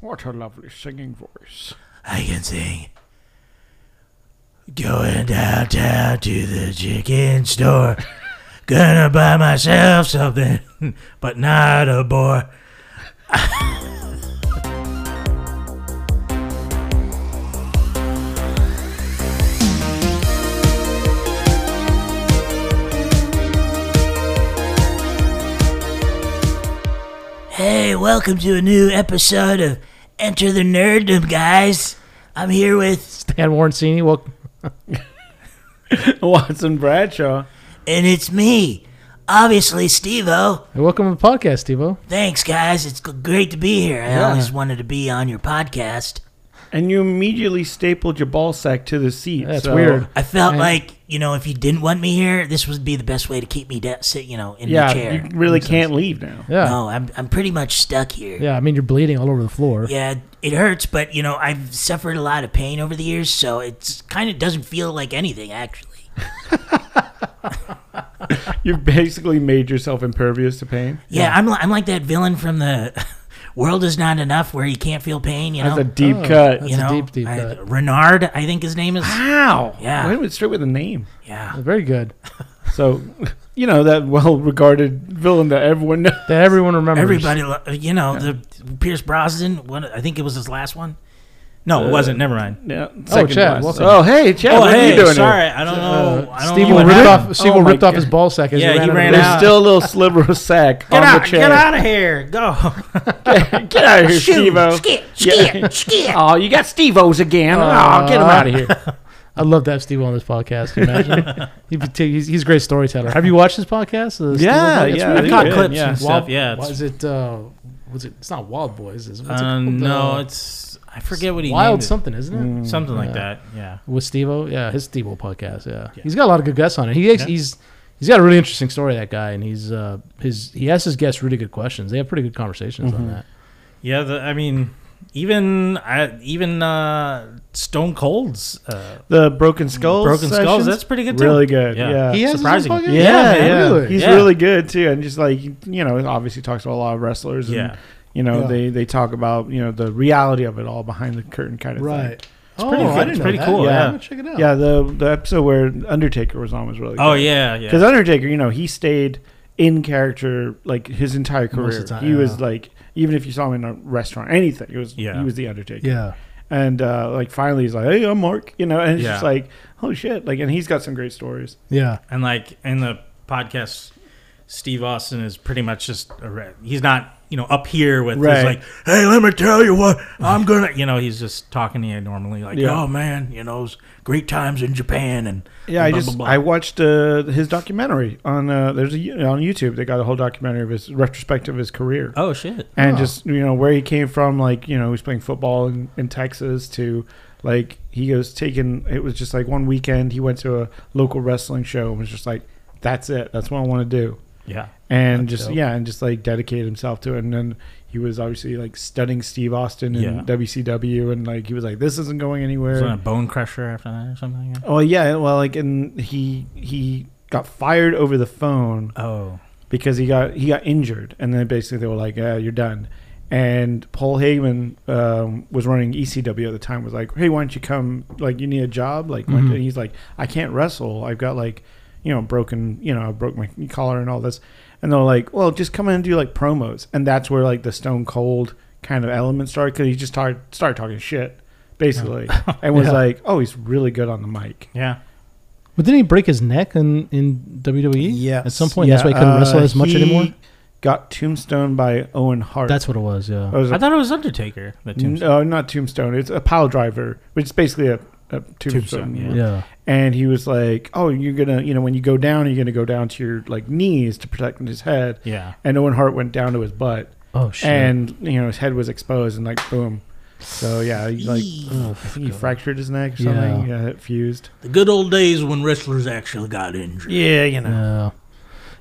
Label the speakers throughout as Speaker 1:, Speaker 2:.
Speaker 1: What a lovely singing voice.
Speaker 2: I can sing. Going downtown to the chicken store. Gonna buy myself something, but not a boy. Hey, welcome to a new episode of Enter the Nerddom, guys. I'm here with,
Speaker 3: Dan Warrencini. Well,
Speaker 1: Watson Bradshaw.
Speaker 2: and it's me, obviously Steve O.
Speaker 3: welcome to the podcast, Stevo.
Speaker 2: Thanks, guys. It's g- great to be here. I
Speaker 1: Yeah.
Speaker 2: always wanted to be on your podcast.
Speaker 1: And you immediately stapled your ball sack to the seat.
Speaker 3: That's
Speaker 1: so-
Speaker 3: weird.
Speaker 2: I felt
Speaker 3: I-
Speaker 2: like you know, if you didn't want me here, this would be the best way to keep me da- sit, you know, in
Speaker 1: Yeah,
Speaker 2: the chair.
Speaker 1: you really can't leave now.
Speaker 3: Yeah,
Speaker 2: No, "Oh, I'm I'm pretty much stuck here.
Speaker 3: yeah. I mean, you're bleeding all over the floor.
Speaker 2: Yeah, it hurts, but you know, I've suffered a lot of pain over the years, so it's kind of doesn't feel like anything actually.
Speaker 1: You've basically made yourself impervious to pain.
Speaker 2: Yeah, I'm li- I'm like that villain from the World Is Not Enough where you can't feel pain. You know,
Speaker 1: That's a deep
Speaker 3: Oh,
Speaker 1: cut. Ah.
Speaker 3: that's-
Speaker 2: you
Speaker 3: a
Speaker 2: know,
Speaker 3: deep, deep
Speaker 2: I-
Speaker 3: cut.
Speaker 2: Renard, I think his name is.
Speaker 1: Wow.
Speaker 2: Yeah.
Speaker 1: Why went straight with a name?
Speaker 2: Yeah,
Speaker 3: Very good.
Speaker 1: So, you know, that well regarded villain that everyone knows.
Speaker 3: That everyone remembers.
Speaker 2: everybody, lo- you know, the Pierce Brosnan. One, I think it was his last one. No, it wasn't. Never mind.
Speaker 1: Yeah,
Speaker 3: second Chad, last. welcome.
Speaker 1: Oh, hey, Chad.
Speaker 2: Oh,
Speaker 1: Uh, what
Speaker 2: hey,
Speaker 1: are you doing
Speaker 2: sorry,
Speaker 1: here?
Speaker 2: I don't
Speaker 3: Uh,
Speaker 2: know. I don't
Speaker 3: Steve
Speaker 2: know what
Speaker 3: ripped
Speaker 2: happened.
Speaker 3: off. Steve
Speaker 1: Oh my
Speaker 3: ripped off his
Speaker 1: God.
Speaker 3: ball sack. As
Speaker 2: Yeah, he
Speaker 3: out of
Speaker 2: ran
Speaker 3: the
Speaker 1: There's
Speaker 3: room.
Speaker 2: out.
Speaker 1: still a little sliver of sack
Speaker 2: Get
Speaker 1: on
Speaker 2: out,
Speaker 1: the chair.
Speaker 2: get out of here. Go.
Speaker 1: Get out of here,
Speaker 2: Shoot.
Speaker 1: Steve-O.
Speaker 2: Skip, skip, skip. Uh,
Speaker 1: Oh, you got Steve-O's again.
Speaker 3: Aw.
Speaker 1: oh, get him out of here.
Speaker 3: I'd Uh, love to have Steve on this podcast. Can you imagine? He'd be t- he's, he's a great storyteller. Have you watched his podcast? Uh, Steve
Speaker 1: Yeah,
Speaker 3: Wilbur? It's
Speaker 1: yeah,
Speaker 3: really
Speaker 1: I
Speaker 3: good.
Speaker 1: caught
Speaker 3: Wild-
Speaker 1: clips and
Speaker 3: Wild-
Speaker 4: stuff, yeah,
Speaker 3: why
Speaker 4: it's-
Speaker 3: is it? Uh, was it? It's not Wild Boys, is it? What's it
Speaker 4: Um,
Speaker 3: called?
Speaker 4: no,
Speaker 3: Uh,
Speaker 4: it's I forget what he
Speaker 3: Wild
Speaker 4: named
Speaker 3: something, isn't it?
Speaker 4: it. Mm, something
Speaker 3: Yeah.
Speaker 4: like that. Yeah,
Speaker 3: with Stevo. Yeah, his Stevo podcast. Yeah. he's got a lot of good guests on it. He ex-
Speaker 4: Yeah.
Speaker 3: he's he's got a really interesting story. That guy, and he's uh his he asks his guests really good questions. They have pretty good conversations on that.
Speaker 4: yeah. The, I mean, even I, even uh, Stone Cold's uh,
Speaker 1: The Broken Skulls.
Speaker 4: Broken Skulls.
Speaker 1: sessions?
Speaker 4: That's pretty good. Too.
Speaker 1: really good. Yeah.
Speaker 4: Yeah.
Speaker 1: Yeah.
Speaker 3: He has
Speaker 4: surprising.
Speaker 3: His own podcast?
Speaker 1: yeah,
Speaker 3: Really?
Speaker 1: He's
Speaker 4: Yeah.
Speaker 1: really good too, and just like you know, obviously talks to a lot of wrestlers. And,
Speaker 4: Yeah.
Speaker 1: you know
Speaker 3: Yeah.
Speaker 1: they they talk about you know the reality of it all behind the curtain kind of thing.
Speaker 3: right. It's Oh,
Speaker 4: pretty good. It's pretty cool,
Speaker 3: Yeah,
Speaker 4: yeah.
Speaker 3: I'm gonna check it out.
Speaker 1: Yeah, the the episode where Undertaker was on was really.
Speaker 4: Oh
Speaker 1: good.
Speaker 4: yeah, yeah.
Speaker 1: because Undertaker, you know, he stayed in character like his entire
Speaker 3: of
Speaker 1: career.
Speaker 3: the time,
Speaker 1: he was
Speaker 3: yeah.
Speaker 1: like, even if you saw him in a restaurant, anything, it was
Speaker 4: Yeah.
Speaker 1: he was the Undertaker.
Speaker 3: yeah.
Speaker 1: And uh, like finally, he's like, "Hey, I'm Mark," you know, and it's
Speaker 4: Yeah.
Speaker 1: just like, "Oh shit!" Like, and he's got some great stories.
Speaker 3: Yeah.
Speaker 4: and like in the podcast, Steve Austin is pretty much just a re- he's not you know up here with
Speaker 1: Right.
Speaker 4: he's like hey let me tell you what I'm gonna you know he's just talking to you normally like
Speaker 1: Yeah.
Speaker 4: oh man you know it's great times in Japan and
Speaker 1: Yeah, I
Speaker 4: blah,
Speaker 1: just
Speaker 4: blah, blah."
Speaker 1: I watched uh, his documentary on uh, there's a on YouTube. They got a whole documentary of his retrospective of his career.
Speaker 4: oh shit
Speaker 1: and
Speaker 3: Oh.
Speaker 1: just you know where he came from like you know he was playing football in, in texas to like he was taken it was just like one weekend he went to a local wrestling show and was just like that's it that's what i want to do
Speaker 4: yeah
Speaker 1: and
Speaker 3: That's
Speaker 1: just
Speaker 3: dope.
Speaker 1: yeah and just like dedicated himself to it and then he was obviously like studying steve austin in
Speaker 4: Yeah.
Speaker 1: wcw and like he was like this isn't going
Speaker 4: was
Speaker 1: anywhere
Speaker 4: it a bone crusher after that or something like that?
Speaker 1: oh yeah well like and he he got fired over the phone
Speaker 4: oh
Speaker 1: because he got he got injured, and then basically they were like, "Yeah, you're done." And Paul Heyman um, was running ECW at the time. Was like, "Hey, why don't you come? Like, you need a job? Like," why don't you-" and he's like, "I can't wrestle. I've got like, you know, broken. You know, I broke my collar and all this." And they're like, "Well, just come in and do like promos." And that's where like the Stone Cold kind of element started because he just started started talking shit basically, and was
Speaker 3: Yeah.
Speaker 1: like, "Oh, he's really good on the mic."
Speaker 4: yeah
Speaker 3: But didn't he break his neck in, in WWE?
Speaker 1: Yes.
Speaker 3: At some point, that's why he couldn't
Speaker 1: Uh,
Speaker 3: wrestle as much
Speaker 1: he Oh,
Speaker 3: anymore.
Speaker 1: Got tombstone by Owen Hart.
Speaker 3: That's what it was. Yeah.
Speaker 1: That was a
Speaker 4: I thought it was Undertaker. The tombstone.
Speaker 1: No, not tombstone. It's a pile driver, which is basically a, a tombstone.
Speaker 4: Tombstone, yeah.
Speaker 3: yeah.
Speaker 1: And he was like, "Oh, you're gonna, you know, when you go down, you're gonna go down to your like knees to protect his head."
Speaker 4: Yeah.
Speaker 1: And Owen Hart went down to his butt,
Speaker 3: Oh shit.
Speaker 1: and you know his head was exposed, and like boom. So yeah, he, like
Speaker 3: Oh,
Speaker 1: I think he fractured his neck or something. Yeah, it fused.
Speaker 4: The good old days when wrestlers actually got injured.
Speaker 1: Yeah, you know.
Speaker 3: Yeah. Uh,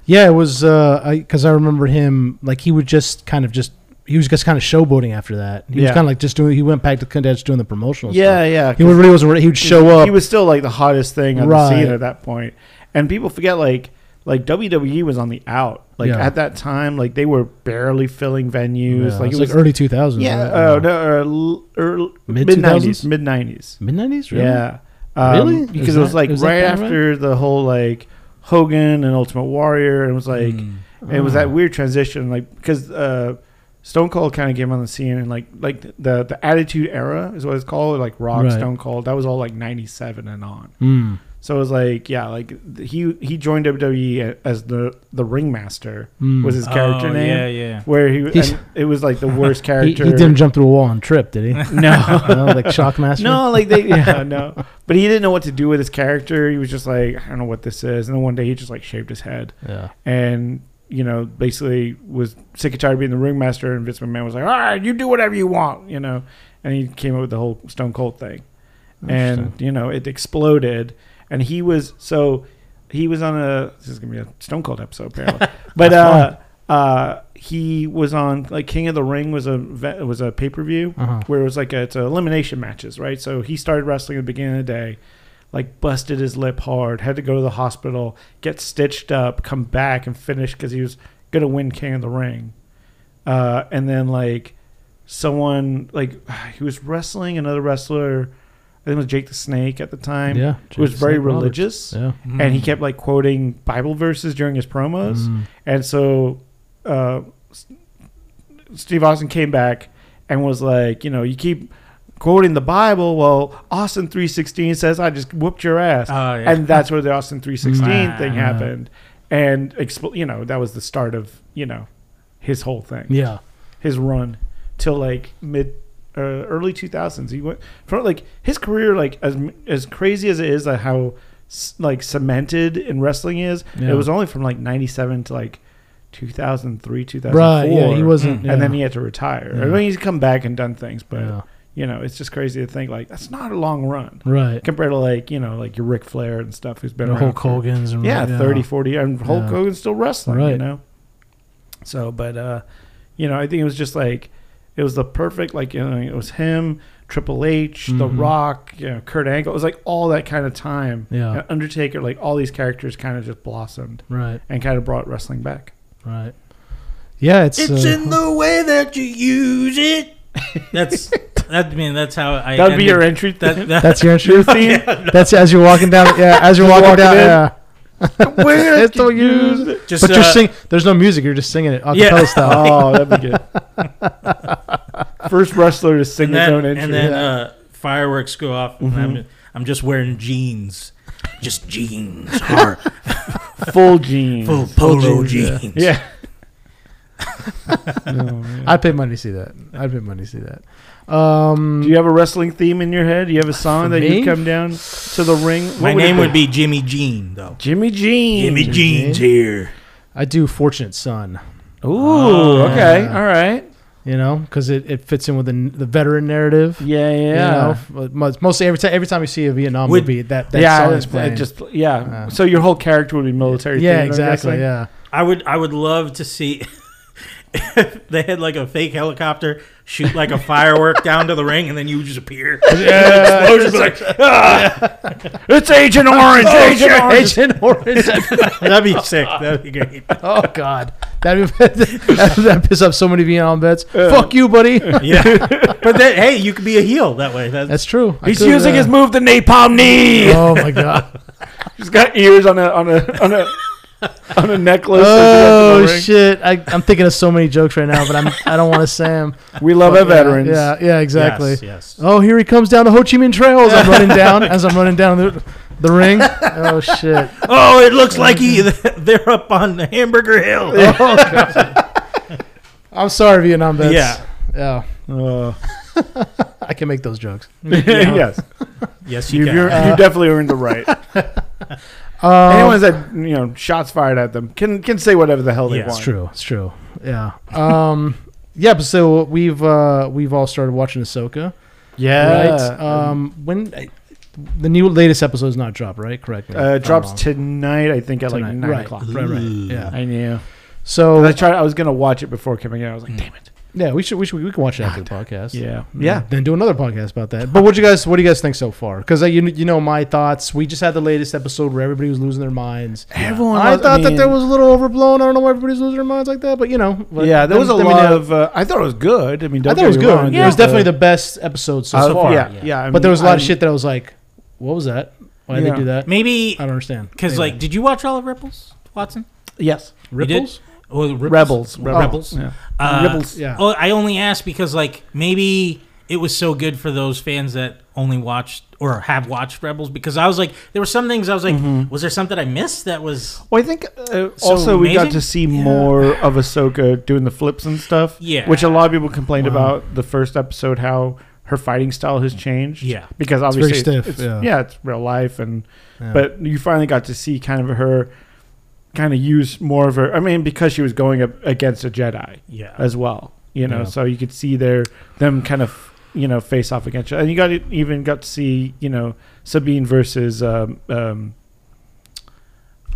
Speaker 3: Yeah, it was uh I cuz I remember him like he would just kind of just he was just kind of showboating after that. He was
Speaker 1: Yeah.
Speaker 3: kind of like just doing he went back to Kundaj doing the promotional
Speaker 1: Yeah,
Speaker 3: stuff.
Speaker 1: yeah.
Speaker 3: He would really was he would show up.
Speaker 1: He was still like the hottest thing on the
Speaker 3: Right.
Speaker 1: scene at that point, and people forget like like WWE was on the out. Like
Speaker 3: Yeah.
Speaker 1: at that time, like they were barely filling venues.
Speaker 3: Yeah,
Speaker 1: like it was,
Speaker 3: early 2000s.
Speaker 1: yeah,
Speaker 3: right?
Speaker 1: uh, no, early,
Speaker 3: Mid-
Speaker 1: mid nineties,
Speaker 3: 2000s?
Speaker 1: mid nineties.
Speaker 3: mid 90s, really?
Speaker 1: Yeah. Um,
Speaker 3: Really?
Speaker 1: Because
Speaker 3: Is
Speaker 1: it was
Speaker 3: that-
Speaker 1: like
Speaker 3: is that
Speaker 1: right
Speaker 3: bad,
Speaker 1: after the whole like Hogan and Ultimate Warrior, and it was like
Speaker 3: Mm.
Speaker 4: Hmm.
Speaker 1: it was that weird transition, like because uh, Stone Cold kind of came on the scene, and like like the the Attitude Era is what it's called, like Rock,
Speaker 3: Right.
Speaker 1: Stone Cold. That was all like '97 and on.
Speaker 3: Mm.
Speaker 1: So it was like yeah, like th- he he joined WWE as the the Ringmaster
Speaker 3: Mm.
Speaker 1: was his character
Speaker 4: Oh,
Speaker 1: name.
Speaker 4: Yeah, yeah.
Speaker 1: Where he
Speaker 3: He's-
Speaker 1: and it was like the worst
Speaker 3: He, he
Speaker 1: character.
Speaker 3: didn't jump through a wall and trip, did he? no.
Speaker 1: no,
Speaker 3: Like Shockmaster?
Speaker 1: no, like they, yeah, no. But he didn't know what to do with his character. He was just like, I don't know what this is. And then one day he just like shaved his head
Speaker 3: Yeah.
Speaker 1: and, you know, basically was sick and tired of being the ringmaster. And Vince McMahon was like, all right, you do whatever you want, you know. And he came up with the whole Stone Cold thing. And, you know, it exploded. And he was, so he was on a, this is going to be a Stone Cold episode apparently. but, uh, uh, he was on like King of the Ring was a ve- was a pay per view,
Speaker 3: Uh-huh.
Speaker 1: where it was like a, it's a elimination matches, right? So he started wrestling at the beginning of the day, like busted his lip hard, had to go to the hospital, get stitched up, come back and finish because he was gonna win King of the Ring, uh, and then like someone like he was wrestling another wrestler, I think it was Jake the Snake at the time,
Speaker 3: Yeah,
Speaker 1: who was
Speaker 3: Jake the
Speaker 1: very
Speaker 3: Snake Roberts.
Speaker 1: religious,
Speaker 3: Yeah.
Speaker 1: Mm-hmm. and he kept like quoting Bible verses during his promos,
Speaker 4: Mm-hmm.
Speaker 1: and so uh, S- Steve Austin came back and was like, you know, you keep quoting the Bible. Well, Austin three sixteen says, "I just whooped your ass,"
Speaker 4: Oh, yeah.
Speaker 1: and that's where the Austin three sixteen
Speaker 4: Wow.
Speaker 1: thing happened, and expl- you know that was the start of you know his whole thing,
Speaker 3: Yeah.
Speaker 1: his run till like mid. Uh, early 2000s he went from like his career like as as crazy as it is like how s- like cemented in wrestling is
Speaker 3: Yeah.
Speaker 1: it was only from like 97 to like 2003 2004
Speaker 3: Right. Yeah. He wasn't. yeah.
Speaker 1: and then he had to retire. I
Speaker 3: Yeah.
Speaker 1: mean, he's come back and done things, but
Speaker 3: Yeah.
Speaker 1: you know, it's just crazy to think like that's not a long run
Speaker 3: Right.
Speaker 1: compared to like you know like your Ric Flair and stuff who's been
Speaker 3: The
Speaker 1: around
Speaker 3: Hulk
Speaker 1: for-
Speaker 3: Hogan's. And
Speaker 1: yeah, 30, 40, and Hulk
Speaker 3: Yeah.
Speaker 1: Hogan's still wrestling, you
Speaker 3: Right.
Speaker 1: know. So, but uh, you know, I think it was just like it was the perfect like you know it was him, Triple H, The
Speaker 3: Mhm.
Speaker 1: Rock, you know, Kurt Angle. It was like all that kind of time.
Speaker 3: Yeah.
Speaker 1: And Undertaker, like all these characters, kind of just blossomed
Speaker 3: Right.
Speaker 1: and kind of brought wrestling back.
Speaker 3: Right. Yeah. It's.
Speaker 4: It's
Speaker 3: uh,
Speaker 4: in the way that you use it. That's that. I mean, that's how I.
Speaker 1: That would be
Speaker 4: ended-
Speaker 1: your entry.
Speaker 4: That, that,
Speaker 3: that's your intro theme.
Speaker 4: Yeah,
Speaker 3: That's as you're walking down. Yeah. As you're walking,
Speaker 1: walking
Speaker 3: down.
Speaker 1: in.
Speaker 3: Yeah.
Speaker 1: Where
Speaker 3: It's all used.
Speaker 4: just,
Speaker 3: but
Speaker 4: uh,
Speaker 3: you're singing. There's no music. You're just singing it a
Speaker 4: Yeah.
Speaker 3: cappella style.
Speaker 1: Oh, that'd be good. First wrestler to sing
Speaker 4: and then,
Speaker 1: his own intro.
Speaker 4: and then
Speaker 1: Yeah.
Speaker 4: uh, fireworks go off. And I'm, I'm just wearing jeans, just jeans, or
Speaker 1: full jeans.
Speaker 4: full polo
Speaker 3: jeans, yeah.
Speaker 4: jeans.
Speaker 1: Yeah.
Speaker 3: I'd pay money to see that. I'd pay money to see that. Um,
Speaker 1: Do you have a wrestling theme in your head? Do you have a song that you
Speaker 3: me?
Speaker 1: come down to the ring? What
Speaker 4: My
Speaker 1: it
Speaker 4: name would be Jimmy Jean, though.
Speaker 1: Jimmy Jean.
Speaker 4: Jimmy Jean's here.
Speaker 3: I do Fortunate Son.
Speaker 1: Ooh,
Speaker 4: Oh.
Speaker 1: okay,
Speaker 3: Yeah.
Speaker 1: all right.
Speaker 3: You know, because it, it fits in with the, n- the veteran narrative.
Speaker 1: Yeah,
Speaker 3: you
Speaker 1: yeah,
Speaker 3: know? But mo- Mostly every time every time you see a Vietnam
Speaker 4: Would-
Speaker 3: movie, that that
Speaker 1: yeah.
Speaker 3: song
Speaker 1: it-
Speaker 3: is playing.
Speaker 1: it just yeah.
Speaker 3: Yeah.
Speaker 1: so your whole character would be military.
Speaker 3: yeah,
Speaker 1: themed, I'm
Speaker 3: exactly.
Speaker 1: guessing?
Speaker 3: Yeah.
Speaker 4: I would, I would love to see. if they had like a fake helicopter shoot like a firework down to the ring, and then you just appear.
Speaker 1: Yeah. Ah.
Speaker 4: Explosions, like, Oh,
Speaker 1: It's Agent Orange. Agent Orange.
Speaker 3: Agent Orange.
Speaker 4: that'd be sick. That'd be great.
Speaker 3: oh God, that'd, be, that'd, that'd piss off so many Vietnam vets. Fuck you, buddy.
Speaker 4: Yeah, but then hey, you could be a heel that way. That's,
Speaker 3: That's true. I
Speaker 1: He's
Speaker 3: could,
Speaker 1: using
Speaker 3: uh,
Speaker 1: his move, the napalm knee.
Speaker 3: Oh my God.
Speaker 1: He's got ears on a on a on a on a necklace.
Speaker 3: oh
Speaker 1: Like,
Speaker 3: shit. I, I'm thinking of so many jokes right now, but I'm I don't want to say them.
Speaker 1: We love our
Speaker 3: But yeah,
Speaker 1: veterans.
Speaker 3: Yeah, yeah, exactly.
Speaker 4: Yes, yes.
Speaker 3: Oh, here he comes down the Ho Chi Minh Trail as I'm running down as I'm running down the, the ring. Oh shit!
Speaker 4: Oh, it looks like he, they're up on the Hamburger Hill.
Speaker 3: Oh, God. I'm sorry, Vietnam vets.
Speaker 4: Yeah.
Speaker 3: yeah,
Speaker 1: Uh,
Speaker 3: I can make those jokes.
Speaker 1: yes,
Speaker 4: Yes, you
Speaker 1: you've,
Speaker 4: can.
Speaker 1: you're, you definitely earned the right.
Speaker 3: Um,
Speaker 1: Uh, Anyone that you know shots fired at them can can say whatever the hell they
Speaker 4: Yeah,
Speaker 1: want.
Speaker 4: it's
Speaker 3: it's true. It's true. Yeah. Um. yeah. But so we've uh we've all started watching Ahsoka,
Speaker 1: Yeah.
Speaker 3: right? Um. When I, the new latest episode is not dropped, right? Correct. me
Speaker 1: uh,
Speaker 3: if I'm
Speaker 1: drops
Speaker 3: wrong.
Speaker 1: tonight. I think at
Speaker 3: Tonight.
Speaker 1: like nine
Speaker 3: right.
Speaker 1: o'clock.
Speaker 3: Right. Right. Yeah.
Speaker 1: I knew.
Speaker 3: So Mm.
Speaker 1: I tried. I was gonna watch it before coming out. I was like, damn it.
Speaker 3: Yeah, we should we should we can watch it after the podcast.
Speaker 1: Yeah. Yeah.
Speaker 3: Then do another podcast about that. But what do you guys what do you guys think so far? Because you you know my thoughts. We just had the latest episode where everybody was losing their minds.
Speaker 1: Everyone.
Speaker 3: I
Speaker 1: was-
Speaker 3: thought that
Speaker 1: mean,
Speaker 3: there was a little overblown. I don't know why everybody's losing their minds like that, but you know. but
Speaker 1: yeah, there
Speaker 3: then-
Speaker 1: was a
Speaker 3: then we
Speaker 1: lot
Speaker 3: know-
Speaker 1: of. Uh, I thought it was good. I mean,
Speaker 3: I
Speaker 1: don't
Speaker 3: thought it was
Speaker 1: get me
Speaker 3: good.
Speaker 1: wrong,
Speaker 3: It was
Speaker 1: but,
Speaker 3: definitely the best episode so,
Speaker 1: uh,
Speaker 3: far.
Speaker 1: Yeah, yeah. I
Speaker 3: But there was a lot of
Speaker 1: mean,
Speaker 3: shit that I was like, "What was that? Why did
Speaker 1: Yeah.
Speaker 3: they do that?"
Speaker 4: Maybe
Speaker 3: I don't understand.
Speaker 4: because
Speaker 3: Anyway.
Speaker 4: like, did you watch all of Ripples, Watson?
Speaker 1: Yes.
Speaker 4: You did?
Speaker 3: ripples,
Speaker 4: Or the
Speaker 1: Rebels.
Speaker 4: Ripples?
Speaker 1: Oh,
Speaker 4: Rebels.
Speaker 1: Yeah.
Speaker 4: Uh,
Speaker 1: Rebels.
Speaker 3: yeah.
Speaker 4: Oh, I only asked because like maybe it was so good for those fans that only watched or have watched Rebels because I was like there were some things I was like
Speaker 1: Mm-hmm.
Speaker 4: was there something I missed that was
Speaker 1: Well, I think uh,
Speaker 4: So
Speaker 1: also we got
Speaker 4: amazing?
Speaker 1: to see more of Ahsoka doing the flips and stuff.
Speaker 4: Yeah.
Speaker 1: Which a lot of people complained about the first episode, how her fighting style has changed.
Speaker 4: Yeah.
Speaker 1: Because
Speaker 3: very
Speaker 1: obviously,
Speaker 3: stiff,
Speaker 1: it's-
Speaker 3: yeah.
Speaker 1: it's real life. and
Speaker 3: Yeah.
Speaker 1: But you finally got to see kind of her kind of use more of her. I mean, because she was going up against a Jedi
Speaker 4: yeah
Speaker 1: as well, you know,
Speaker 3: Yeah.
Speaker 1: so you could see their them kind of. You know, face off against you, and you got to, even got to see you know Sabine versus um, um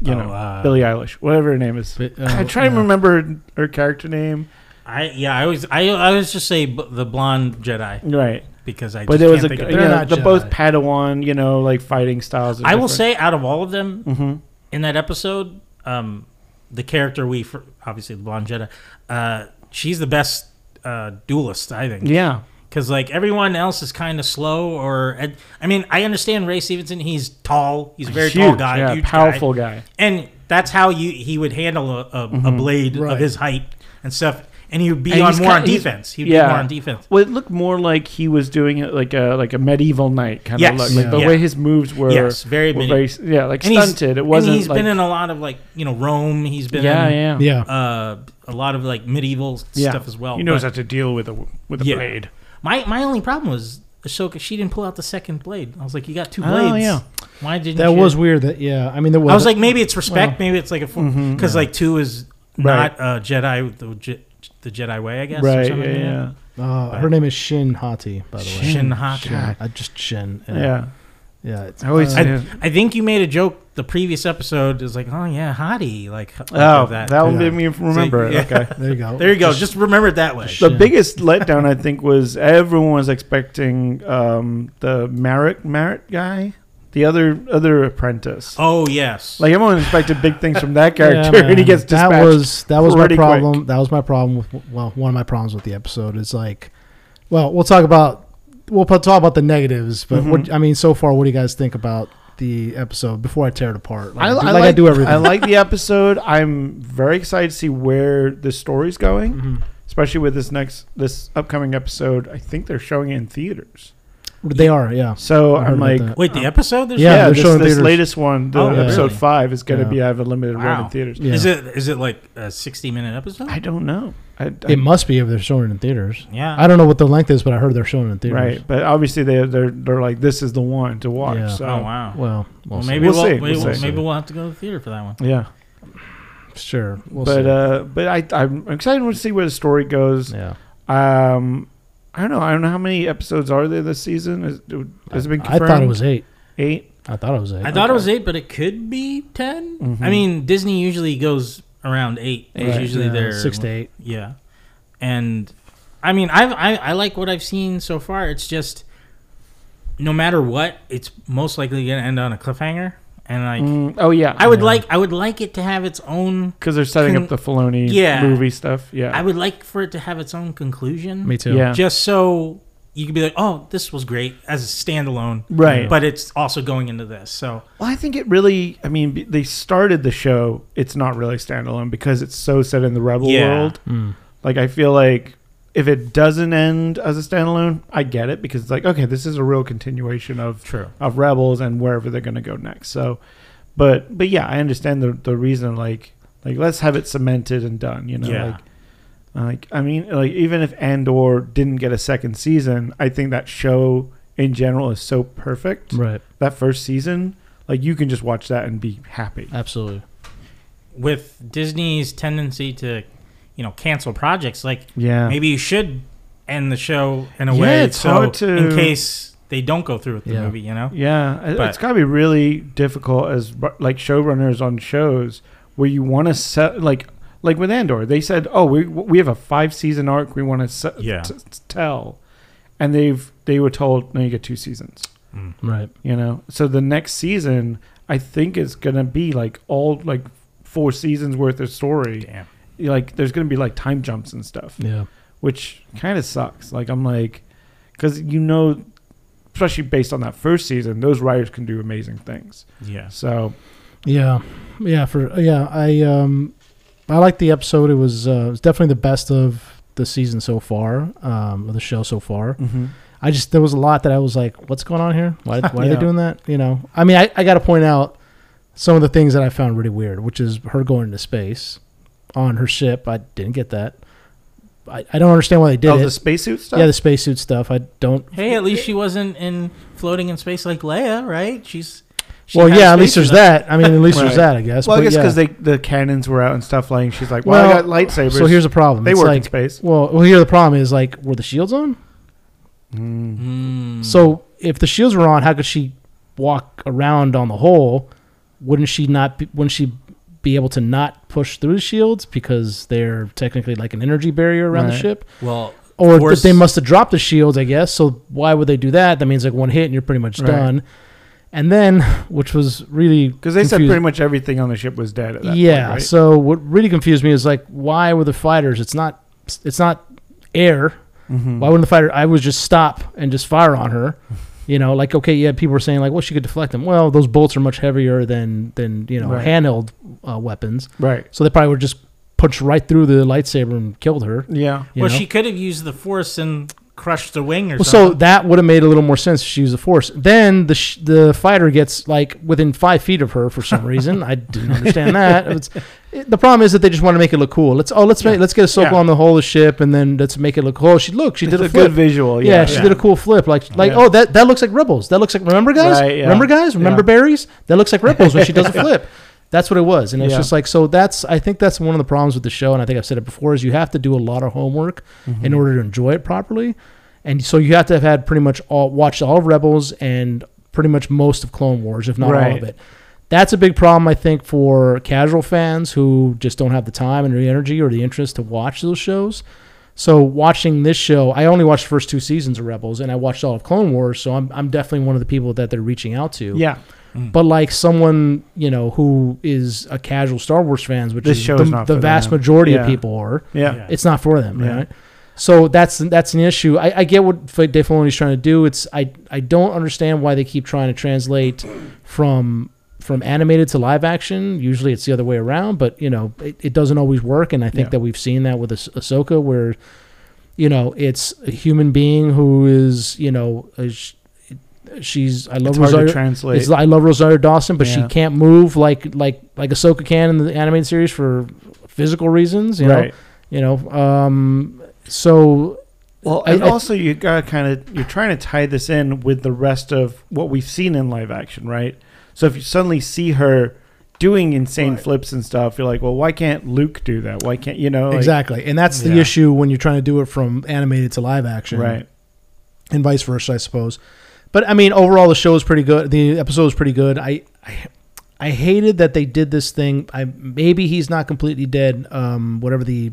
Speaker 1: you
Speaker 4: Oh,
Speaker 1: know
Speaker 4: uh,
Speaker 1: Billie Eilish, whatever her name is.
Speaker 3: But, uh,
Speaker 1: I try to
Speaker 3: yeah.
Speaker 1: remember her, her character name.
Speaker 4: I yeah I always I I always just say b- the blonde Jedi
Speaker 1: Right,
Speaker 4: because I
Speaker 1: but
Speaker 4: just
Speaker 1: there was
Speaker 4: can't
Speaker 1: a
Speaker 4: think
Speaker 1: you
Speaker 4: of
Speaker 3: They're
Speaker 1: know,
Speaker 3: not
Speaker 1: the both
Speaker 3: Jedi.
Speaker 1: Padawan, you know, like fighting styles.
Speaker 4: I will say out of all of them
Speaker 1: hmm
Speaker 4: in that episode um the character we for, obviously the blonde Jedi uh she's the best uh duelist I think
Speaker 1: yeah,
Speaker 4: Because like everyone else is kind of slow, or and- I mean, I understand Ray Stevenson. He's tall. He's a very tall
Speaker 1: Huge,
Speaker 4: guy,
Speaker 1: yeah,
Speaker 4: huge
Speaker 1: powerful
Speaker 4: guy.
Speaker 1: guy. Mm-hmm.
Speaker 4: and that's how you he would handle a, a, a blade of
Speaker 3: Right.
Speaker 4: his height and stuff. And he would be
Speaker 1: And
Speaker 4: on
Speaker 1: he's
Speaker 4: more on
Speaker 1: kinda- he's-
Speaker 4: defense. He'd
Speaker 1: yeah.
Speaker 4: be more on defense.
Speaker 1: Well, it looked more like he was doing it like a like a medieval knight kind
Speaker 4: Yes.
Speaker 1: of look. Like the
Speaker 4: Yeah.
Speaker 1: way his moves were,
Speaker 4: Yes, very
Speaker 1: were
Speaker 4: medieval.
Speaker 1: s- yeah, like
Speaker 4: And he's-
Speaker 1: stunted. It wasn't
Speaker 4: And he's
Speaker 1: like
Speaker 4: been in a lot of like you know Rome. He's been
Speaker 1: yeah,
Speaker 4: in,
Speaker 1: yeah,
Speaker 3: Yeah.
Speaker 4: Uh, a lot of like medieval
Speaker 1: yeah.
Speaker 4: stuff as well.
Speaker 1: He knows
Speaker 4: But
Speaker 1: how to deal with a with a
Speaker 4: Yeah.
Speaker 1: blade.
Speaker 4: my my only problem was Ahsoka. She didn't pull out the second blade. I was like, you got two
Speaker 1: Oh,
Speaker 4: blades.
Speaker 1: yeah.
Speaker 4: Why didn't
Speaker 3: that
Speaker 4: you?
Speaker 3: was weird. That yeah. I mean, there was.
Speaker 4: I was like, maybe it's respect. maybe it's like a because like two is
Speaker 1: mm-hmm, Right.
Speaker 4: not uh, Jedi the, Je- the Jedi way, I guess. or
Speaker 1: Right? Yeah,
Speaker 4: something like
Speaker 1: yeah,
Speaker 3: uh, her name is Shin Hati, by the
Speaker 4: that.
Speaker 3: way.
Speaker 4: Shin Haka.
Speaker 3: Shin. I just Shin.
Speaker 1: yeah.
Speaker 3: Yeah. It's,
Speaker 1: I always
Speaker 3: uh,
Speaker 1: say-
Speaker 4: I think you made a joke the previous episode. It was like, oh yeah, hottie. Like h-
Speaker 1: Oh,
Speaker 4: like
Speaker 1: that,
Speaker 4: that.
Speaker 1: will
Speaker 3: Yeah.
Speaker 1: make me remember
Speaker 4: yeah.
Speaker 1: it. Okay.
Speaker 3: there you go.
Speaker 4: There you go. Just remember it that way.
Speaker 3: Sh-
Speaker 1: The
Speaker 3: Shit.
Speaker 1: biggest letdown, I think, was everyone was expecting um, the Merritt Merritt guy, the other other apprentice.
Speaker 4: Oh yes.
Speaker 1: Like everyone expected big things from that
Speaker 3: Yeah,
Speaker 1: character, and he
Speaker 3: man.
Speaker 1: gets dispatched.
Speaker 3: That was that was my
Speaker 1: pretty
Speaker 3: problem. That was my problem with well, one of my problems with the episode is like, well, we'll talk about we'll po- talk about the negatives, but what
Speaker 1: Mm-hmm.
Speaker 3: I mean, so far, what do you guys think about the episode before I tear it apart? Like I, do- like, I do everything.
Speaker 1: I like the episode. I'm very excited to see where the story's
Speaker 3: Mm-hmm.
Speaker 1: going, especially with this next this upcoming episode. I think they're showing it in theaters,
Speaker 3: they are, yeah.
Speaker 1: so
Speaker 3: I heard
Speaker 1: I'm
Speaker 3: about
Speaker 1: like,
Speaker 3: that.
Speaker 4: Wait, the episode? There's
Speaker 1: uh, yeah,
Speaker 3: they're
Speaker 1: this,
Speaker 3: showing
Speaker 1: this
Speaker 3: theaters.
Speaker 1: latest one, the
Speaker 4: Oh,
Speaker 3: yeah.
Speaker 1: episode
Speaker 4: really?
Speaker 1: five, is going to
Speaker 3: Yeah.
Speaker 1: be I have a limited run
Speaker 4: Wow.
Speaker 1: in theaters.
Speaker 3: Yeah.
Speaker 4: Is it is it like a sixty minute episode?
Speaker 1: I don't know. I, I
Speaker 3: It must be if they're showing it in theaters.
Speaker 4: yeah.
Speaker 3: I don't know what the length is, but I heard they're showing it in theaters.
Speaker 1: Right, but obviously they they're they're like this is the one to watch.
Speaker 3: Yeah.
Speaker 1: So
Speaker 4: oh wow. Well,
Speaker 3: Well, we'll, see.
Speaker 4: maybe
Speaker 1: We'll
Speaker 4: we'll,
Speaker 1: see.
Speaker 4: maybe,
Speaker 1: We'll
Speaker 4: we'll,
Speaker 1: see.
Speaker 4: maybe we'll have to go to the theater for that one.
Speaker 1: yeah,
Speaker 3: sure. We'll
Speaker 1: but
Speaker 3: see.
Speaker 1: uh, but I I'm excited to see where the story goes.
Speaker 3: yeah,
Speaker 1: Um, I don't know. I don't know how many episodes are there this season. Is, do- has it been?
Speaker 3: I
Speaker 1: Confirmed?
Speaker 3: thought it was eight.
Speaker 1: eight.
Speaker 3: I thought it was eight.
Speaker 4: I thought it was eight, but it could be 10
Speaker 3: Mm-hmm.
Speaker 4: I mean, Disney usually goes around eight. It's
Speaker 1: Right.
Speaker 4: usually
Speaker 3: Yeah,
Speaker 4: their
Speaker 3: six to eight.
Speaker 4: Yeah, and I mean, I've, I I like what I've seen so far. It's just no matter what, it's most likely gonna end on a cliffhanger. And like,
Speaker 1: Mm, oh yeah,
Speaker 4: I would like I would like it to have its own.
Speaker 1: because they're setting
Speaker 4: Can-
Speaker 1: up the Filoni
Speaker 4: Yeah.
Speaker 1: movie stuff. Yeah,
Speaker 4: I would like for it to have its own conclusion.
Speaker 3: Me too.
Speaker 1: Yeah.
Speaker 4: Just so you could be like, oh, this was great as a standalone.
Speaker 1: Right.
Speaker 4: But it's also going into this, so
Speaker 1: well, I think it really. I mean, b- they started the show. It's not really standalone because it's so set in the Rebel
Speaker 4: Yeah.
Speaker 1: world.
Speaker 3: Mm.
Speaker 1: Like I feel like if it doesn't end as a standalone, I get it because it's like okay, this is a real continuation of
Speaker 4: True.
Speaker 1: of rebels and wherever they're going to go next. So, but but yeah, I understand the the reason. Like like let's have it cemented and done. You know,
Speaker 4: Yeah.
Speaker 1: like like I mean, like even if Andor didn't get a second season, I think that show in general is so perfect.
Speaker 3: Right.
Speaker 1: That first season, like you can just watch that and be happy.
Speaker 3: Absolutely.
Speaker 4: with Disney's tendency to, you know, cancel projects, like
Speaker 1: Yeah.
Speaker 4: maybe you should end the show in a
Speaker 1: Yeah,
Speaker 4: way
Speaker 1: it's
Speaker 4: so
Speaker 1: hard to-
Speaker 4: in case they don't go through with the
Speaker 3: Yeah.
Speaker 4: movie, you know?
Speaker 1: Yeah, it-
Speaker 4: But-
Speaker 1: it's got to be really difficult as like showrunners on shows where you want to set like Like with Andor, they said, "Oh, we we have a five season arc. We want to se-
Speaker 2: Yeah.
Speaker 1: t- t- tell," and they've they were told, "No, you get two seasons."
Speaker 3: Right.
Speaker 1: You know, so the next season, I think is gonna be like all like four seasons worth of story.
Speaker 2: Damn.
Speaker 1: Like, there's gonna be like time jumps and stuff
Speaker 3: Yeah.
Speaker 1: which kind of sucks. Like I'm like, because you know, especially based on that first season, those writers can do amazing things.
Speaker 2: Yeah.
Speaker 1: So
Speaker 3: Yeah. Yeah. For yeah, I um, I liked the episode. It was uh, it was definitely the best of the season so far, um, of the show so far. I just there was a lot that I was like, what's going on here? Why, why are
Speaker 1: Yeah.
Speaker 3: they doing that? You know, I mean, I, I got to point out some of the things that I found really weird, which is her going into space on her ship. I didn't get that. I, I don't understand why they did
Speaker 1: oh,
Speaker 3: it.
Speaker 1: the spacesuit stuff.
Speaker 3: yeah, the spacesuit stuff. I don't.
Speaker 4: Hey, at least she wasn't in floating in space like Leia, right? She's she
Speaker 3: well,
Speaker 4: had
Speaker 3: yeah, at least
Speaker 4: space
Speaker 3: there's
Speaker 4: in her-
Speaker 3: that. I mean, at least
Speaker 1: Right.
Speaker 3: there's that. I guess.
Speaker 1: well, I
Speaker 3: But
Speaker 1: guess
Speaker 3: yeah.
Speaker 1: because they the cannons were out and stuff. Like she's like, well, I
Speaker 3: Well,
Speaker 1: got lightsabers.
Speaker 3: So here's the problem.
Speaker 1: they
Speaker 3: It's
Speaker 1: work in
Speaker 3: like,
Speaker 1: space.
Speaker 3: Well, well, here the problem is like, were the shields on?
Speaker 1: Mm.
Speaker 4: Mm.
Speaker 3: So if the shields were on, how could she walk around on the hole? Wouldn't she not? Be, wouldn't she be able to not push through the shields because they're technically like an energy barrier around the
Speaker 1: Right.
Speaker 3: ship?
Speaker 4: well,
Speaker 3: Or
Speaker 4: Force-
Speaker 3: they must have dropped the shields, I guess. So why would they do that? That means like one hit and you're pretty much
Speaker 1: Right.
Speaker 3: done. And then, which was really
Speaker 1: Because they said
Speaker 3: confusing-
Speaker 1: pretty much everything on the ship was dead at that
Speaker 3: yeah.
Speaker 1: point, right?
Speaker 3: So what really confused me is like, why were the fighters? It's not, it's not air.
Speaker 1: Mhm.
Speaker 3: Why wouldn't the fighter? I would just stop and just fire on her. You know, like okay, yeah, people were saying like, well, she could deflect them. Well, those bolts are much heavier than than you know
Speaker 1: Right.
Speaker 3: handheld uh, weapons,
Speaker 1: right.
Speaker 3: so they probably would just punch right through the lightsaber and killed her.
Speaker 1: Yeah.
Speaker 3: you
Speaker 4: well,
Speaker 3: know?
Speaker 4: she could have used the force and crushed the wing or
Speaker 3: Well, so
Speaker 4: something.
Speaker 3: that would have made a little more sense if she used the force. Then the sh- the fighter gets like within five feet of her for some reason. I didn't understand that. It's, it, the problem is that they just want to make it look cool. Let's oh let's make, let's get a soap
Speaker 1: Yeah.
Speaker 3: on the whole of the ship and then let's make it look cool. Oh, She look she
Speaker 1: It's
Speaker 3: did a,
Speaker 1: a
Speaker 3: flip.
Speaker 1: good visual.
Speaker 3: yeah,
Speaker 1: Yeah.
Speaker 3: she
Speaker 1: yeah.
Speaker 3: did a cool flip. Like like
Speaker 1: Yeah.
Speaker 3: oh that that looks like rebels. That looks like remember guys
Speaker 1: Right, yeah.
Speaker 3: remember guys remember
Speaker 1: Yeah.
Speaker 3: berries. That looks like rebels when she does a flip. That's what it was, and it's
Speaker 1: Yeah.
Speaker 3: just like so. That's I think that's one of the problems with the show, and I think I've said it before is you have to do a lot of homework
Speaker 1: Mm-hmm.
Speaker 3: in order to enjoy it properly. And so you have to have had pretty much all watched all of Rebels and pretty much most of Clone Wars, if not all
Speaker 1: Right.
Speaker 3: of it. That's a big problem, I think, for casual fans who just don't have the time and the energy or the interest to watch those shows. So watching this show, I only watched the first two seasons of Rebels, and I watched all of Clone Wars. So I'm I'm definitely one of the people that they're reaching out to.
Speaker 1: Yeah.
Speaker 3: But like someone you know who is a casual Star Wars fans, which
Speaker 1: This
Speaker 3: is
Speaker 1: show
Speaker 3: the,
Speaker 1: is not
Speaker 3: the
Speaker 1: for
Speaker 3: vast
Speaker 1: them.
Speaker 3: majority of
Speaker 1: Yeah.
Speaker 3: people are,
Speaker 1: Yeah.
Speaker 2: Yeah.
Speaker 3: it's not for them,
Speaker 1: Yeah.
Speaker 3: right? So that's that's an issue. I, I get what F- Dave Filoni's trying to do. It's I I don't understand why they keep trying to translate from from animated to live action. Usually it's the other way around, but you know it, it doesn't always work. And I think
Speaker 1: Yeah.
Speaker 3: that we've seen that with ah- Ahsoka, where you know it's a human being who is you know a sh- she's I love
Speaker 1: It's hard to
Speaker 3: Rosario.
Speaker 1: translate.
Speaker 3: It's, I love Rosario Dawson, but
Speaker 1: Yeah.
Speaker 3: she can't move like like like Ahsoka can in the animated series for physical reasons. You know,
Speaker 1: right.
Speaker 3: you know um so
Speaker 1: Well,
Speaker 3: I-
Speaker 1: and
Speaker 3: I-
Speaker 1: also you got kind of you're trying to tie this in with the rest of what we've seen in live action, right? So if you suddenly see her doing insane flips and stuff, you're like, well, why can't Luke do that? Why can't you know? like-
Speaker 3: exactly and that's the
Speaker 2: Yeah.
Speaker 3: issue when you're trying to do it from animated to live action
Speaker 1: right?
Speaker 3: and vice versa i suppose but i mean overall the show is pretty good the episode is pretty good i i, I hated that they did this thing i maybe he's not completely dead um whatever the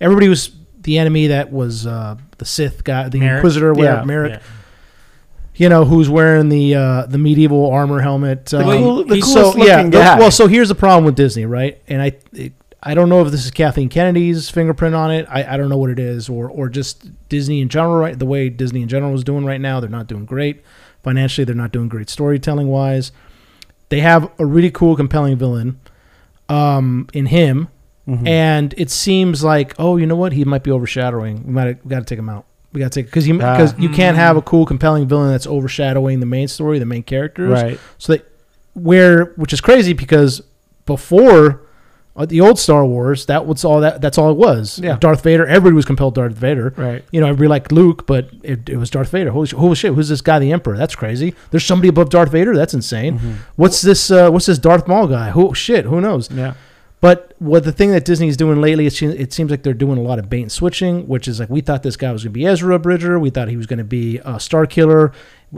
Speaker 3: everybody was the enemy that was uh the sith guy the
Speaker 4: Merrick?
Speaker 3: inquisitor whatever
Speaker 1: Yeah.
Speaker 3: merrick
Speaker 4: Yeah.
Speaker 3: you know who's wearing the uh the medieval armor helmet
Speaker 1: The,
Speaker 3: um,
Speaker 1: cool, the
Speaker 4: he's
Speaker 1: coolest
Speaker 3: so
Speaker 1: looking
Speaker 3: yeah, the-
Speaker 1: guy.
Speaker 3: well, so here's the problem with Disney, right? And I, it, I don't know if this is Kathleen Kennedy's fingerprint on it. I, I don't know what it is, or or just Disney in general, right? The way Disney in general is doing right now, they're not doing great financially. They're not doing great storytelling wise. They have a really cool, compelling villain um, in him,
Speaker 1: Mhm.
Speaker 3: and it seems like, oh, you know what? He might be overshadowing. We might we got to take him out. We got to take because you
Speaker 1: Ah.
Speaker 3: because you can't have a cool, compelling villain that's overshadowing the main story, the main characters
Speaker 1: right?
Speaker 3: so that where which is crazy because before uh, the old Star Wars, that was all that that's all it was.
Speaker 1: Yeah.
Speaker 3: Darth Vader. Everybody was compelled Darth Vader.
Speaker 1: Right.
Speaker 3: You know, everybody liked Luke, but it, it was Darth Vader. Holy shit, holy shit! Who's this guy, the Emperor? That's crazy. There's somebody above Darth Vader. That's insane.
Speaker 1: Mm-hmm.
Speaker 3: What's this? Uh, what's this Darth Maul guy? Who shit? Who knows?
Speaker 1: Yeah.
Speaker 3: But what the thing that Disney's doing lately, it seems, it seems like they're doing a lot of bait and switching, which is like we thought this guy was going to be Ezra Bridger, we thought he was going to be uh, a Star Killer.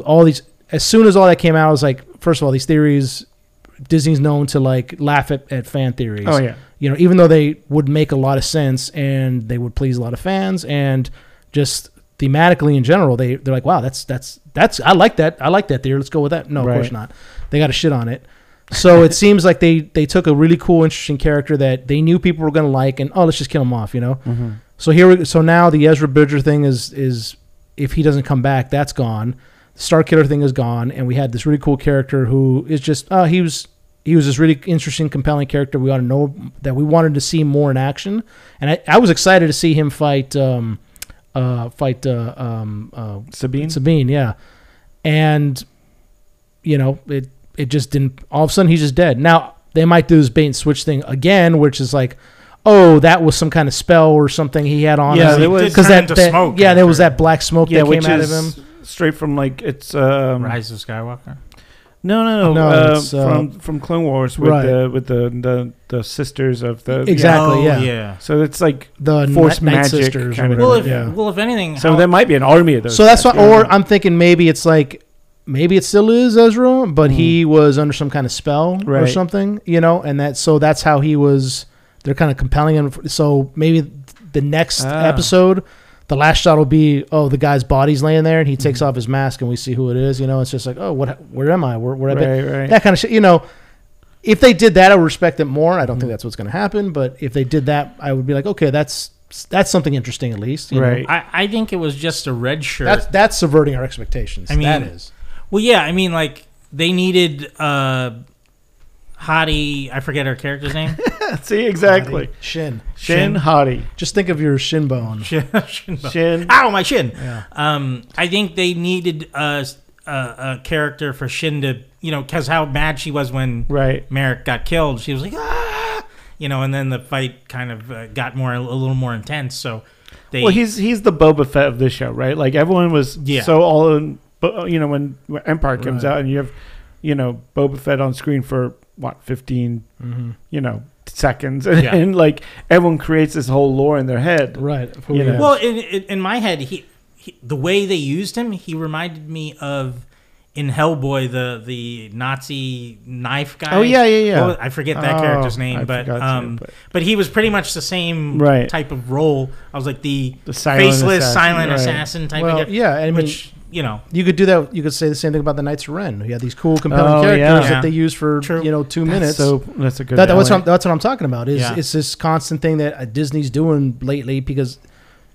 Speaker 3: All these, as soon as all that came out, I was like, first of all, these theories Disney's known to like laugh at, at fan theories.
Speaker 1: Oh, yeah.
Speaker 3: You know, even though they would make a lot of sense and they would please a lot of fans and just thematically in general, they they're like, wow, that's that's that's I like that. I like that theory. Let's go with that. No, of course
Speaker 1: Right.
Speaker 3: not. They got to shit on it. So it seems like they they took a really cool, interesting character that they knew people were gonna like, and oh, let's just kill him off. You know. So here, we, so now the Ezra Bridger thing is is if he doesn't come back, that's gone. The Star Killer thing is gone, and we had this really cool character who is just uh, he was he was this really interesting, compelling character we ought to know that we wanted to see more in action, and I, I was excited to see him fight um, uh, fight uh, um, uh,
Speaker 1: Sabine.
Speaker 3: Sabine, yeah. And you know, it it just didn't all of a sudden he's just dead. Now they might do this bait and switch thing again, which is like, oh, that was some kind of spell or something he had on
Speaker 1: Yeah,
Speaker 3: him.
Speaker 1: there was-
Speaker 4: Turned
Speaker 3: because that,
Speaker 4: into
Speaker 3: that-
Speaker 4: smoke
Speaker 3: yeah, there was
Speaker 4: after.
Speaker 3: that black smoke
Speaker 1: yeah,
Speaker 3: that
Speaker 1: which
Speaker 3: came out of
Speaker 1: is
Speaker 3: him.
Speaker 1: straight from like it's um,
Speaker 4: Rise of Skywalker.
Speaker 1: No, no, no.
Speaker 3: No,
Speaker 1: uh,
Speaker 3: it's, uh,
Speaker 1: from from Clone Wars with
Speaker 3: right.
Speaker 1: the with the, the the sisters of the
Speaker 3: Exact- Exactly,
Speaker 4: Oh,
Speaker 3: yeah.
Speaker 1: Yeah. So it's like
Speaker 3: The
Speaker 1: Force
Speaker 3: Night, Night
Speaker 1: magic
Speaker 3: Sisters. or
Speaker 1: kind of-
Speaker 4: Well, if
Speaker 3: whatever, yeah.
Speaker 4: well, if anything,
Speaker 1: so
Speaker 4: how-
Speaker 1: there might be an army of those.
Speaker 3: So that's why,
Speaker 1: guys.
Speaker 3: or I'm thinking maybe it's like, maybe it still is Ezra, but he was under some kind of spell or
Speaker 1: Mm. Right.
Speaker 3: something, you know, and that so that's how he was. They're kind of compelling him. f- So maybe the next
Speaker 1: Ah.
Speaker 3: episode, the last shot will be, oh, the guy's body's laying there, and he
Speaker 1: Mm.
Speaker 3: takes off his mask, and we see who it is. You know, it's just like, oh, what? Where am I? Where? Where I been?
Speaker 1: right, right.
Speaker 3: That kind of shit. You know. If they did that, I would respect it more. I don't
Speaker 1: Mm.
Speaker 3: think that's what's going to happen, but if they did that, I would be like, okay, that's that's something interesting at least. you know?
Speaker 1: Right.
Speaker 4: I, I think it was just a red shirt.
Speaker 3: That's that's subverting our expectations.
Speaker 4: I mean-
Speaker 3: that is.
Speaker 4: well, yeah, I mean, like they needed uh, Hottie. I forget her character's name.
Speaker 1: See exactly.
Speaker 3: Shin.
Speaker 1: Shin Hottie.
Speaker 3: Just think of your shin bone.
Speaker 4: Shin- Shinbo.
Speaker 1: Shin.
Speaker 4: Ow, my shin.
Speaker 3: Yeah.
Speaker 4: Um, I think they needed a, a, a character for Shin to, you know, because how mad she was when
Speaker 1: Right.
Speaker 4: Merrick got killed. She was like, ah, you know, and then the fight kind of uh, got more a little more intense. So they,
Speaker 1: Well, he's he's the Boba Fett of this show, right? Like everyone was
Speaker 4: Yeah.
Speaker 1: so all in. Bo- You know when when Empire comes out and you have, you know, Boba Fett on screen for what 15
Speaker 3: Mm-hmm.
Speaker 1: you know, seconds, and,
Speaker 4: Yeah.
Speaker 1: like everyone creates this whole lore in their head.
Speaker 3: Right.
Speaker 1: You know.
Speaker 4: well, in, in, in my head, he, he the way they used him, he reminded me of in Hellboy the the Nazi knife guy.
Speaker 1: Oh, yeah, yeah, yeah.
Speaker 4: What was- I forget that
Speaker 1: Oh,
Speaker 4: character's name,
Speaker 1: I
Speaker 4: but
Speaker 1: forgot too,
Speaker 4: um,
Speaker 1: but-
Speaker 4: but. he was pretty much the same
Speaker 1: Right.
Speaker 4: type of role. I was like the,
Speaker 1: The silent
Speaker 4: faceless
Speaker 1: assassin,
Speaker 4: silent
Speaker 1: right.
Speaker 4: assassin type
Speaker 3: Well,
Speaker 4: of guy,
Speaker 3: yeah, I mean-
Speaker 4: which you know,
Speaker 3: You could do that. You could say the same thing about the Knights of Ren. who had these cool, compelling
Speaker 1: Oh,
Speaker 3: characters
Speaker 1: yeah.
Speaker 4: Yeah.
Speaker 3: that they use for
Speaker 4: True.
Speaker 3: you know two
Speaker 1: That's
Speaker 3: minutes.
Speaker 1: So that's a good.
Speaker 3: that, that's, what I'm,
Speaker 1: point.
Speaker 3: that's what I'm talking about. Is
Speaker 4: Yeah.
Speaker 3: it's this constant thing that uh, Disney's doing lately because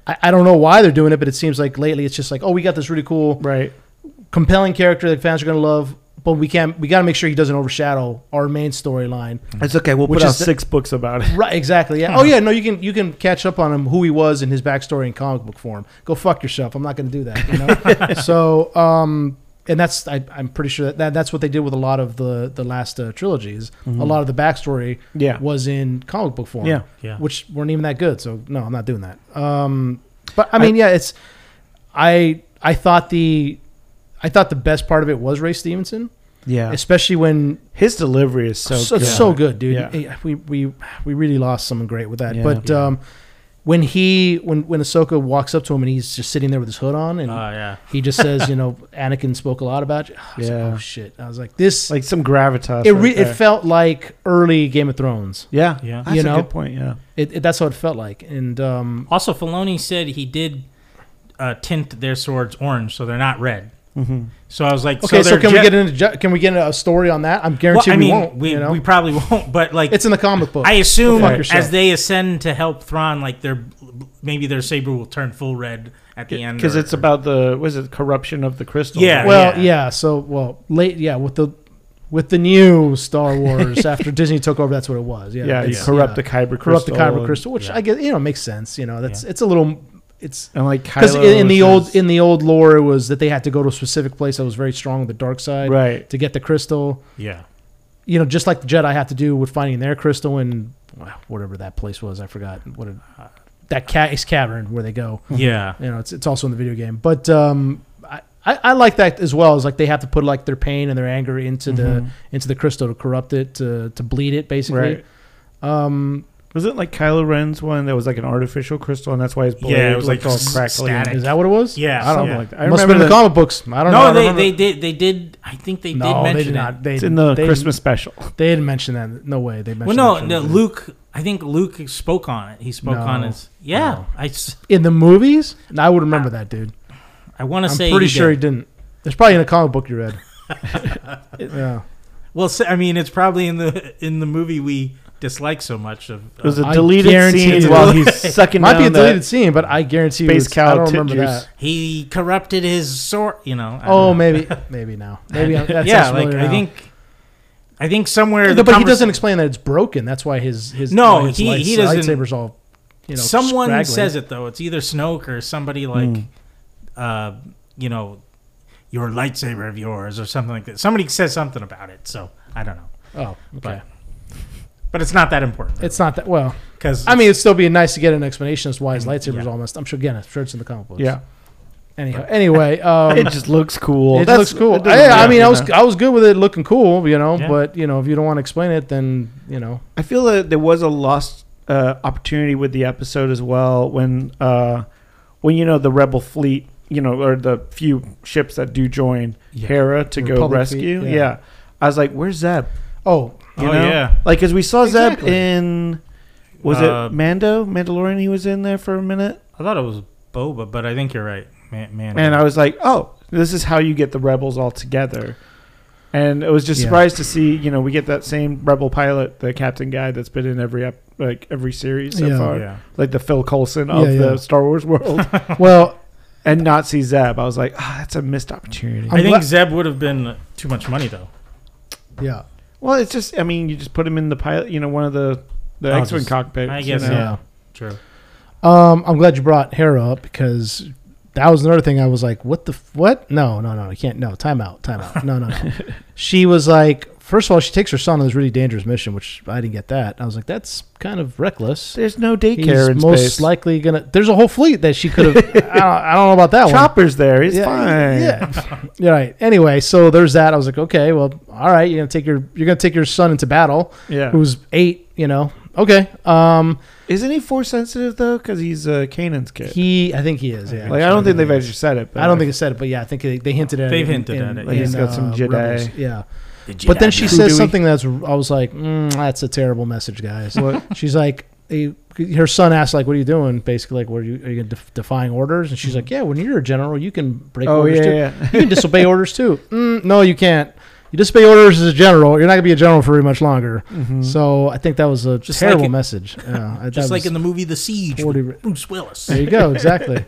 Speaker 3: I, I don't know why they're doing it, but it seems like lately it's just like, oh, we got this really cool,
Speaker 1: right.
Speaker 3: compelling character that fans are gonna love, but we can't. We got to make sure he doesn't overshadow our main storyline.
Speaker 1: It's okay. We'll
Speaker 3: Which
Speaker 1: put out
Speaker 3: is the-
Speaker 1: six books about it.
Speaker 3: Right, exactly. Yeah. Oh yeah, no, you can you can catch up on him who he was and his backstory in comic book form. Go fuck yourself. I'm not going to do that. You know? so, um, and that's I, I'm pretty sure that, that that's what they did with a lot of the the last uh, trilogies. A lot of the backstory
Speaker 1: Mm-hmm. Yeah.
Speaker 3: was in comic book form.
Speaker 1: Yeah.
Speaker 4: Yeah.
Speaker 3: which weren't even that good. So no, I'm not doing that. Um, but I mean, yeah, it's I I thought the I thought the best part of it was Ray Stevenson,
Speaker 1: Yeah.
Speaker 3: especially when
Speaker 1: His delivery is so.
Speaker 3: so,
Speaker 1: good.
Speaker 3: it's so good, dude.
Speaker 1: Yeah.
Speaker 3: Eh, We we we really lost someone great with that.
Speaker 1: Yeah.
Speaker 3: but um, when he when when Ahsoka walks up to him and he's just sitting there with his hood on and
Speaker 4: oh
Speaker 1: Uh.
Speaker 4: yeah.
Speaker 3: he just says, you know, Anakin spoke a lot about you. I was
Speaker 1: Yeah.
Speaker 3: like, oh shit. I was like, this.
Speaker 1: Like some gravitas.
Speaker 3: it
Speaker 1: right
Speaker 3: re- it
Speaker 1: there.
Speaker 3: felt like early Game of Thrones.
Speaker 1: yeah.
Speaker 4: Yeah.
Speaker 1: That's
Speaker 3: You
Speaker 1: a
Speaker 3: know?
Speaker 1: good point. Yeah.
Speaker 3: It, it, that's how it felt like. And um,
Speaker 4: Also, Filoni said he did uh, tint their swords orange, so they're not red.
Speaker 1: Mm-hmm.
Speaker 4: So I was like,
Speaker 3: okay, so,
Speaker 4: they're
Speaker 3: can we
Speaker 4: ju-
Speaker 3: get into ju- can we get into a story on that? I'm
Speaker 4: Well,
Speaker 3: guaranteed
Speaker 4: I mean,
Speaker 3: we won't.
Speaker 4: we,
Speaker 3: you know,
Speaker 4: we probably won't, but like,
Speaker 3: it's in the comic book.
Speaker 4: I assume
Speaker 3: Go fuck yourself.
Speaker 4: as they ascend to help Thrawn, like their maybe their saber will turn full red at the end
Speaker 1: Because
Speaker 4: or-
Speaker 1: it's about the was it corruption of the crystal?
Speaker 4: Yeah.
Speaker 3: Well, yeah. So, well, late, yeah, with the with the new Star Wars after Disney took over, that's what it was. Yeah,
Speaker 1: Yeah, you
Speaker 3: it's-
Speaker 1: corrupt
Speaker 3: yeah.
Speaker 1: the kyber crystal.
Speaker 3: corrupt the kyber
Speaker 1: and-
Speaker 3: crystal, which
Speaker 4: yeah.
Speaker 3: I guess you know makes sense. You know, that's it's a little it's
Speaker 1: And like
Speaker 3: because
Speaker 1: Kylo
Speaker 3: in, in the
Speaker 1: was
Speaker 3: old
Speaker 1: his-
Speaker 3: in the old lore it was that they had to go to a specific place that was very strong on the dark side
Speaker 1: right.
Speaker 3: to get the crystal.
Speaker 4: yeah.
Speaker 3: You know, just like the Jedi have to do with finding their crystal in well, whatever that place was. I forgot what it, that cat is cavern where they go
Speaker 4: Yeah.
Speaker 3: you know, it's, it's also in the video game. But um, I, I I like that as well. Is like they have to put like their pain and their
Speaker 4: Mm-hmm.
Speaker 3: anger into the into the crystal to corrupt it to to bleed it basically.
Speaker 1: Right.
Speaker 3: Um,
Speaker 1: Was it like Kylo Ren's one that was like an artificial crystal, and that's why his blade
Speaker 4: Yeah, it was,
Speaker 1: looked
Speaker 4: like,
Speaker 1: all
Speaker 4: s-
Speaker 1: crackly? and-
Speaker 4: static.
Speaker 3: Is that what it was?
Speaker 4: Yeah,
Speaker 1: I don't
Speaker 4: yeah.
Speaker 1: know. Like that. I
Speaker 3: Must
Speaker 1: remember
Speaker 3: have been in the
Speaker 1: that-
Speaker 3: comic books. I don't know. I
Speaker 4: No, they,
Speaker 3: remember-
Speaker 4: they did. They did. I think they
Speaker 3: no,
Speaker 4: did
Speaker 3: they
Speaker 4: mention
Speaker 3: did
Speaker 4: it.
Speaker 3: not. They,
Speaker 1: It's in the
Speaker 3: they-
Speaker 1: Christmas special.
Speaker 3: They didn't mention that. No way. They
Speaker 4: Well,
Speaker 3: mentioned.
Speaker 4: no,
Speaker 3: that.
Speaker 4: no, Luke. I think Luke spoke on it. He spoke
Speaker 3: No.
Speaker 4: on his. Yeah,
Speaker 3: No.
Speaker 4: I, s-
Speaker 3: in the movies. No, I would remember that, dude.
Speaker 4: I want to
Speaker 3: I'm
Speaker 4: say.
Speaker 3: pretty
Speaker 4: he
Speaker 3: sure
Speaker 4: did.
Speaker 3: he didn't. It's probably in a comic book you read. yeah.
Speaker 4: Well, s- I mean, it's probably in the in the movie we dislike so much of.
Speaker 1: It was a
Speaker 3: I
Speaker 1: deleted
Speaker 3: guarantee
Speaker 1: scene
Speaker 3: you-
Speaker 1: while he's sucking
Speaker 3: Might be a
Speaker 1: down
Speaker 3: deleted
Speaker 1: that
Speaker 3: scene, but I guarantee you,
Speaker 1: space
Speaker 3: it's- I
Speaker 1: cow
Speaker 3: don't
Speaker 1: tit
Speaker 3: remember
Speaker 1: juice.
Speaker 3: that.
Speaker 4: he corrupted his sort. You know. I don't
Speaker 3: Oh,
Speaker 4: know.
Speaker 3: maybe, maybe now. Maybe I'm- that
Speaker 4: yeah,
Speaker 3: sounds
Speaker 4: like
Speaker 3: familiar
Speaker 4: I
Speaker 3: now.
Speaker 4: think. I think somewhere.
Speaker 3: No,
Speaker 4: the
Speaker 3: but he
Speaker 4: conversa-
Speaker 3: doesn't explain that it's broken. That's why his his
Speaker 4: No,
Speaker 3: his
Speaker 4: he- he
Speaker 3: lights-
Speaker 4: doesn't-
Speaker 3: Lightsabers all. You know, Hmm.
Speaker 4: Someone
Speaker 3: scraggly.
Speaker 4: says it though. It's either Snoke or somebody like,
Speaker 1: Mm.
Speaker 4: uh, you know, your lightsaber of yours or something like that. Somebody says something about it. So I don't know,
Speaker 3: Oh, okay.
Speaker 4: but it's not that important.
Speaker 3: It's not that. Well,
Speaker 4: because
Speaker 3: I mean, it'd still be nice to get an explanation as to why his lightsaber's
Speaker 4: Mm, Yeah.
Speaker 3: all messed. I'm sure again, I'm sure it's in the comic books.
Speaker 1: Yeah,
Speaker 3: Anyhow, anyway, um,
Speaker 1: it just looks cool.
Speaker 3: it
Speaker 1: That's-
Speaker 3: looks cool.
Speaker 1: it doesn't
Speaker 3: yeah, I
Speaker 1: matter,
Speaker 3: mean, I
Speaker 1: you
Speaker 3: was
Speaker 1: know.
Speaker 3: I was good with it looking cool, you know.
Speaker 4: Yeah.
Speaker 3: But you know, if you don't want to explain it, then you know,
Speaker 1: I feel that there was a lost uh, opportunity with the episode as well when uh, when you know the rebel fleet, you know, or the few ships that do join
Speaker 4: Yeah.
Speaker 1: Hera to go
Speaker 3: Republic
Speaker 1: rescue.
Speaker 3: fleet,
Speaker 1: yeah.
Speaker 3: yeah.
Speaker 1: I was like, "Where's Zeb?"
Speaker 3: oh,
Speaker 1: You
Speaker 4: Oh,
Speaker 1: know?
Speaker 4: yeah.
Speaker 1: like because we saw Zeb
Speaker 3: Exactly.
Speaker 1: in was
Speaker 4: Uh,
Speaker 1: it Mando Mandalorian? He was in there for a minute,
Speaker 4: I thought it was Boba, but I think you're right, man. man
Speaker 1: and I was like, "Oh, this is how you get the rebels all together." And I was just
Speaker 3: Yeah.
Speaker 1: surprised to see, you know, we get that same rebel pilot, the captain guy that's been in every ep- like every series so
Speaker 3: Yeah.
Speaker 1: far.
Speaker 4: yeah.
Speaker 1: like the Phil Coulson of
Speaker 3: Yeah, yeah.
Speaker 1: the Star Wars world,
Speaker 3: well,
Speaker 1: and not see Zeb. I was like, ah, that's a missed opportunity.
Speaker 4: i
Speaker 3: I'm
Speaker 4: think
Speaker 3: glad-
Speaker 4: Zeb would have been too much money though.
Speaker 3: yeah,
Speaker 1: well, it's just, I mean, you just put him in the pilot, you know, one of the the
Speaker 4: I'll
Speaker 1: X Wing
Speaker 4: just-
Speaker 1: cockpits.
Speaker 4: I
Speaker 1: you
Speaker 4: guess,
Speaker 1: know?
Speaker 4: yeah.
Speaker 3: yeah.
Speaker 4: True.
Speaker 3: Um, I'm glad you brought Hera up because that was another thing. I was like, what the f- what? No, no, no, you can't. No, time out, time out. No, no, no. she was like, first of all, she takes her son on this really dangerous mission, which I didn't get that. I was like, that's kind of reckless.
Speaker 1: There's no
Speaker 3: He's
Speaker 1: daycare in
Speaker 3: most
Speaker 1: space.
Speaker 3: likely gonna. There's a whole fleet that she could have. I, don't, I don't know about that one.
Speaker 1: Chopper's there. He's
Speaker 3: Yeah,
Speaker 1: fine.
Speaker 3: Yeah. yeah. Right. Anyway, so there's that. I was like, okay, well, all right. You're gonna take your you're gonna take your son into battle,
Speaker 1: Yeah.
Speaker 3: who's eight. You know. Okay. Um.
Speaker 1: Isn't he force sensitive though? Because he's uh, Kanan's kid.
Speaker 3: He. I think he is. Yeah.
Speaker 1: like I don't think they've actually said it. But
Speaker 3: I don't think it said it, but yeah, I think they, they hinted at it.
Speaker 4: They've
Speaker 3: in-
Speaker 4: hinted
Speaker 3: in-
Speaker 4: at it,
Speaker 1: Like, he's got some Jedi.
Speaker 3: Yeah, but then she
Speaker 1: Jedi.
Speaker 3: says
Speaker 1: Voodoo-y.
Speaker 3: something that's I was like, mm, that's a terrible message, guys.
Speaker 1: What?
Speaker 3: She's like, they- her son asks like, "What are you doing?" Basically, like, "What are you are you def- defying orders?" And she's like, "Yeah, when you're a general, you can break
Speaker 1: Mm-hmm. Oh
Speaker 3: orders
Speaker 1: yeah,
Speaker 3: too.
Speaker 1: yeah.
Speaker 3: You can disobey orders too. Mm, no, you can't. You disobey orders as a general. You're not gonna be a general for very much longer."
Speaker 1: Mhm.
Speaker 3: So I think that was a
Speaker 4: Just
Speaker 3: terrible
Speaker 4: like it-
Speaker 3: message. Yeah, I- that
Speaker 4: Just like
Speaker 3: was Um,
Speaker 4: in the movie The Siege, with
Speaker 3: 40
Speaker 4: Bruce Willis.
Speaker 3: there you go, exactly.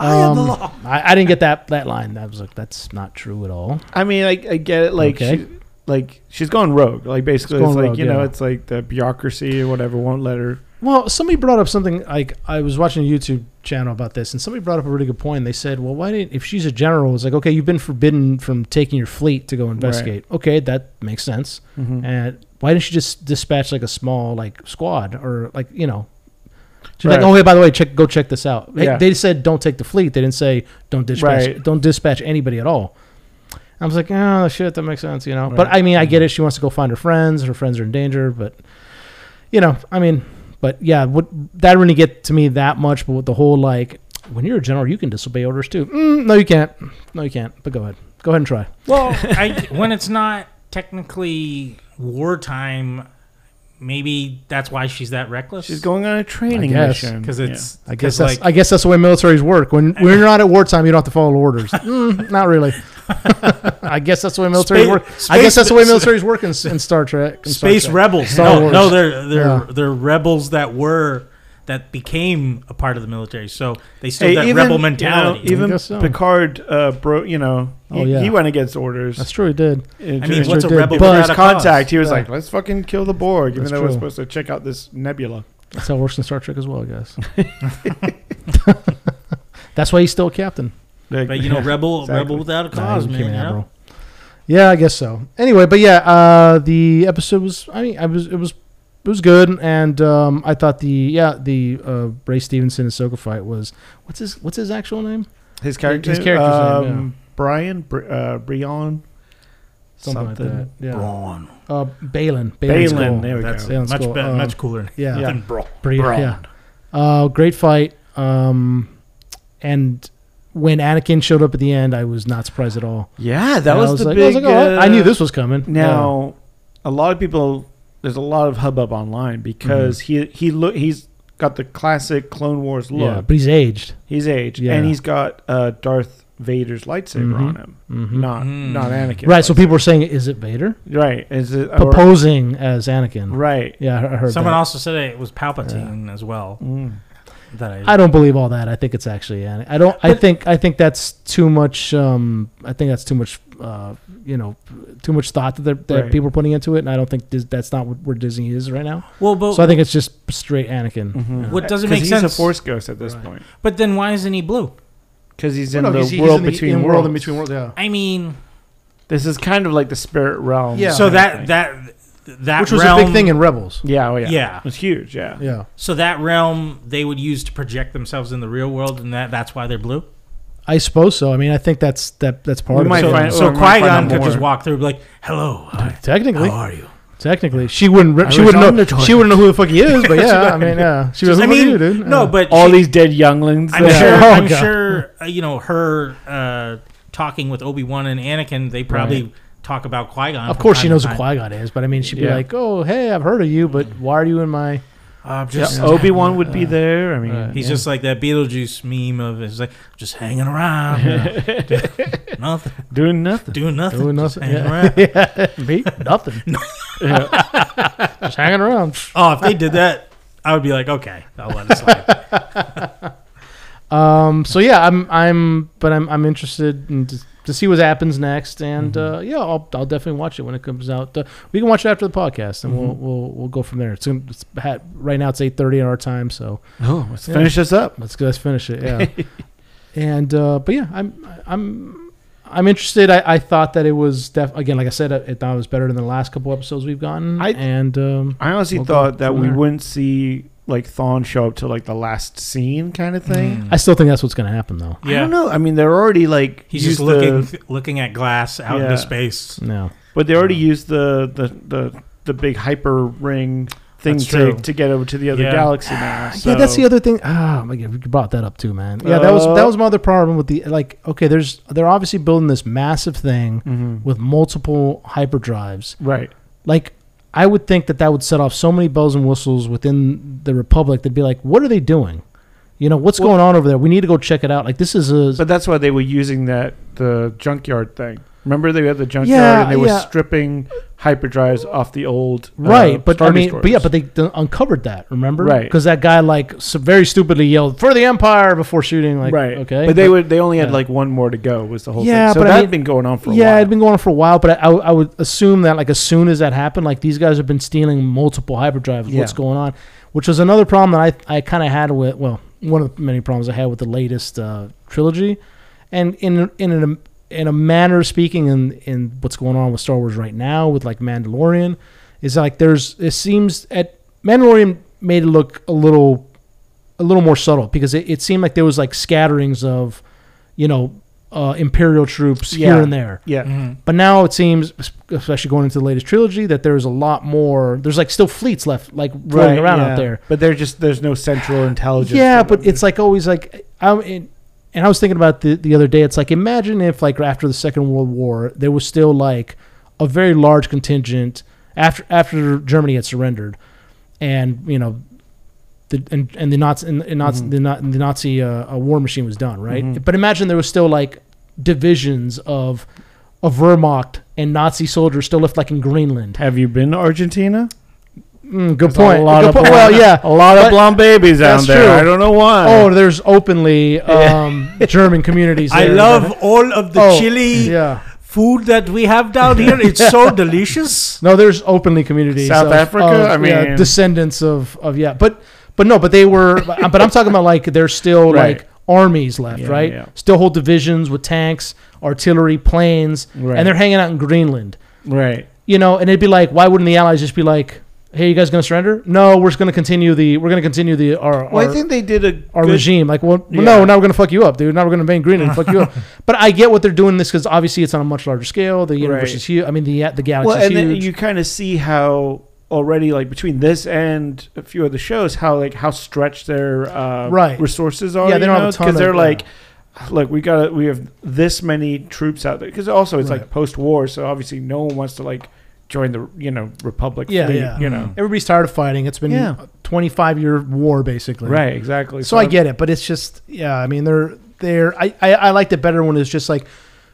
Speaker 4: I am the
Speaker 3: Um,
Speaker 4: law.
Speaker 3: I, I didn't get that that line. That was like that's not true at all.
Speaker 1: I mean, I, I get it. Like,
Speaker 3: Okay.
Speaker 1: she, like she's gone rogue. Like basically,
Speaker 3: She's
Speaker 1: it's
Speaker 3: gone
Speaker 1: like
Speaker 3: rogue,
Speaker 1: you know,
Speaker 3: yeah.
Speaker 1: it's like the bureaucracy or whatever won't let her.
Speaker 3: Well, somebody brought up something like I was watching a YouTube channel about this, and somebody brought up a really good point. They said, "Well, why didn't if she's a general, it's like okay, you've been forbidden from taking your fleet to go investigate. Okay, that makes sense.
Speaker 1: Mhm.
Speaker 3: And why didn't you just dispatch like a small like squad or like you know?" She's
Speaker 1: Right.
Speaker 3: like, oh hey, by the way, check go check this out. Hey,
Speaker 1: Yeah.
Speaker 3: They said don't take the fleet. They didn't say don't dispatch
Speaker 1: Right.
Speaker 3: don't dispatch anybody at all. I was like, oh shit, that makes sense, you know.
Speaker 1: Right.
Speaker 3: But
Speaker 1: Mm-hmm.
Speaker 3: I mean, I get it. She wants to go find her friends. Her friends are in danger, but you know, I mean, but yeah, what that didn't really get to me that much. But with the whole like, when you're a general, you can disobey orders too. Mm, no, you can't. No, you can't. But go ahead. Go ahead and try.
Speaker 4: Well, I, when it's not technically wartime, maybe that's why she's that reckless.
Speaker 1: She's going on a training
Speaker 3: guess.
Speaker 1: mission
Speaker 4: because
Speaker 1: Yeah.
Speaker 4: it's
Speaker 3: I
Speaker 4: 'cause,
Speaker 3: guess that's
Speaker 4: like
Speaker 3: I guess that's the way militaries work. When when you're not at wartime, you don't have to follow orders. Mm, not really. I guess that's the way militaries
Speaker 4: Space-
Speaker 3: work. I guess
Speaker 4: space-
Speaker 3: that's the way militaries work in, in Star Trek. in Star
Speaker 4: space
Speaker 3: Trek.
Speaker 4: rebels.
Speaker 3: Star
Speaker 4: no,
Speaker 3: Wars.
Speaker 4: no, they're they're
Speaker 3: Yeah.
Speaker 4: they're rebels that were that became a part of the military. So they still
Speaker 1: Hey,
Speaker 4: have that
Speaker 1: even,
Speaker 4: rebel
Speaker 1: you know,
Speaker 4: mentality.
Speaker 1: even
Speaker 3: guess so.
Speaker 1: Picard, uh, bro, you know, he,
Speaker 3: Oh, yeah.
Speaker 1: he went against orders. Uh,
Speaker 3: That's true. It did.
Speaker 4: I mean,
Speaker 3: Sure
Speaker 4: what's uh, a
Speaker 3: did.
Speaker 4: rebel
Speaker 3: But-
Speaker 1: first
Speaker 4: without a cause?
Speaker 1: contact? He was
Speaker 3: Yeah.
Speaker 1: like, "Let's fucking kill the Borg," even
Speaker 3: That's
Speaker 1: though we're
Speaker 3: true.
Speaker 1: supposed to check out this nebula.
Speaker 3: That's how it works in Star Trek as well, I guess. that's why he's still a captain.
Speaker 1: Like,
Speaker 4: But you know, rebel
Speaker 1: Exactly.
Speaker 4: rebel without a
Speaker 3: No, he
Speaker 4: cause, man.
Speaker 3: became
Speaker 4: You
Speaker 3: an
Speaker 4: know?
Speaker 3: admiral. Yeah, I guess so. Anyway, but yeah, uh, the episode was. I mean, I was. It was. It was good, and um, I thought the yeah the uh, Ray Stevenson and Soka fight was what's his what's his actual name?
Speaker 1: his character,
Speaker 3: His character's name,
Speaker 1: um, Brian Br- uh, Brion
Speaker 3: something, like
Speaker 1: Something.
Speaker 3: that. Yeah.
Speaker 2: Brawn.
Speaker 3: Uh, Balin. Balin's
Speaker 1: Balin,
Speaker 3: cool.
Speaker 1: there we
Speaker 2: That's
Speaker 1: go.
Speaker 3: Balin's
Speaker 2: much
Speaker 3: cool.
Speaker 2: better,
Speaker 3: Um,
Speaker 2: much cooler.
Speaker 3: yeah.
Speaker 2: than Brawn.
Speaker 3: Pretty-
Speaker 2: Brawn.
Speaker 3: yeah. Uh, great fight. Um, and when Anakin showed up at the end, I was not surprised at all.
Speaker 1: Yeah, that
Speaker 3: And
Speaker 1: was,
Speaker 3: I was
Speaker 1: the
Speaker 3: like, I,
Speaker 1: big.
Speaker 3: was like, oh, I
Speaker 1: uh,
Speaker 3: knew this was coming.
Speaker 1: Now, a lot of people. There's a lot of hubbub online because
Speaker 3: Mm-hmm.
Speaker 1: he he look he's got the classic Clone Wars
Speaker 3: yeah. yeah,
Speaker 1: look.
Speaker 3: but he's aged.
Speaker 1: He's aged,
Speaker 3: Yeah.
Speaker 1: and he's got uh, Darth Vader's lightsaber
Speaker 3: Mhm.
Speaker 1: on him,
Speaker 3: Mhm.
Speaker 1: not
Speaker 4: Mm.
Speaker 1: not Anakin.
Speaker 3: right. So people were saying, "Is it Vader
Speaker 1: right? Is it or-
Speaker 3: proposing as Anakin?"
Speaker 1: right?
Speaker 3: Yeah, I I heard
Speaker 4: Someone
Speaker 3: that.
Speaker 4: also said it was Palpatine as well.
Speaker 1: Mm.
Speaker 4: That I,
Speaker 3: I don't believe all that. I think it's actually Anakin. I don't. I
Speaker 4: But-
Speaker 3: think. I think that's too much. Um, I think that's too much. Uh, you know, too much thought that, they're- that
Speaker 1: Right.
Speaker 3: people are putting into it, and I don't think dis- that's not what, where Disney is right now.
Speaker 4: well, but
Speaker 3: so I think it's just straight Anakin.
Speaker 1: Mhm.
Speaker 4: What doesn't
Speaker 1: 'Cause
Speaker 4: make
Speaker 1: he's
Speaker 4: sense-
Speaker 1: a Force ghost at this
Speaker 3: Right.
Speaker 1: point
Speaker 4: but then why isn't he blue?
Speaker 1: because he's in
Speaker 3: Well, no,
Speaker 1: the
Speaker 3: he's- he's
Speaker 1: world
Speaker 3: in the-
Speaker 1: between
Speaker 3: in
Speaker 1: worlds.
Speaker 3: world in between worlds. Yeah,
Speaker 4: I mean,
Speaker 1: This is kind of like the spirit realm.
Speaker 3: Yeah.
Speaker 4: so
Speaker 1: kind of thing.
Speaker 4: that that that
Speaker 3: which was
Speaker 4: realm,
Speaker 3: a big thing in Rebels.
Speaker 1: yeah, oh yeah,
Speaker 4: Yeah.
Speaker 1: it was huge. Yeah,
Speaker 3: Yeah,
Speaker 4: So that realm they would use to project themselves in the real world, and that that's why they're blue.
Speaker 3: I suppose so. I mean, I think that's that. That's part
Speaker 1: We
Speaker 3: of
Speaker 1: might
Speaker 3: it.
Speaker 4: So,
Speaker 1: find-
Speaker 4: so
Speaker 1: we might
Speaker 4: Qui
Speaker 1: find
Speaker 4: Gon
Speaker 1: out
Speaker 4: could
Speaker 1: more.
Speaker 4: just walk through, and be like, "Hello, hi,
Speaker 3: technically,
Speaker 4: how are you?"
Speaker 3: technically, she wouldn't. Re-
Speaker 1: I
Speaker 3: she
Speaker 1: was
Speaker 3: wouldn't
Speaker 1: on
Speaker 3: know.
Speaker 1: the toilet.
Speaker 3: She wouldn't know who the fuck he is. But yeah, I mean, yeah, she was.
Speaker 4: I
Speaker 3: like,
Speaker 4: mean,
Speaker 3: you, dude?
Speaker 4: no,
Speaker 3: Yeah.
Speaker 4: but
Speaker 1: all
Speaker 4: she-
Speaker 1: these dead younglings.
Speaker 4: I'm
Speaker 1: Yeah.
Speaker 4: sure.
Speaker 3: Oh,
Speaker 4: I'm
Speaker 3: God.
Speaker 4: sure. Uh, you know her uh, talking with Obi Wan and Anakin. They probably talk about Qui Gon.
Speaker 3: Of course, she knows who Qui Gon is, but I mean, she'd be
Speaker 1: Yeah.
Speaker 3: like, "Oh, hey, I've heard of you, but why are you in my?"
Speaker 4: I'm
Speaker 1: Yeah,
Speaker 4: just
Speaker 3: Oh.
Speaker 1: Obi Wan would be there. I mean,
Speaker 3: Right.
Speaker 4: He's just like that Beetlejuice meme of it's like just hanging around, nothing,
Speaker 1: doing nothing.
Speaker 4: doing nothing,
Speaker 3: Doing
Speaker 4: just
Speaker 3: nothing,
Speaker 4: hanging
Speaker 3: yeah.
Speaker 4: around.
Speaker 3: Me? Nothing. Just hanging around.
Speaker 4: Oh, if they did that, I would be like, okay, I'll let it slide.
Speaker 3: Um. So yeah, I'm. I'm. But I'm. I'm interested in to, to see what happens next, and uh, yeah, I'll. I'll definitely watch it when it comes out. Uh, we can watch it after the podcast, and we'll. We'll. We'll go from there. It's, gonna- it's ha- right now. It's eight thirty in our time, so
Speaker 1: Oh, let's
Speaker 3: Yeah.
Speaker 1: finish this up.
Speaker 3: let's let's finish it. Yeah. and uh, but yeah, I'm. I'm. I'm interested. I, I thought that it was def- again, like I said, I, I thought it was better than the last couple episodes we've gotten.
Speaker 1: I-
Speaker 3: and um,
Speaker 1: I honestly
Speaker 3: We'll go
Speaker 1: thought that
Speaker 3: from
Speaker 1: we
Speaker 3: there.
Speaker 1: wouldn't see like Thawne show up till like the last scene kind of thing.
Speaker 4: Hmm.
Speaker 3: I still think that's what's going to happen, though.
Speaker 1: I don't know. I mean, they're already like
Speaker 4: He's
Speaker 1: used
Speaker 4: just
Speaker 1: the-
Speaker 4: looking looking at glass out
Speaker 1: Yeah.
Speaker 4: into space.
Speaker 3: No.
Speaker 1: but they already used the the the, the big hyper ring thing
Speaker 4: That's
Speaker 1: to,
Speaker 4: true.
Speaker 1: to get over to the other
Speaker 4: Yeah.
Speaker 1: galaxy now. So.
Speaker 3: Ah, Yeah, that's the other thing. Ah, my God, you brought that up too, man. Yeah, that was that was my other problem with the like. Okay, there's they're obviously building this massive thing
Speaker 1: Mhm.
Speaker 4: Mm-hmm.
Speaker 3: with multiple hyperdrives.
Speaker 1: right.
Speaker 3: Like, I would think that that would set off so many bells and whistles within the Republic. They'd be like, "What are they doing? You know, what's
Speaker 1: Well-
Speaker 3: going on over there? We need to go check it out." Like, this is a
Speaker 1: But that's why they were using that the junkyard thing. Remember they had the junkyard
Speaker 3: Yeah,
Speaker 1: and they were
Speaker 3: yeah.
Speaker 1: stripping hyperdrives off the old uh,
Speaker 3: Right, but
Speaker 1: Star
Speaker 3: I mean, but yeah,
Speaker 1: Destroyers.
Speaker 3: but they d- uncovered that. Remember,
Speaker 1: Right.
Speaker 3: Because that guy like so very stupidly yelled for the Empire before shooting. Like,
Speaker 1: right.
Speaker 3: okay,
Speaker 1: But they would they only had
Speaker 3: yeah.
Speaker 1: like one more to go was the whole
Speaker 3: Yeah,
Speaker 1: thing. So
Speaker 3: but I
Speaker 1: that had
Speaker 3: mean-
Speaker 1: been going on for a
Speaker 3: yeah,
Speaker 1: while.
Speaker 3: it'd been going on for a while, but I, I, I would assume that like as soon as that happened, like these guys have been stealing multiple hyperdrives. What's
Speaker 1: Yeah.
Speaker 3: going on? Which was another problem that I I kind of had with well, one of the many problems I had with the latest uh, trilogy, and in in an, in a manner of speaking, in in what's going on with Star Wars right now with like Mandalorian, is like there's it seems at Mandalorian made it look a little a little more subtle because it, it seemed like there was like scatterings of you know uh, imperial troops here
Speaker 1: Yeah.
Speaker 3: and there
Speaker 1: yeah.
Speaker 4: Mm-hmm.
Speaker 3: but now it seems, especially going into the latest trilogy, that there's a lot more. There's like still fleets left, like floating around
Speaker 1: yeah.
Speaker 3: out there.
Speaker 1: But they're just there's no central intelligence.
Speaker 3: Yeah,
Speaker 1: for
Speaker 3: but
Speaker 1: them.
Speaker 3: it's like always like I'm. In, and I was thinking about the the other day. It's like imagine if like after the Second World War, there was still like a very large contingent after after Germany had surrendered, and you know. The, and, and the Nazi and, the Nazi the, Na- the Nazi uh, uh, war machine was done right, but imagine there was still like divisions of of Wehrmacht and Nazi soldiers still left like in Greenland.
Speaker 1: have you been to Argentina?
Speaker 3: Mm, good
Speaker 1: There's a
Speaker 3: point.
Speaker 1: lot
Speaker 3: Good
Speaker 1: of
Speaker 3: point. Well,
Speaker 1: blonde-
Speaker 3: yeah,
Speaker 1: A lot of
Speaker 3: But-
Speaker 1: blonde babies out
Speaker 3: That's
Speaker 1: there.
Speaker 3: true.
Speaker 1: I don't know why.
Speaker 3: Oh, there's openly um, German communities.
Speaker 4: I
Speaker 3: there. Uh-huh.
Speaker 4: love all of the
Speaker 3: Oh,
Speaker 4: chili
Speaker 3: Yeah.
Speaker 4: food that we have down here. It's so delicious.
Speaker 3: No, there's openly communities.
Speaker 1: South
Speaker 3: of-
Speaker 1: Africa?
Speaker 3: of,
Speaker 1: I
Speaker 3: yeah,
Speaker 1: mean-
Speaker 3: descendants of of yeah, but but no, but they were. but I'm talking about like there's still
Speaker 1: Right.
Speaker 3: like armies left,
Speaker 1: Yeah,
Speaker 3: right?
Speaker 1: yeah.
Speaker 3: Still whole divisions with tanks, artillery, planes,
Speaker 1: Right.
Speaker 3: and they're hanging out in Greenland.
Speaker 1: right.
Speaker 3: You know, and it'd be like, why wouldn't the Allies just be like, hey, you guys gonna surrender? No, we're just gonna continue the we're gonna continue the our
Speaker 1: Well,
Speaker 3: our,
Speaker 1: I think they did a
Speaker 3: our
Speaker 1: good-
Speaker 3: regime. Like, well,
Speaker 1: Yeah.
Speaker 3: no, now we're gonna fuck you up, dude. Now we're gonna Van Green and fuck you up. But I get what they're doing this because obviously it's on a much larger scale. The universe
Speaker 1: Right.
Speaker 3: is huge. I mean, the the galaxy
Speaker 1: Well,
Speaker 3: is
Speaker 1: and
Speaker 3: huge.
Speaker 1: then you kind of see how already like between this and a few other shows how like how stretched their uh,
Speaker 3: Right.
Speaker 1: resources are.
Speaker 3: Yeah,
Speaker 1: you
Speaker 3: they don't have
Speaker 1: know?
Speaker 3: a ton
Speaker 1: 'Cause they're
Speaker 3: of-
Speaker 1: like, look, we got we have this many troops out there because also it's like
Speaker 3: Right.
Speaker 1: post war, so obviously no one wants to like join the you know republic.
Speaker 3: Yeah,
Speaker 1: fleet,
Speaker 3: yeah.
Speaker 1: you know.
Speaker 3: Everybody's tired of fighting. It's been
Speaker 1: Yeah.
Speaker 3: a 25 year war basically.
Speaker 1: Right, exactly.
Speaker 3: Mm-hmm. So I get it, but it's just yeah. I mean, they're they're. I I, I liked it better when it's just like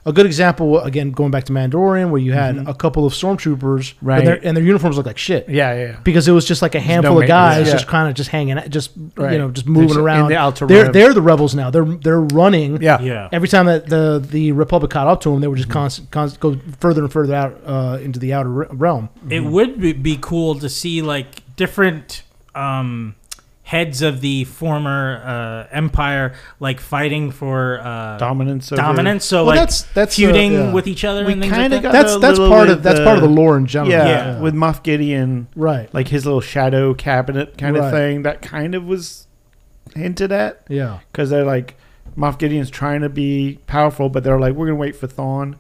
Speaker 3: a good example. Again, going back to Mandalorian, where you had a couple of stormtroopers, but
Speaker 1: Right.
Speaker 3: their- and their uniforms look like shit.
Speaker 1: Yeah, yeah, yeah.
Speaker 3: Because it was just like a handful
Speaker 1: no
Speaker 3: of guys
Speaker 1: maintenance.
Speaker 3: just
Speaker 1: Yeah.
Speaker 3: kind of just hanging, out, just
Speaker 1: Right.
Speaker 3: you know, just
Speaker 1: They're
Speaker 3: moving
Speaker 1: just in
Speaker 3: around.
Speaker 1: the outer
Speaker 3: they're
Speaker 1: rim.
Speaker 3: they're the rebels now. They're they're running.
Speaker 1: Yeah. Mm-hmm.
Speaker 4: Yeah.
Speaker 3: Every time that the the Republic caught up to them, they would just constant, constant go further and further out uh, into the outer re- realm.
Speaker 4: It would be, be cool to see like different um, heads of the former uh, empire like fighting for uh,
Speaker 1: Dominance. Over,
Speaker 4: dominance. So
Speaker 3: Well,
Speaker 4: like
Speaker 3: that's- that's, uh,
Speaker 4: feuding
Speaker 3: yeah.
Speaker 4: with each other
Speaker 1: We
Speaker 4: and things like
Speaker 1: kinda
Speaker 4: that.
Speaker 1: got-
Speaker 3: That's
Speaker 1: a
Speaker 3: that's
Speaker 1: little
Speaker 3: part of
Speaker 1: with
Speaker 3: that's part of the
Speaker 1: the-
Speaker 3: lore in general.
Speaker 1: Yeah,
Speaker 4: Yeah.
Speaker 1: with Moff Gideon,
Speaker 3: right.
Speaker 1: like his little shadow cabinet kind
Speaker 3: Right.
Speaker 1: of thing. That kind of was hinted at.
Speaker 3: Yeah.
Speaker 1: because they're like Moff Gideon's trying to be powerful, but they're like, we're gonna wait for Thawne,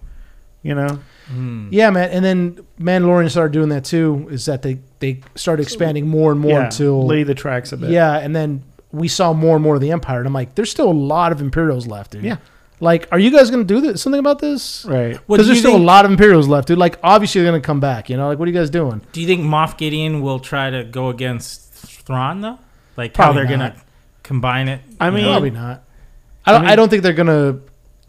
Speaker 1: you know?
Speaker 4: Mm.
Speaker 3: Yeah, man. And then Mandalorian started doing that too. Is that they they started expanding more and more
Speaker 1: yeah,
Speaker 3: until
Speaker 1: lay the tracks a bit.
Speaker 3: yeah, and then we saw more and more of the Empire, and I'm like, there's still a lot of Imperials left, dude.
Speaker 1: Yeah.
Speaker 3: Like, are you guys gonna do this, something about this?
Speaker 1: right.
Speaker 4: What
Speaker 3: Because
Speaker 4: do you
Speaker 3: there's still
Speaker 4: think-
Speaker 3: a lot of Imperials left, dude. Like, obviously they're gonna come back. You know, like, what are you guys doing?
Speaker 4: Do you think Moff Gideon will try to go against Thrawn though? Like
Speaker 3: Probably
Speaker 4: how they're
Speaker 3: not.
Speaker 4: gonna combine it?
Speaker 1: I
Speaker 4: you
Speaker 1: mean-
Speaker 4: know?
Speaker 3: Probably not. I don't. I,
Speaker 1: I mean-
Speaker 3: don't think they're gonna.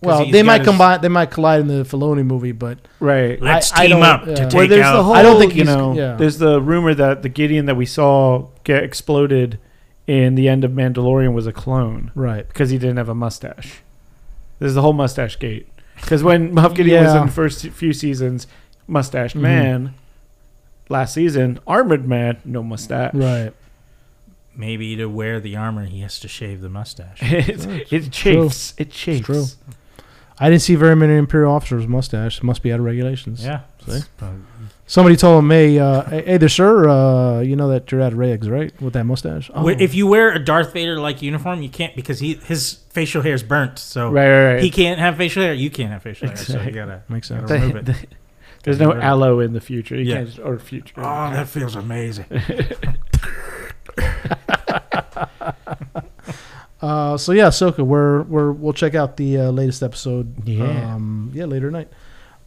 Speaker 3: Well,
Speaker 4: he's
Speaker 3: they
Speaker 4: got
Speaker 3: might
Speaker 4: his-
Speaker 3: combine. They might collide in the Filoni movie, but
Speaker 1: Right.
Speaker 3: I-
Speaker 4: let's
Speaker 3: I
Speaker 4: team
Speaker 3: don't-
Speaker 4: up
Speaker 3: yeah.
Speaker 4: to
Speaker 3: Well,
Speaker 4: take
Speaker 1: Well, there's
Speaker 4: out.
Speaker 1: the whole.
Speaker 3: I don't think
Speaker 1: you
Speaker 3: he's-
Speaker 1: know.
Speaker 3: yeah.
Speaker 1: There's the rumor that the Gideon that we saw get exploded in the end of Mandalorian was a clone
Speaker 3: right.
Speaker 1: because he didn't have a mustache. This is the whole mustache gate. Because when Moff Gideon was
Speaker 3: Yeah.
Speaker 1: in the first few seasons, mustached
Speaker 3: Mhm.
Speaker 1: man. Last season, armored man, no mustache.
Speaker 3: Right.
Speaker 4: Maybe to wear the armor, he has to shave the mustache.
Speaker 1: it, it chafes. It chafes.
Speaker 3: true. I didn't see very many Imperial officers with mustache. Must be out of regulations.
Speaker 4: yeah.
Speaker 3: See? Somebody told him, "Hey, uh, hey, hey there, sir. Uh, you know that you're out of regs, right? With that mustache." Oh.
Speaker 4: Wh- If you wear a Darth Vader like uniform, you can't because he his facial hair is burnt. So
Speaker 1: Right, right, right.
Speaker 4: Oh. he can't have facial hair. You can't have facial hair. So
Speaker 1: Exactly.
Speaker 4: you gotta.
Speaker 3: makes sense.
Speaker 4: Gotta remove it.
Speaker 1: There's no
Speaker 4: Gotta remove it.
Speaker 1: aloe in the future. You
Speaker 4: Yeah.
Speaker 1: can't just, or future.
Speaker 4: Oh, that feels amazing.
Speaker 3: Uh, so yeah, Ahsoka, we're we're we'll check out the uh, latest episode.
Speaker 1: Yeah.
Speaker 3: um, yeah, later tonight.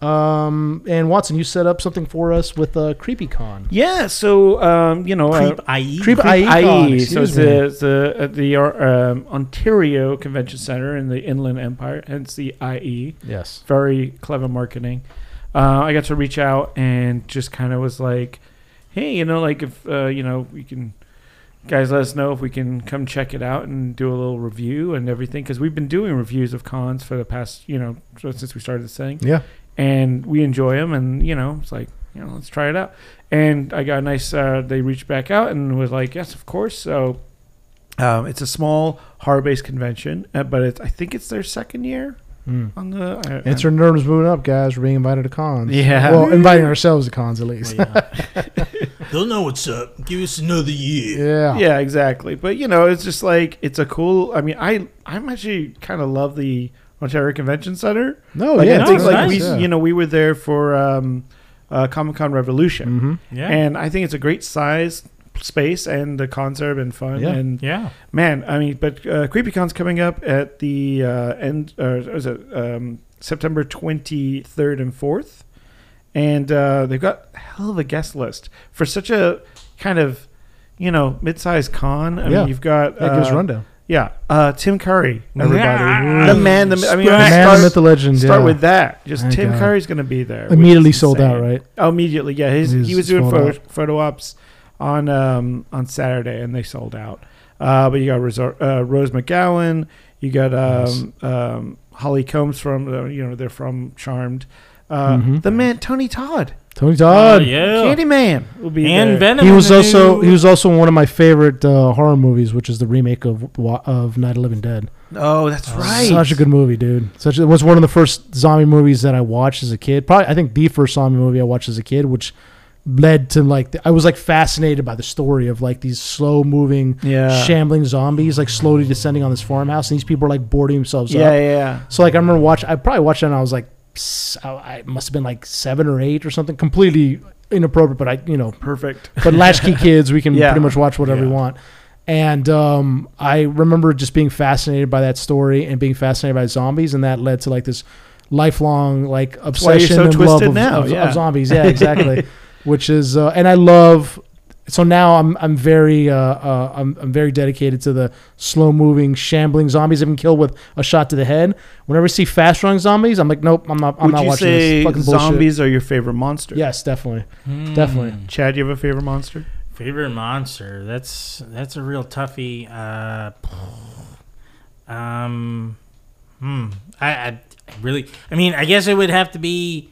Speaker 3: Um, and Watson, you set up something for us with uh, CreepyCon.
Speaker 1: Yeah. So um, you know,
Speaker 4: Creep
Speaker 1: uh,
Speaker 4: IE.
Speaker 3: Creep IE.
Speaker 1: IE. So it's
Speaker 3: excuse me.
Speaker 1: the, it's the at the uh, um, Ontario Convention Center in the Inland Empire, hence the E. IE.
Speaker 3: yes,
Speaker 1: Very clever marketing. Uh, I got to reach out and just kind of was like, hey, you know, like if uh, you know we can. Guys, let us know if we can come check it out and do a little review and everything because we've been doing reviews of cons for the past, you know, since we started this thing.
Speaker 3: yeah,
Speaker 1: and we enjoy them and you know it's like you know let's try it out and i got a nice uh, they reached back out and was like yes of course so um, it's a small horror-based convention uh, but it's, i think it's their second year
Speaker 3: Mm.
Speaker 1: on the I,
Speaker 3: it's our nerves moving up, guys. We're being invited to cons.
Speaker 1: Yeah.
Speaker 3: well, inviting ourselves to cons at least.
Speaker 2: They'll know what's up. Give us another year.
Speaker 3: yeah,
Speaker 1: yeah exactly but you know it's just like it's a cool i mean i i'm actually kind of love the ontario convention center
Speaker 3: no,
Speaker 1: like,
Speaker 3: Oh, yeah,
Speaker 1: I
Speaker 3: it's
Speaker 1: think,
Speaker 4: it's
Speaker 1: like
Speaker 4: nice,
Speaker 1: we
Speaker 3: yeah.
Speaker 1: you know we were there for um uh, comic-con revolution
Speaker 3: hmm
Speaker 4: Yeah.
Speaker 1: and i think it's a great size space and the cons have been fun
Speaker 3: Yeah.
Speaker 1: and
Speaker 4: yeah.
Speaker 1: Man, I mean, but uh, CreepyCon's coming up at the uh, end, or is it um, September 23rd and 4th? And uh, they've got a hell of a guest list for such a kind of, you know, mid-sized con. I
Speaker 3: Yeah.
Speaker 1: mean, you've got
Speaker 3: yeah, give us a
Speaker 1: uh,
Speaker 3: rundown.
Speaker 1: Yeah, uh, Tim Curry, everybody,
Speaker 4: Yeah.
Speaker 1: the man, the I mean,
Speaker 3: The man, the
Speaker 1: start,
Speaker 3: myth, the legend.
Speaker 1: start
Speaker 3: yeah.
Speaker 1: with that. Just
Speaker 3: Thank
Speaker 1: Tim
Speaker 3: God.
Speaker 1: Curry's going to be there. which is
Speaker 3: immediately sold
Speaker 1: insane.
Speaker 3: out, right?
Speaker 1: Oh, immediately, yeah. His,
Speaker 3: His
Speaker 1: he was doing
Speaker 3: photo
Speaker 1: photo, photo ops on um, on Saturday, and they sold out. Uh, but you got Rosar- uh, Rose McGowan, you got um, um, Holly Combs from uh, you know they're from Charmed. Uh,
Speaker 3: Mhm.
Speaker 1: The man Tony Todd,
Speaker 3: Tony
Speaker 4: Oh,
Speaker 3: Todd.
Speaker 4: yeah.
Speaker 1: Candyman will be
Speaker 4: And
Speaker 1: there.
Speaker 4: Venom.
Speaker 3: He
Speaker 4: in
Speaker 3: was
Speaker 4: the new-
Speaker 3: also he was also in one of my favorite uh, horror movies, which is the remake of Wa- of Night of the Living Dead.
Speaker 1: oh, that's right.
Speaker 3: Such a good movie, dude. Such it was one of the first zombie movies that I watched as a kid. Probably I think the first zombie movie I watched as a kid, which led to like the, I was like fascinated by the story of like these slow moving
Speaker 1: Yeah.
Speaker 3: shambling zombies like slowly descending on this farmhouse and these people are like boarding themselves
Speaker 1: yeah,
Speaker 3: up.
Speaker 1: yeah, yeah.
Speaker 3: So like I remember watch I probably watched that and I was like s- I I must have been like 7 or 8 or something completely inappropriate but I you know
Speaker 1: Perfect.
Speaker 3: but latchkey kids we can
Speaker 1: Yeah.
Speaker 3: pretty much watch whatever we want and um, i remember just being fascinated by that story and being fascinated by zombies and that led to like this lifelong like
Speaker 1: why you're
Speaker 3: obsession
Speaker 1: so
Speaker 3: and love
Speaker 1: twisted
Speaker 3: of,
Speaker 1: now,
Speaker 3: of-
Speaker 1: yeah.
Speaker 3: of zombies yeah exactly which is uh, and i love so now I'm I'm very uh, uh, I'm, I'm very dedicated to the slow moving shambling zombies. I've been killed with a shot to the head. Whenever I see fast running zombies, I'm like, nope, I'm not I'm
Speaker 1: Would
Speaker 3: not
Speaker 1: you
Speaker 3: watching
Speaker 1: say
Speaker 3: this fucking bullshit.
Speaker 1: zombies are your favorite monster?
Speaker 3: Yes, definitely,
Speaker 4: Hmm.
Speaker 3: definitely.
Speaker 1: Chad, you have a favorite monster?
Speaker 4: Favorite monster? That's that's a real toughie. Uh, um, hmm. I, I really. I mean, I guess it would have to be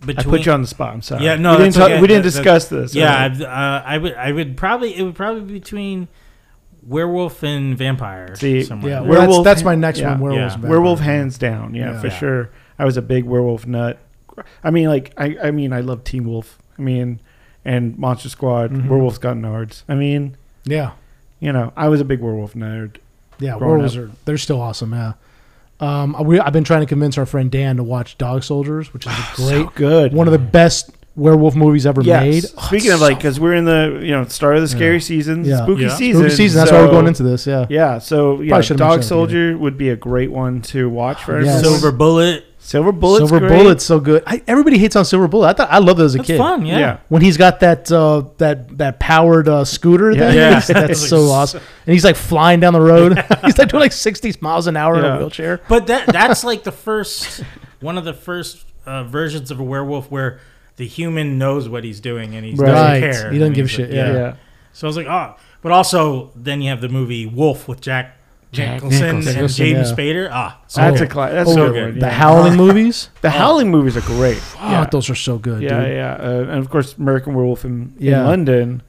Speaker 4: between.
Speaker 1: I put you on the spot. I'm sorry.
Speaker 4: Yeah, no,
Speaker 1: we didn't,
Speaker 4: that's
Speaker 1: ta-
Speaker 4: okay.
Speaker 1: we didn't
Speaker 4: That- that-
Speaker 1: discuss this.
Speaker 4: yeah,
Speaker 1: Okay.
Speaker 4: I'd- uh, I would. I would probably. It would probably be between werewolf and vampire.
Speaker 1: See,
Speaker 4: somewhere.
Speaker 3: Yeah,
Speaker 1: we're-
Speaker 4: in there.
Speaker 3: well,
Speaker 1: Oh Werewolf-
Speaker 3: that's, that's my next
Speaker 1: yeah.
Speaker 3: one. Werewolves.
Speaker 4: Yeah.
Speaker 3: and vampires.
Speaker 1: werewolf hands down. Yeah,
Speaker 3: Yeah.
Speaker 1: for
Speaker 4: Yeah.
Speaker 1: sure. I was a big werewolf nut. I mean, like I, I mean, I love Teen Wolf. I mean, and Monster Squad,
Speaker 3: Mhm.
Speaker 1: Werewolves Got Nards. I mean,
Speaker 3: Yeah,
Speaker 1: you know, I was a big werewolf nerd.
Speaker 3: yeah.
Speaker 1: growing
Speaker 3: Werewolves are they're still awesome. Yeah. Um, we, I've been trying to convince our friend Dan to watch Dog Soldiers, which is a great,
Speaker 1: So good.
Speaker 3: one of the best werewolf movies ever
Speaker 1: Yes.
Speaker 3: made.
Speaker 1: Speaking of like, because we're in the you know start of the scary season,
Speaker 3: Yeah.
Speaker 1: spooky
Speaker 4: Yeah.
Speaker 1: season,
Speaker 3: Spooky season. That's why we're
Speaker 1: so-
Speaker 3: going into this. Yeah.
Speaker 1: Yeah, so yeah,
Speaker 3: Probably should've
Speaker 1: Dog
Speaker 3: mentioned that at the
Speaker 1: Soldier would be a great one to watch for
Speaker 3: Yes.
Speaker 1: everyone.
Speaker 4: Silver bullet.
Speaker 1: Silver Bullet's
Speaker 3: Silver
Speaker 1: great.
Speaker 3: Bullet's so good. I, everybody hates on Silver Bullet. I thought I loved it as a
Speaker 4: That's
Speaker 3: kid.
Speaker 4: fun. Yeah.
Speaker 1: yeah.
Speaker 3: When he's got that uh, that that powered uh, scooter,
Speaker 1: Yeah.
Speaker 3: thing,
Speaker 4: Yeah.
Speaker 3: that's- that's so awesome. And he's like flying down the road. he's like doing like sixty miles an hour in
Speaker 1: Yeah.
Speaker 3: a wheelchair.
Speaker 4: But that that's like the first one of the first uh, versions of a werewolf where the human knows what he's doing and he doesn't
Speaker 3: Right.
Speaker 4: care.
Speaker 3: He doesn't
Speaker 4: And
Speaker 3: give a
Speaker 4: he's
Speaker 3: shit,
Speaker 4: like,
Speaker 1: Yeah.
Speaker 3: Yeah.
Speaker 4: So I was like, oh, but also then you have the movie Wolf with Jack
Speaker 1: Jack
Speaker 4: Nicholson, and
Speaker 3: Nicholson,
Speaker 4: James
Speaker 3: yeah.
Speaker 4: Spader. Ah, so
Speaker 1: That's
Speaker 4: good.
Speaker 1: a cla- that's
Speaker 3: Oh,
Speaker 1: so
Speaker 4: yeah.
Speaker 1: good.
Speaker 3: The
Speaker 1: yeah.
Speaker 3: Howling movies.
Speaker 1: The Howling movies are great.
Speaker 3: Oh,
Speaker 1: yeah.
Speaker 3: those are so good.
Speaker 1: yeah,
Speaker 3: dude.
Speaker 1: yeah. Uh, and of course, American Werewolf in,
Speaker 3: Yeah.
Speaker 1: in London,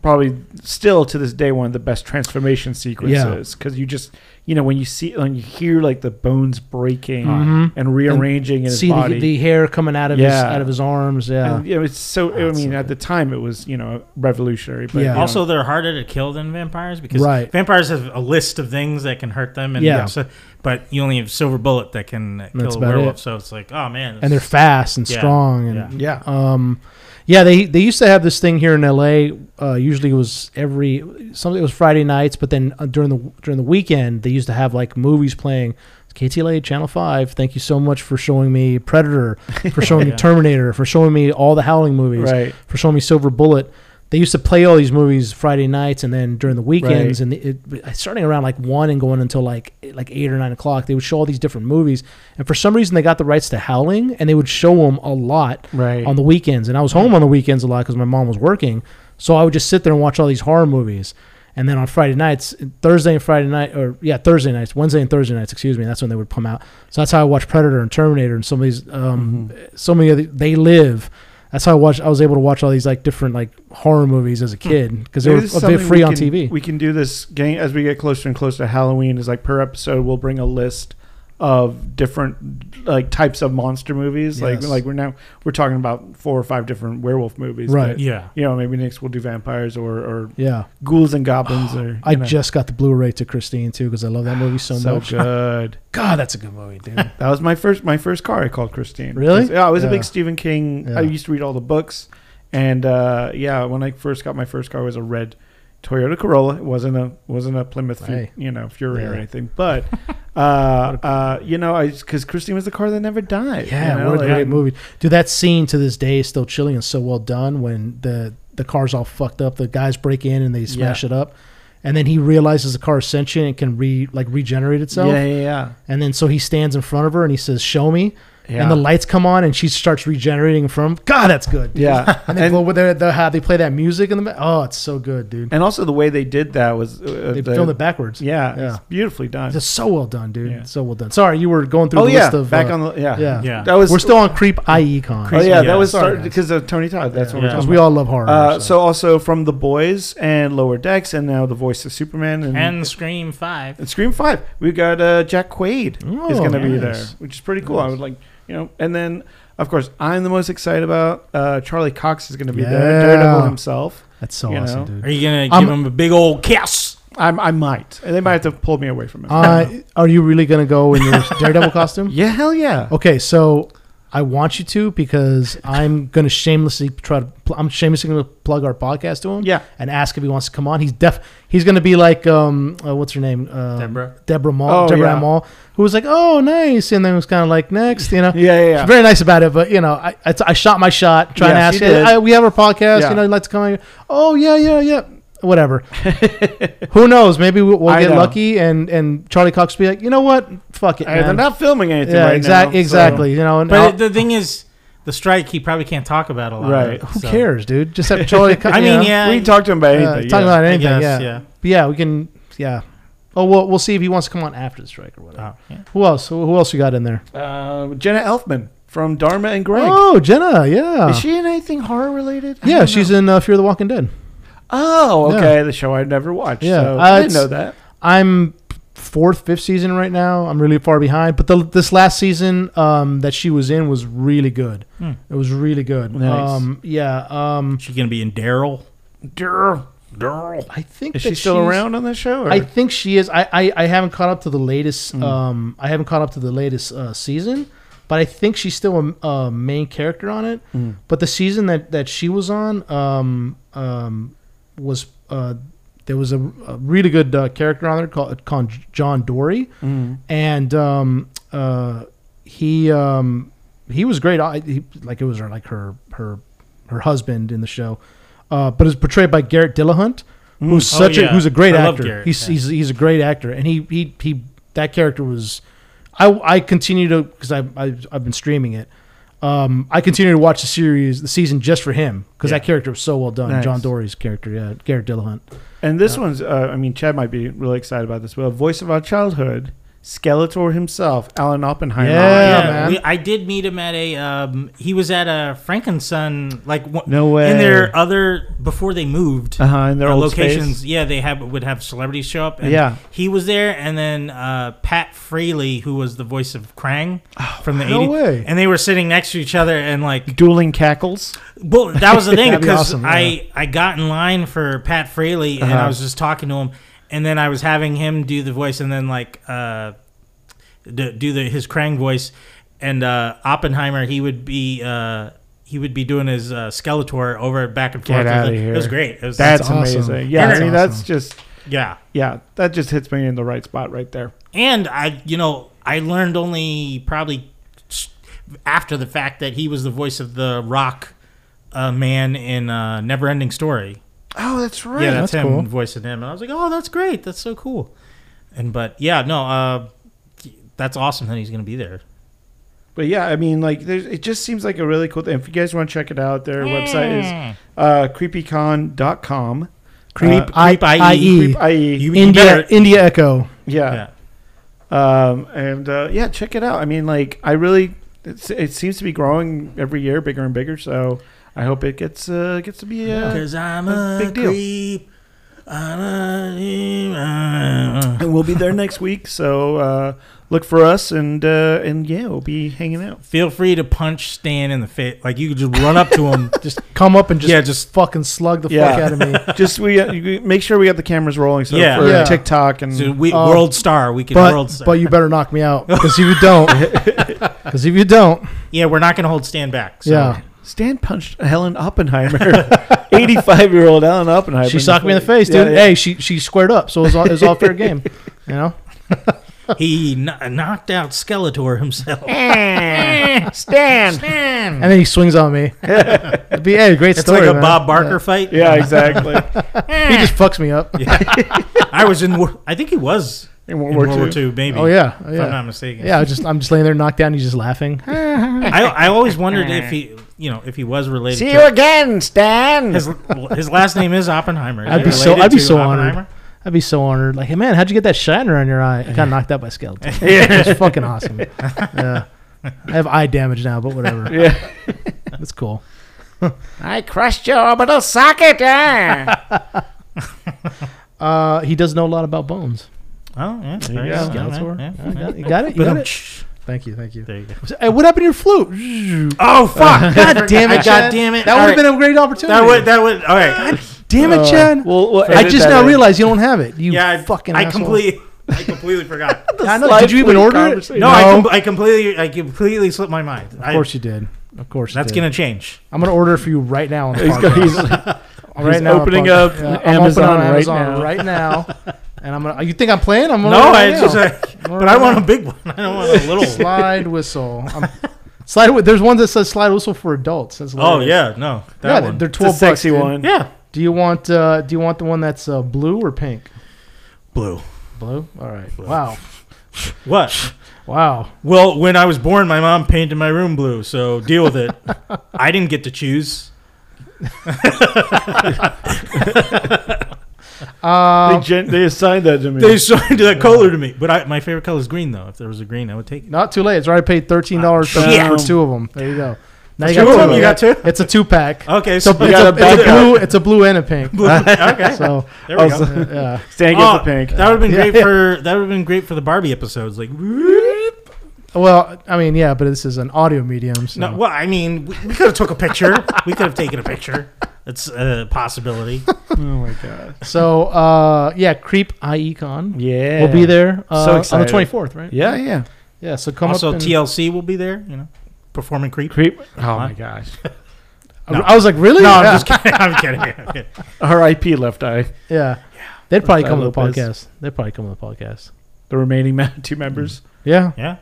Speaker 1: probably still to this day one of the best transformation sequences because you just you know when you see when you hear like the bones breaking
Speaker 3: Mhm.
Speaker 1: and rearranging in his
Speaker 3: see the,
Speaker 1: body.
Speaker 3: the hair coming out of his
Speaker 1: Yeah.
Speaker 3: out of his arms. Yeah,
Speaker 1: and, you know, it's so. I
Speaker 3: That's
Speaker 1: mean,
Speaker 3: so
Speaker 1: at the time, it was you know revolutionary. But
Speaker 3: Yeah.
Speaker 1: you know,
Speaker 4: Also, they're harder to kill than vampires because
Speaker 3: Right.
Speaker 4: vampires have a list of things that can hurt them, and
Speaker 3: Yeah.
Speaker 4: so- but you only have silver bullet that can uh,
Speaker 3: That's
Speaker 4: kill a
Speaker 3: about
Speaker 4: werewolf.
Speaker 3: it.
Speaker 4: So it's like, oh man,
Speaker 3: and they're fast and
Speaker 4: Yeah.
Speaker 3: strong and
Speaker 4: Yeah.
Speaker 1: yeah,
Speaker 3: um, yeah. They they used to have this thing here in L.A. Uh, usually it was every something it was Friday nights, but then uh, during the during the weekend they used to have like movies playing. KTLA Channel Five. Thank you so much for showing me Predator, for showing me
Speaker 4: Yeah.
Speaker 3: Terminator, for showing me all the Howling movies,
Speaker 1: right.
Speaker 3: for showing me Silver Bullet. They used to play all these movies Friday nights and then during the weekends,
Speaker 1: Right.
Speaker 3: and it, it- starting around like one and going until like like eight or nine o'clock. They would show all these different movies, and for some reason they got the rights to Howling, and they would show them a lot
Speaker 1: Right.
Speaker 3: on the weekends. And I was home on the weekends a lot because my mom was working, so I would just sit there and watch all these horror movies. And then on Friday nights, Thursday and Friday night, or yeah, Thursday nights, Wednesday and Thursday nights, excuse me, that's when they would come out. So that's how I watched Predator and Terminator and some of these, um,
Speaker 1: Mm-hmm.
Speaker 3: so many of the, They Live. That's how I watched. I was able to watch all these like different like horror movies as a kid because they
Speaker 1: Maybe
Speaker 3: were
Speaker 1: this Hmm. is
Speaker 3: a bit
Speaker 1: something
Speaker 3: free
Speaker 1: we
Speaker 3: on
Speaker 1: can-
Speaker 3: TV.
Speaker 1: We can do this game as we get closer and closer to Halloween. Is like per episode, we'll bring a list of different like types of monster movies. Like
Speaker 3: Yes.
Speaker 1: like we're now we're talking about four or five different werewolf movies.
Speaker 3: Right.
Speaker 1: but,
Speaker 4: yeah.
Speaker 1: You know, maybe next we'll do vampires or, or
Speaker 3: yeah,
Speaker 1: ghouls and goblins. or you
Speaker 3: I
Speaker 1: know,
Speaker 3: just got the Blu-ray to Christine too because I love that movie so,
Speaker 1: uh, so,
Speaker 3: much.
Speaker 1: good.
Speaker 3: God, that's a good movie, dude.
Speaker 1: That was my first my first car. I called Christine.
Speaker 3: Really?
Speaker 1: Yeah, I was a
Speaker 3: Yeah.
Speaker 1: big Stephen King. I
Speaker 3: Yeah.
Speaker 1: used to read all the books, and uh, yeah, when I first got my first car, it was a red Toyota Corolla. It wasn't a wasn't a Plymouth, Fu-
Speaker 3: Hey.
Speaker 1: you know, Fury or
Speaker 3: Yeah.
Speaker 1: anything. But uh, uh, you know, I because Christine was the car that never died.
Speaker 3: Yeah,
Speaker 1: you know,
Speaker 3: what a
Speaker 1: like-
Speaker 3: great movie. Dude, that scene to this day is still chilling and so well done when the the car's all fucked up. The guys break in and they smash
Speaker 1: Yeah.
Speaker 3: it up. And then he realizes the car is sentient and can re like regenerate itself.
Speaker 1: Yeah, yeah, yeah.
Speaker 3: And then so he stands in front of her and he says, "Show me."
Speaker 1: Yeah.
Speaker 3: And the lights come on and she starts regenerating from. God, that's good. dude.
Speaker 1: Yeah.
Speaker 3: And they
Speaker 1: And-
Speaker 3: go with their, the how they play that music in the ba- oh, it's so good, dude.
Speaker 1: And also the way they did that was uh,
Speaker 3: They
Speaker 1: the-
Speaker 3: filmed it backwards.
Speaker 1: Yeah,
Speaker 3: Yeah.
Speaker 1: it's beautifully done.
Speaker 3: It's so well done, dude.
Speaker 1: Yeah.
Speaker 3: So well done. Sorry, you were going through
Speaker 1: oh
Speaker 3: the
Speaker 1: yeah,
Speaker 3: list of
Speaker 1: back
Speaker 3: uh,
Speaker 1: on the yeah.
Speaker 3: yeah.
Speaker 4: Yeah.
Speaker 1: That was
Speaker 3: We're still on Creep E IECon.
Speaker 1: Oh yeah,
Speaker 4: Yeah.
Speaker 1: that was
Speaker 3: Sorry, guys.
Speaker 1: because of Tony Todd. That's what we're
Speaker 4: Yeah.
Speaker 1: talking
Speaker 3: Because
Speaker 1: about.
Speaker 3: we all love horror.
Speaker 1: Uh, so also from the boys and Lower Decks, and now the voice of Superman and,
Speaker 4: And Scream Five.
Speaker 1: and Scream Five. We got uh, Jack Quaid is
Speaker 3: Oh,
Speaker 1: going to be
Speaker 3: nice.
Speaker 1: there, which is pretty cool. I would like you know, and then Of course, I'm the most excited about. Uh, Charlie Cox is going to be there.
Speaker 3: Yeah.
Speaker 1: Daredevil himself.
Speaker 3: That's so
Speaker 1: You
Speaker 3: awesome,
Speaker 1: know.
Speaker 3: dude.
Speaker 4: Are you gonna
Speaker 3: I'm-
Speaker 4: give him a big old kiss?
Speaker 1: I'm, I might. And they might have to pull me away from it.
Speaker 3: Uh, are you really gonna go in your Daredevil costume?
Speaker 1: yeah, hell yeah.
Speaker 3: Okay, so I want you to because I'm gonna shamelessly try to. Pl- I'm shamelessly gonna plug our podcast to him.
Speaker 1: Yeah.
Speaker 3: and ask if he wants to come on. He's def. He's gonna be like um, uh, what's her name? Uh,
Speaker 4: Deborah.
Speaker 3: Deborah Mall.
Speaker 1: Oh,
Speaker 3: Deborah
Speaker 1: yeah.
Speaker 3: Mall, who was like, oh, nice, and then was kind of like, next, you know.
Speaker 1: Yeah, yeah, yeah.
Speaker 3: She's very nice about it, but you know, I, I, I shot my shot trying
Speaker 1: Yes,
Speaker 3: to
Speaker 1: you
Speaker 3: ask.
Speaker 1: did.
Speaker 3: I, we have our podcast,
Speaker 1: Yeah.
Speaker 3: you know. You'd like to come on? here? Oh yeah, yeah, yeah. Whatever. Who knows? Maybe we'll, we'll
Speaker 1: I
Speaker 3: get
Speaker 1: know.
Speaker 3: lucky, and and Charlie Cox be like, you know what? Fuck it,
Speaker 1: Hey, they're
Speaker 3: man.
Speaker 1: not filming anything
Speaker 3: yeah,
Speaker 1: right
Speaker 3: exact-
Speaker 1: now. so-
Speaker 3: exactly. You know, and
Speaker 4: But
Speaker 3: I'll-
Speaker 4: the thing is, the strike he probably can't talk about a lot.
Speaker 1: Right.
Speaker 3: who
Speaker 4: so-
Speaker 3: cares, dude? Just have Charlie. Cox,
Speaker 4: I
Speaker 3: you
Speaker 4: mean,
Speaker 3: know?
Speaker 4: yeah,
Speaker 1: We can talk to him about
Speaker 3: Yeah,
Speaker 1: anything.
Speaker 3: Uh, talk
Speaker 1: yeah.
Speaker 3: about
Speaker 4: I
Speaker 3: anything.
Speaker 4: guess,
Speaker 3: yeah.
Speaker 4: yeah.
Speaker 3: But yeah, we can. Yeah. Oh, we'll we'll see if he wants to come on after the strike or whatever.
Speaker 4: Oh, yeah.
Speaker 3: Who else? Who who else you got in there?
Speaker 1: Uh, Jenna Elfman from Dharma and Greg.
Speaker 3: Oh, Jenna. Yeah.
Speaker 1: Is she in anything horror related? I
Speaker 3: yeah,
Speaker 1: don't
Speaker 3: she's
Speaker 1: know.
Speaker 3: in uh, Fear the Walking Dead.
Speaker 1: Oh,
Speaker 3: Yeah.
Speaker 1: okay. The show I'd never watched.
Speaker 3: Yeah,
Speaker 1: so
Speaker 3: uh,
Speaker 1: I didn't
Speaker 3: it's-
Speaker 1: know that.
Speaker 3: I'm fourth, fifth season right now. I'm really far behind, but the, this last season um, that she was in was really good.
Speaker 4: Hmm.
Speaker 3: It was really good.
Speaker 1: Nice.
Speaker 3: Um, yeah. Um,
Speaker 4: She gonna be in Daryl?
Speaker 1: Durr.
Speaker 3: I think
Speaker 1: Is
Speaker 3: that
Speaker 1: she still
Speaker 3: she's-
Speaker 1: around on that show? Or? Hmm.
Speaker 3: I think she is. I, I, I haven't caught up to the latest. Um, I haven't caught up to the latest uh, season, but I think she's still a, a main character on it.
Speaker 1: Mm.
Speaker 3: But the season that, that she was on um, um, was uh, there was a, a really good uh, character on there called, called John Dory,
Speaker 1: Mm.
Speaker 3: and um, uh, he um, he was great. I, he, like it was her, like her her her husband in the show, uh, but it's portrayed by Garrett Dillahunt, who's
Speaker 4: Oh,
Speaker 3: such a
Speaker 4: yeah.
Speaker 3: who's a great
Speaker 4: I love
Speaker 3: actor.
Speaker 4: Garrett,
Speaker 3: he's,
Speaker 4: yeah.
Speaker 3: he's he's a great actor, and he he he that character was. I I continue to because I, I I've been streaming it. Um, I continue to watch the series, the season just for him because
Speaker 4: Yeah.
Speaker 3: that character was so well done.
Speaker 1: Nice.
Speaker 3: John Dory's character, yeah, Garrett Dillahunt.
Speaker 1: And this one's, uh, I mean, Chad might be really excited about this. Well, voice of our childhood, Skeletor himself, Alan Oppenheimer.
Speaker 3: Yeah, man.
Speaker 4: We, I did meet him at a. Um, he was at a Frankenson like one-
Speaker 1: No way.
Speaker 4: in their other before they moved.
Speaker 1: Uh huh. And their
Speaker 4: uh,
Speaker 1: old
Speaker 4: locations,
Speaker 1: space.
Speaker 4: yeah, they have would have celebrities show up. And
Speaker 1: Yeah.
Speaker 4: he was there, and then uh, Pat Fraley, who was the voice of Krang
Speaker 1: Oh,
Speaker 4: from the
Speaker 3: no
Speaker 4: 80s,
Speaker 3: way.
Speaker 4: and they were sitting next to each other, and like
Speaker 1: Dueling cackles.
Speaker 4: Well, that was the thing
Speaker 3: That'd be
Speaker 4: because
Speaker 3: awesome,
Speaker 4: I I got in line for Pat Fraley and
Speaker 1: Uh-huh.
Speaker 4: I was just talking to him, and then I was having him do the voice, and then like uh, d- do the his Krang voice, and uh, Oppenheimer he would be uh, he would be doing his uh, Skeletor over back and forth.
Speaker 1: Get outta
Speaker 4: It was
Speaker 1: here.
Speaker 4: great. It was,
Speaker 1: That's,
Speaker 3: awesome.
Speaker 1: amazing. Yeah,
Speaker 4: That's
Speaker 1: I mean, that's
Speaker 3: awesome.
Speaker 1: just,
Speaker 4: yeah,
Speaker 1: yeah, that just hits me in the right spot right there.
Speaker 4: and I you know I learned only probably s- after the fact that he was the voice of the Rock uh, man in uh, Neverending Story.
Speaker 1: Oh, that's right.
Speaker 4: yeah, that's,
Speaker 3: that's
Speaker 4: him
Speaker 3: cool.
Speaker 4: voicing him, and I was like, oh, that's great, that's so cool, and but yeah, no, uh, that's awesome that he's gonna be there.
Speaker 1: But yeah, I mean, like, there's, it just seems like a really cool thing. If you guys want to check it out, their website is uh, creepycon.com.
Speaker 3: Creep,
Speaker 1: Uh,
Speaker 3: I,
Speaker 4: Creep IE.
Speaker 3: IE.
Speaker 1: Creep IE.
Speaker 4: You-
Speaker 3: India
Speaker 4: better-
Speaker 3: India Echo.
Speaker 1: E. Yeah.
Speaker 4: yeah,
Speaker 1: Um, and uh, yeah, check it out. I mean, like, I really, it's, it seems to be growing every year, bigger and bigger. So I hope it gets uh, gets to be. Uh,
Speaker 4: because I'm
Speaker 1: a
Speaker 4: a
Speaker 1: big
Speaker 4: big
Speaker 1: deal.
Speaker 4: creep. I'm a-
Speaker 1: And we'll be there next week. So uh, look for us, and uh, and yeah, we'll be hanging out.
Speaker 4: Feel free to punch Stan in the face. Like you could just run up to him.
Speaker 3: Just come up and just
Speaker 4: yeah, just
Speaker 3: fucking slug the fuck
Speaker 1: Yeah.
Speaker 3: out of me.
Speaker 1: Just we uh, you- make sure we got the cameras rolling. So
Speaker 4: Yeah.
Speaker 1: for
Speaker 3: Yeah.
Speaker 1: TikTok and
Speaker 4: so we,
Speaker 3: Oh.
Speaker 4: world star. We can world
Speaker 3: But
Speaker 4: star.
Speaker 3: but you better knock me out because if you don't, because if you don't,
Speaker 4: yeah, we're not gonna hold Stan back. So.
Speaker 3: yeah,
Speaker 1: Stan punched Helen Oppenheimer, eighty-five year old Helen Oppenheimer.
Speaker 3: she socked me in the face,
Speaker 1: Yeah,
Speaker 3: dude.
Speaker 1: yeah.
Speaker 3: Hey, she she squared up, so it was all, it was all fair game. You know,
Speaker 4: he kn- knocked out Skeletor himself.
Speaker 1: Stan.
Speaker 4: Stan.
Speaker 3: and then he swings on me. It'd be hey, great
Speaker 4: It's
Speaker 3: story.
Speaker 4: like a
Speaker 3: man.
Speaker 4: Bob Barker fight.
Speaker 1: Yeah, exactly.
Speaker 3: Yeah. He just fucks me up.
Speaker 4: I was in. Wor- I think he was
Speaker 1: In
Speaker 4: in World War II, maybe.
Speaker 3: Oh yeah, oh,
Speaker 4: if I'm not
Speaker 3: yeah,
Speaker 4: mistaken.
Speaker 3: yeah. I just I'm just laying there knocked down. He's just laughing.
Speaker 4: I, I always wondered if he, you know, if he was related.
Speaker 1: See
Speaker 4: to
Speaker 1: you again, Stan.
Speaker 4: His, his last name is Oppenheimer. Is
Speaker 3: I'd
Speaker 4: he
Speaker 3: be so-
Speaker 4: related
Speaker 3: I'd be
Speaker 4: to
Speaker 3: so honored.
Speaker 4: Oppenheimer?
Speaker 3: I'd be so honored. Like, hey man, how'd you get that shiner on your eye? I got knocked out by skeleton. Yeah, it's fucking awesome. Yeah, I have eye damage now, but whatever.
Speaker 1: Yeah.
Speaker 3: That's cool.
Speaker 1: I crushed your orbital socket. Ah.
Speaker 3: Uh, he does know a lot about bones.
Speaker 4: Oh yeah,
Speaker 1: you
Speaker 4: there you
Speaker 1: go.
Speaker 4: go.
Speaker 3: Skeletor.
Speaker 4: Oh, Yeah,
Speaker 3: You got it. You got it. You got it. Thank you, thank you.
Speaker 4: There you go.
Speaker 3: Hey, what happened to your flute?
Speaker 4: Oh fuck! God damn it!
Speaker 3: Chad.
Speaker 4: God damn it!
Speaker 3: Uh, That
Speaker 4: All
Speaker 3: would
Speaker 4: right.
Speaker 3: have been a great opportunity.
Speaker 4: That would. That would. All right.
Speaker 3: damn it,
Speaker 1: Uh,
Speaker 3: Chad.
Speaker 1: we'll- we'll
Speaker 3: I
Speaker 1: edit
Speaker 3: just
Speaker 1: that
Speaker 3: now
Speaker 1: in.
Speaker 3: realized you don't have it. You
Speaker 4: yeah. I-
Speaker 3: fucking.
Speaker 4: I
Speaker 3: asshole.
Speaker 4: completely. I completely forgot.
Speaker 3: I know. Did you even
Speaker 1: Slightly
Speaker 3: order it?
Speaker 1: conversation.
Speaker 4: No, I, com- I completely. I completely slipped my mind.
Speaker 3: Of course you did. Of course.
Speaker 4: I, that's
Speaker 3: you did.
Speaker 4: gonna change.
Speaker 3: I'm gonna order it for you right now. On the
Speaker 1: He's, got,
Speaker 3: podcast.
Speaker 1: he's,
Speaker 3: right
Speaker 1: he's
Speaker 3: now,
Speaker 1: opening
Speaker 3: I'm-
Speaker 1: up
Speaker 3: yeah, I'm
Speaker 1: Amazon,
Speaker 3: opening on
Speaker 1: right,
Speaker 3: Amazon
Speaker 1: now.
Speaker 3: right now. and I'm gonna. You think I'm playing? I'm gonna.
Speaker 4: No,
Speaker 3: order it
Speaker 4: I
Speaker 3: right
Speaker 4: just.
Speaker 3: now.
Speaker 4: I, but I want a big one. I don't want a little.
Speaker 3: slide whistle. I'm, slide. wi- There's one that says slide whistle for adults. That's
Speaker 4: oh
Speaker 3: hilarious.
Speaker 4: yeah, no.
Speaker 3: yeah,
Speaker 4: That
Speaker 3: they're-
Speaker 4: one.
Speaker 3: they're
Speaker 1: It's a
Speaker 3: twelve
Speaker 1: sexy
Speaker 3: bucks, dude.
Speaker 1: one.
Speaker 4: yeah.
Speaker 3: Do you want? Uh, do you want the one that's uh, blue or pink?
Speaker 4: Blue.
Speaker 3: Blue. All right.
Speaker 4: Blue.
Speaker 3: Wow.
Speaker 4: What?
Speaker 3: Wow.
Speaker 4: Well, when I was born, my mom painted my room blue, so deal with it. I didn't get to choose.
Speaker 1: They,
Speaker 3: Um,
Speaker 1: gen- they assigned that to me.
Speaker 4: They assigned that color to me, but I, my favorite color is green, though. If there was a green, I would take it.
Speaker 3: not too late. It's already paid thirteen dollars for
Speaker 1: Shit.
Speaker 3: two of them. There you go. Now
Speaker 4: Ah, Two of 'em, you got two? Oh,
Speaker 3: It's a two pack.
Speaker 4: Okay,
Speaker 3: So
Speaker 4: so
Speaker 3: it's
Speaker 1: you got
Speaker 3: a,
Speaker 1: a
Speaker 3: it's a
Speaker 1: backup.
Speaker 3: blue. It's a blue and a pink.
Speaker 4: blue. Okay,
Speaker 3: So
Speaker 4: there we
Speaker 1: Also-
Speaker 4: go.
Speaker 3: uh, yeah.
Speaker 1: Stan gets
Speaker 4: Oh,
Speaker 1: a pink.
Speaker 4: That would have been
Speaker 3: Yeah.
Speaker 4: great for that would have been great for the Barbie episodes. Like, whoop.
Speaker 3: Well, I mean, yeah, but this is an audio medium. So.
Speaker 4: no, well, I mean, we, we could have took a picture. we could have taken a picture. It's a possibility.
Speaker 1: oh my god.
Speaker 3: So, uh, yeah, Creep IECon.
Speaker 1: Yeah.
Speaker 3: We'll be there uh,
Speaker 1: So
Speaker 3: on
Speaker 1: excited.
Speaker 3: the 24th, right?
Speaker 1: Yeah, yeah.
Speaker 3: Yeah, so come
Speaker 4: also,
Speaker 3: up. and-
Speaker 4: TLC will be there. You know, performing creep.
Speaker 1: Creep.
Speaker 4: Huh?
Speaker 1: Oh my gosh.
Speaker 3: I- I was like, really?
Speaker 4: No,
Speaker 3: yeah.
Speaker 4: I'm just kidding. I'm kidding. I'm kidding.
Speaker 1: R.I.P. Left Eye.
Speaker 3: yeah. They'd probably
Speaker 1: Lopez.
Speaker 3: come to the podcast. They'd probably come to the podcast.
Speaker 1: The remaining ma- two members.
Speaker 3: Yeah,
Speaker 4: Yeah.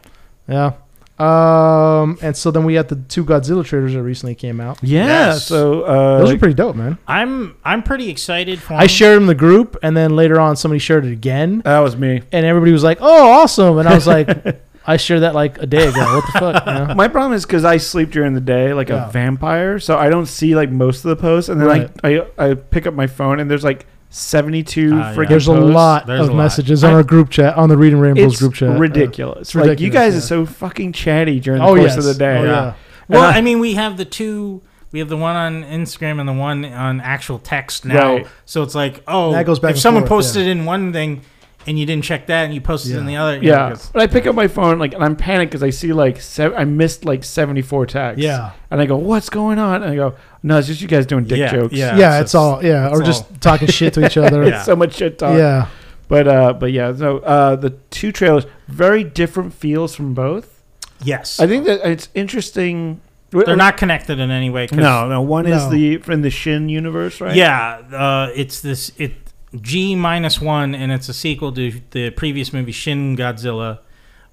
Speaker 3: yeah. Um, and so then we got the two Godzilla trailers that recently came out.
Speaker 1: Yeah.
Speaker 4: Yes.
Speaker 1: So uh,
Speaker 3: Those were pretty dope, man.
Speaker 4: I'm I'm pretty excited for.
Speaker 3: I shared them in the group, and then later on, somebody shared it again,
Speaker 1: that was me.
Speaker 3: and everybody was like, "Oh, awesome!" And I was like, "I shared that like a day ago. What the fuck?" You know?
Speaker 1: My problem is because I sleep during the day like
Speaker 3: Yeah.
Speaker 1: a vampire, so I don't see like most of the posts, and then I, I I pick up my phone and there's like 72
Speaker 4: Ah, yeah.
Speaker 1: freaking.
Speaker 3: There's a
Speaker 1: posts.
Speaker 3: lot
Speaker 4: There's
Speaker 3: of
Speaker 4: a lot.
Speaker 3: messages on
Speaker 1: I-
Speaker 3: our group chat, on the Reading Rainbows
Speaker 1: It's
Speaker 3: group chat.
Speaker 1: ridiculous.
Speaker 3: it's
Speaker 1: like you
Speaker 3: ridiculous,
Speaker 1: guys
Speaker 3: yeah.
Speaker 1: are so fucking chatty
Speaker 3: Uh,
Speaker 1: during the
Speaker 3: oh
Speaker 1: course
Speaker 3: yes.
Speaker 1: of the day.
Speaker 3: Oh, yeah.
Speaker 4: Yeah. Well,
Speaker 1: And I-
Speaker 4: I mean, we have the two. We have the one on Instagram and the one on actual text now.
Speaker 1: Right.
Speaker 4: So it's like, oh,
Speaker 3: That goes back
Speaker 4: if
Speaker 3: and
Speaker 4: someone
Speaker 3: forth,
Speaker 4: posted in one thing and you didn't check that and you posted in the
Speaker 3: Yeah.
Speaker 4: other, you know,
Speaker 1: Yeah,
Speaker 4: it's-
Speaker 1: but I pick up my phone like, and I'm panicked because I see like sev- I missed like 74 texts.
Speaker 3: Yeah.
Speaker 1: and I go, "What's going on?" And I go, "No, it's just you guys doing dick
Speaker 4: Yeah,
Speaker 1: jokes."
Speaker 3: Yeah,
Speaker 4: yeah.
Speaker 3: it's,
Speaker 4: it's just-
Speaker 3: all yeah, or
Speaker 4: it's
Speaker 3: just talking shit to each other.
Speaker 1: It's
Speaker 3: yeah.
Speaker 4: Yeah.
Speaker 1: so much shit talk. But uh, but yeah, so uh, the two trailers very different feels from both.
Speaker 4: yes,
Speaker 1: I think that it's interesting.
Speaker 4: they're not connected in any way. 'cause-
Speaker 1: No, no. One
Speaker 3: No.
Speaker 1: is the from the Shin universe, right?
Speaker 4: Yeah, uh, it's this it G minus one, and it's a sequel to the previous movie Shin Godzilla,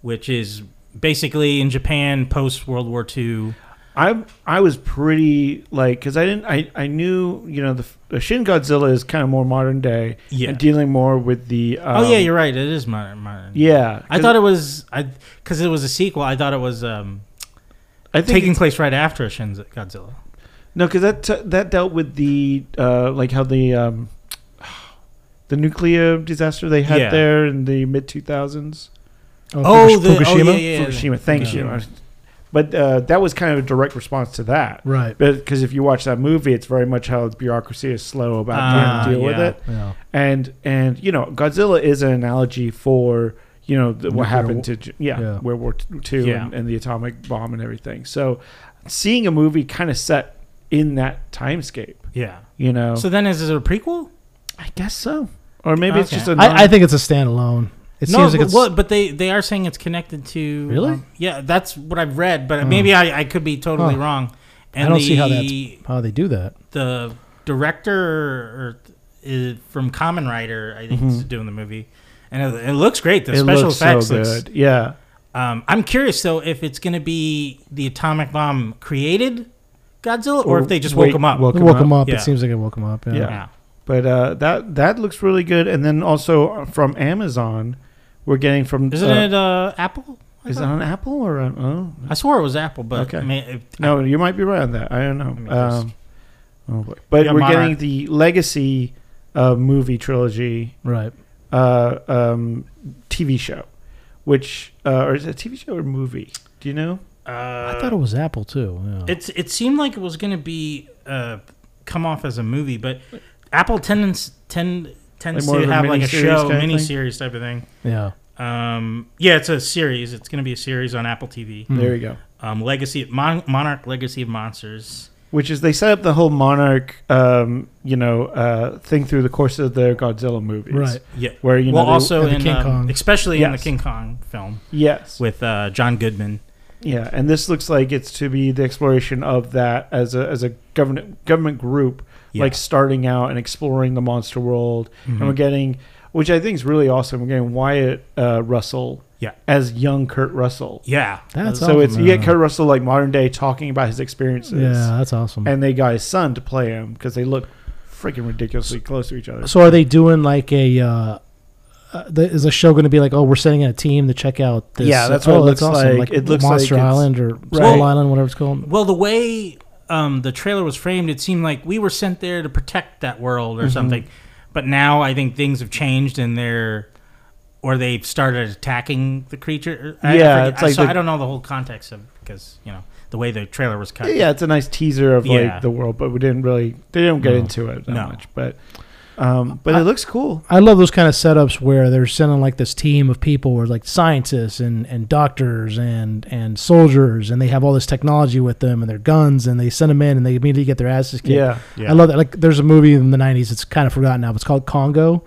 Speaker 4: which is basically in Japan post World War II.
Speaker 1: I I was pretty like because I didn't I, I knew you know the, the Shin Godzilla is kind of more modern day
Speaker 4: Yeah.
Speaker 1: and dealing more with the um,
Speaker 4: oh yeah, you're right. It is modern. modern.
Speaker 1: yeah
Speaker 4: I thought it was I because it was a sequel. I thought it was um,
Speaker 1: I think
Speaker 4: taking place right after Shin Godzilla.
Speaker 1: no because that t- that dealt with the uh, like how the um, the nuclear disaster they had
Speaker 4: Yeah.
Speaker 1: there in the mid two thousands
Speaker 4: Oh,
Speaker 3: Fukush-
Speaker 4: the- oh,
Speaker 3: Fukushima.
Speaker 4: yeah, yeah.
Speaker 1: Fukushima thank you
Speaker 4: Fukushima.
Speaker 1: but uh, that was kind of a direct response to that
Speaker 3: Right.
Speaker 1: because if you watch that movie it's very much how bureaucracy is slow about trying to
Speaker 4: Ah,
Speaker 1: deal with
Speaker 4: yeah.
Speaker 1: it
Speaker 3: Yeah.
Speaker 1: and and you know Godzilla is an analogy for you know the,
Speaker 3: Nuclear
Speaker 1: what happened
Speaker 3: war-
Speaker 1: to J- yeah,
Speaker 3: yeah.
Speaker 1: World War Two
Speaker 4: Yeah.
Speaker 1: and, and the atomic bomb and everything. So seeing a movie kind of set in that timescape,
Speaker 4: Yeah.
Speaker 1: you know,
Speaker 3: Oh.
Speaker 4: So then, is it a prequel?
Speaker 1: I guess so, or maybe it's
Speaker 4: Okay.
Speaker 1: just a non-
Speaker 3: I, I think it's a standalone. It
Speaker 4: no,
Speaker 3: seems like
Speaker 4: but,
Speaker 3: it's
Speaker 4: well, but they they are saying it's connected to
Speaker 3: Really?
Speaker 4: um, yeah, that's what I've read, but maybe I, I could be totally
Speaker 3: Huh.
Speaker 4: wrong.
Speaker 3: I don't see how that's- how they do that.
Speaker 4: the director or, is from Common Rider, I think,
Speaker 3: Mm-hmm.
Speaker 4: is doing the movie, and it, it looks great. The
Speaker 1: it
Speaker 4: special
Speaker 1: looks
Speaker 4: effects.
Speaker 1: so
Speaker 4: looks-
Speaker 1: good. Yeah,
Speaker 4: um, I'm curious though if it's going to be the atomic bomb created Godzilla,
Speaker 1: Or
Speaker 4: or, if they just
Speaker 1: wait,
Speaker 4: woke him up.
Speaker 1: woke
Speaker 3: It
Speaker 1: him
Speaker 3: woke
Speaker 1: up.
Speaker 3: him up.
Speaker 4: Yeah.
Speaker 3: It seems like it woke him up. Yeah.
Speaker 1: Yeah. but uh, that that looks really good. And then also uh, from Amazon, we're getting from
Speaker 4: Isn't
Speaker 1: uh,
Speaker 4: it uh, Apple? I
Speaker 1: is it
Speaker 4: thought-
Speaker 1: on Apple or on, oh
Speaker 4: I swore it was Apple, but
Speaker 1: Okay.
Speaker 4: I mean, if,
Speaker 1: No, you might be right on that. I don't know.
Speaker 4: me just-
Speaker 1: Um, oh boy. But
Speaker 4: Yeah,
Speaker 1: we're
Speaker 4: Monarch.
Speaker 1: getting the legacy uh, movie trilogy
Speaker 3: Right.
Speaker 1: uh, um, TV show, which uh, or is it a TV show or movie? Do you know?
Speaker 4: uh,
Speaker 3: I thought it was Apple too. Yeah.
Speaker 4: It's it seemed like it was going to be uh, come off as a movie, but Apple tends tend tends
Speaker 1: Like more
Speaker 4: to
Speaker 1: of a
Speaker 4: have like a
Speaker 1: miniseries
Speaker 4: show
Speaker 1: kind of thing?
Speaker 4: miniseries type of thing.
Speaker 3: yeah.
Speaker 4: Um, yeah, it's a series. It's going to be a series on Apple TV.
Speaker 1: There you go.
Speaker 4: Um, Legacy Mon- Monarch Legacy of Monsters.
Speaker 1: Which is they set up the whole monarch, um, you know, uh, thing through the course of their Godzilla movies,
Speaker 3: Right.
Speaker 4: Yeah.
Speaker 1: Where you
Speaker 4: well,
Speaker 1: know, they-
Speaker 4: also
Speaker 3: and the
Speaker 4: in
Speaker 3: King
Speaker 4: um,
Speaker 3: Kong.
Speaker 4: especially in the
Speaker 1: Yes.
Speaker 4: King Kong film
Speaker 1: yes,
Speaker 4: with uh, John Goodman.
Speaker 1: Yeah, and this looks like it's to be the exploration of that as a as a government government group,
Speaker 4: Yeah.
Speaker 1: like starting out and exploring the monster world,
Speaker 3: Mm-hmm.
Speaker 1: and we're getting, which I think is really awesome. We're getting Wyatt uh, Russell,
Speaker 4: Yeah.
Speaker 1: as young Kurt Russell.
Speaker 4: Yeah.
Speaker 3: That's
Speaker 1: so
Speaker 3: awesome,
Speaker 1: it's you get
Speaker 3: man.
Speaker 1: Kurt Russell like modern day talking about his experiences.
Speaker 3: Yeah, that's awesome.
Speaker 1: and they got his son to play him because they look freaking ridiculously close to each other.
Speaker 3: so are they doing like a? Uh, uh, the, is the show going to be like, oh, we're sending a team to check out this?
Speaker 1: Yeah, that's what
Speaker 3: oh,
Speaker 1: it looks
Speaker 3: that's awesome.
Speaker 1: like. It looks
Speaker 3: Monster
Speaker 1: like it's-
Speaker 3: Island or Skull
Speaker 1: Right.
Speaker 3: Island, whatever it's called.
Speaker 4: Well, the way um, the trailer was framed, it seemed like we were sent there to protect that world or
Speaker 1: Mm-hmm.
Speaker 4: something. But now I think things have changed and they're or they've started attacking the creature. I, I
Speaker 1: Yeah,
Speaker 4: forget-
Speaker 1: it's
Speaker 4: I-
Speaker 1: like
Speaker 4: so
Speaker 1: the-
Speaker 4: I don't know the whole context of because you know the way the trailer was cut.
Speaker 1: yeah, it's a nice teaser of
Speaker 4: Yeah.
Speaker 1: like the world, but we didn't really they didn't get into it that
Speaker 4: No.
Speaker 1: much, but. Um, but it looks cool.
Speaker 3: I love those kind of setups where they're sending like this team of people, where like scientists and, and doctors and and soldiers, and they have all this technology with them and their guns, and they send them in, and they immediately get their asses kicked.
Speaker 1: Yeah.
Speaker 3: I love that. Like, there's a movie in the '90s. It's kind of forgotten now. But it's called Congo.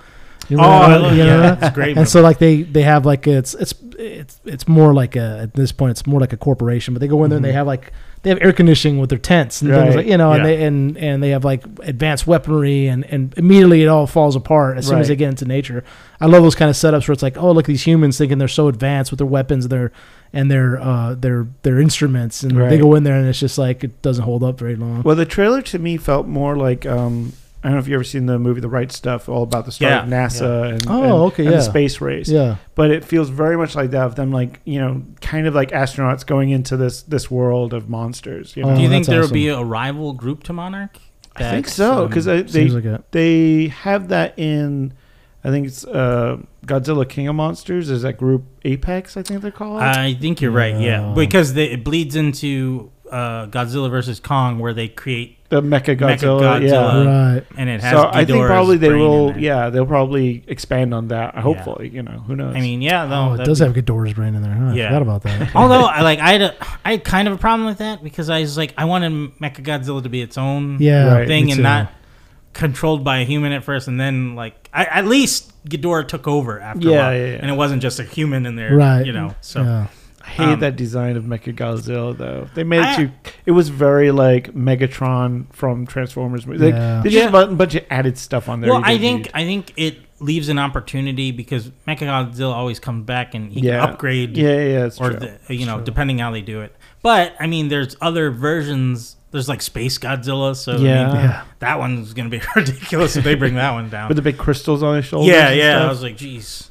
Speaker 3: You
Speaker 4: Oh,
Speaker 3: remember
Speaker 4: I
Speaker 3: that?
Speaker 4: love,
Speaker 3: You
Speaker 4: yeah,
Speaker 3: remember
Speaker 4: it's a great.
Speaker 3: and so like they they have like it's it's it's it's more like a at this point it's more like a corporation but they go in there and they have like they have air conditioning with their tents and things
Speaker 1: Right.
Speaker 3: like you know and
Speaker 4: Yeah.
Speaker 3: they and and they have like advanced weaponry and and immediately it all falls apart as soon as they
Speaker 1: Right.
Speaker 3: get into nature i love those kind of setups where it's like oh look at these humans thinking they're so advanced with their weapons and their and their uh their their instruments and they
Speaker 1: Right.
Speaker 3: go in there and it's just like it doesn't hold up very long
Speaker 1: Well, the trailer to me felt more like um, I don't know if you ever seen the movie The Right Stuff, all about the start of
Speaker 4: Yeah.
Speaker 1: NASA and,
Speaker 3: Oh,
Speaker 1: and-
Speaker 3: okay,
Speaker 1: and
Speaker 3: yeah.
Speaker 1: the space race.
Speaker 3: yeah
Speaker 1: But it feels very much like that of them, like you know, kind of like astronauts going into this this world of monsters. You know,
Speaker 3: Oh,
Speaker 4: Do you think
Speaker 3: that's
Speaker 4: there will
Speaker 3: awesome.
Speaker 4: be a rival group to Monarch?
Speaker 1: I think
Speaker 4: That's,
Speaker 1: so
Speaker 4: um,
Speaker 1: because they
Speaker 3: seems like it
Speaker 1: they have that in. I think it's uh, Godzilla King of Monsters. Is that group Apex? I think they're called.
Speaker 4: I think you're right. Yeah,
Speaker 3: Yeah.
Speaker 4: because they, it bleeds into uh, Godzilla versus Kong, where they create
Speaker 1: the Mecha Godzilla. Yeah.
Speaker 4: Mechagodzilla.
Speaker 3: right
Speaker 4: and it has.
Speaker 1: So I think
Speaker 4: Ghidorah's
Speaker 1: probably they
Speaker 4: brain in
Speaker 1: will.
Speaker 4: there.
Speaker 1: Yeah, they'll probably expand on that. Hopefully, you know, who knows?
Speaker 4: I mean, yeah. No,
Speaker 3: oh it
Speaker 4: that'd
Speaker 3: does
Speaker 4: be-
Speaker 3: have Ghidorah's brain in there huh?
Speaker 4: Yeah.
Speaker 3: i forgot about that
Speaker 4: Although, I like I had a, I had kind of a problem with that because I was like, I wanted Mechagodzilla to be its own
Speaker 3: yeah
Speaker 1: Right.
Speaker 4: thing
Speaker 3: me
Speaker 4: and
Speaker 3: too.
Speaker 4: not controlled by a human at first, and then like I, at least Ghidorah took over after a
Speaker 1: Yeah,
Speaker 4: while,
Speaker 1: yeah, yeah.
Speaker 4: and it wasn't just a human in there,
Speaker 3: Right.
Speaker 4: You know, so
Speaker 3: yeah.
Speaker 1: I hate
Speaker 4: um,
Speaker 1: that design of Mechagodzilla though. They made
Speaker 4: I-
Speaker 1: it too. It was very like Megatron from Transformers. movie. Like,
Speaker 3: Yeah.
Speaker 1: They just
Speaker 4: Yeah.
Speaker 1: bu- a bunch of added stuff on there.
Speaker 4: Well,
Speaker 1: you
Speaker 4: I
Speaker 1: didn't
Speaker 4: think
Speaker 1: need.
Speaker 4: I think it leaves an opportunity because Mechagodzilla always comes back and he
Speaker 1: yeah,
Speaker 4: can upgrade,
Speaker 1: Yeah, yeah, yeah, it's
Speaker 4: or
Speaker 1: true.
Speaker 4: the, you know, depending how they do it. But I mean, there's other versions. There's like Space Godzilla, so I mean,
Speaker 1: Yeah.
Speaker 3: Yeah.
Speaker 4: that one's gonna be ridiculous if they bring that one down.
Speaker 1: with the big crystals on his shoulders.
Speaker 4: yeah,
Speaker 1: and
Speaker 4: yeah. I
Speaker 1: stuff.
Speaker 4: was like, geez.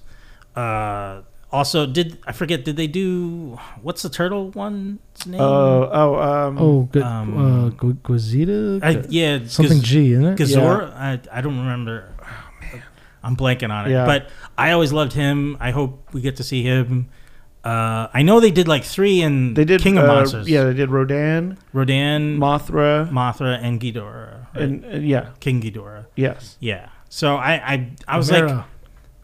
Speaker 4: Uh, also, did I forget? Did they do what's the turtle one's name?
Speaker 1: Oh, oh, um,
Speaker 3: Oh, good.
Speaker 4: Um,
Speaker 3: uh, Gu- Guizita?
Speaker 4: I, yeah,
Speaker 3: Something
Speaker 4: Gaz-
Speaker 3: G, isn't it?
Speaker 4: Gazora. I, I don't remember. I'm blanking on it.
Speaker 1: Yeah.
Speaker 4: But I always loved him. I hope we get to see him. Uh, I know they did like three in
Speaker 1: they did
Speaker 4: King of
Speaker 1: uh,
Speaker 4: Monsters.
Speaker 1: Yeah, they did Rodan,
Speaker 4: Rodan,
Speaker 1: Mothra,
Speaker 4: Mothra, and Ghidorah. right?
Speaker 1: and, and yeah,
Speaker 4: King Ghidorah.
Speaker 1: yes.
Speaker 4: Yeah. So I I, I was like,
Speaker 3: Gamera.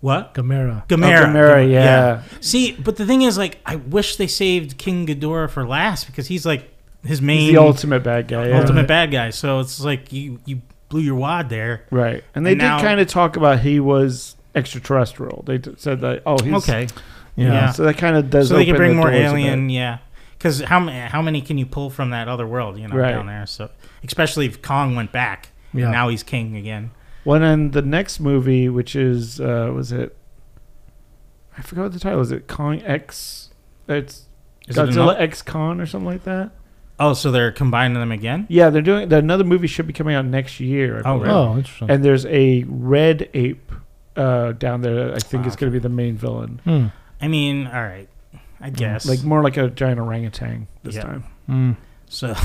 Speaker 4: what?
Speaker 3: Gamera.
Speaker 4: Gamera.
Speaker 1: Oh, Gamera, yeah.
Speaker 4: See, but the thing is, like, I wish they saved King Ghidorah for last because he's like his main
Speaker 1: He's the ultimate bad guy. yeah.
Speaker 4: ultimate bad guy. So it's like you you blew your wad there.
Speaker 1: Right. And they
Speaker 4: And
Speaker 1: did
Speaker 4: now-
Speaker 1: kind of talk about he was extraterrestrial. They d- said that, oh, he's.
Speaker 4: Okay,
Speaker 1: Yeah.
Speaker 4: Yeah.
Speaker 1: So that kind of does.
Speaker 4: so they could
Speaker 1: open
Speaker 4: bring
Speaker 1: the
Speaker 4: more
Speaker 1: doors a bit.
Speaker 4: alien, yeah. Because how many how many can you pull from that other world, you know,
Speaker 1: Right.
Speaker 4: down there? So especially if Kong went back,
Speaker 3: Yeah.
Speaker 4: and now he's king again.
Speaker 1: Well, and then the next movie, which is uh, was it? I forgot what the title is. It Kong X. It's
Speaker 4: Is it
Speaker 1: Godzilla
Speaker 4: another-
Speaker 1: X Con or something like that.
Speaker 4: Oh, so they're combining them again?
Speaker 1: Yeah, they're doing the, another movie. Should be coming out next year. I
Speaker 4: Oh,
Speaker 1: believe.
Speaker 4: really?
Speaker 3: Oh, interesting.
Speaker 1: And there's a red ape uh, down there. That I think
Speaker 4: Wow.
Speaker 1: is going to be the main villain.
Speaker 3: Hmm.
Speaker 4: I mean, all right, I guess.
Speaker 1: Like more like a giant orangutan this
Speaker 4: Yeah.
Speaker 1: time.
Speaker 3: Hmm.
Speaker 4: so
Speaker 3: All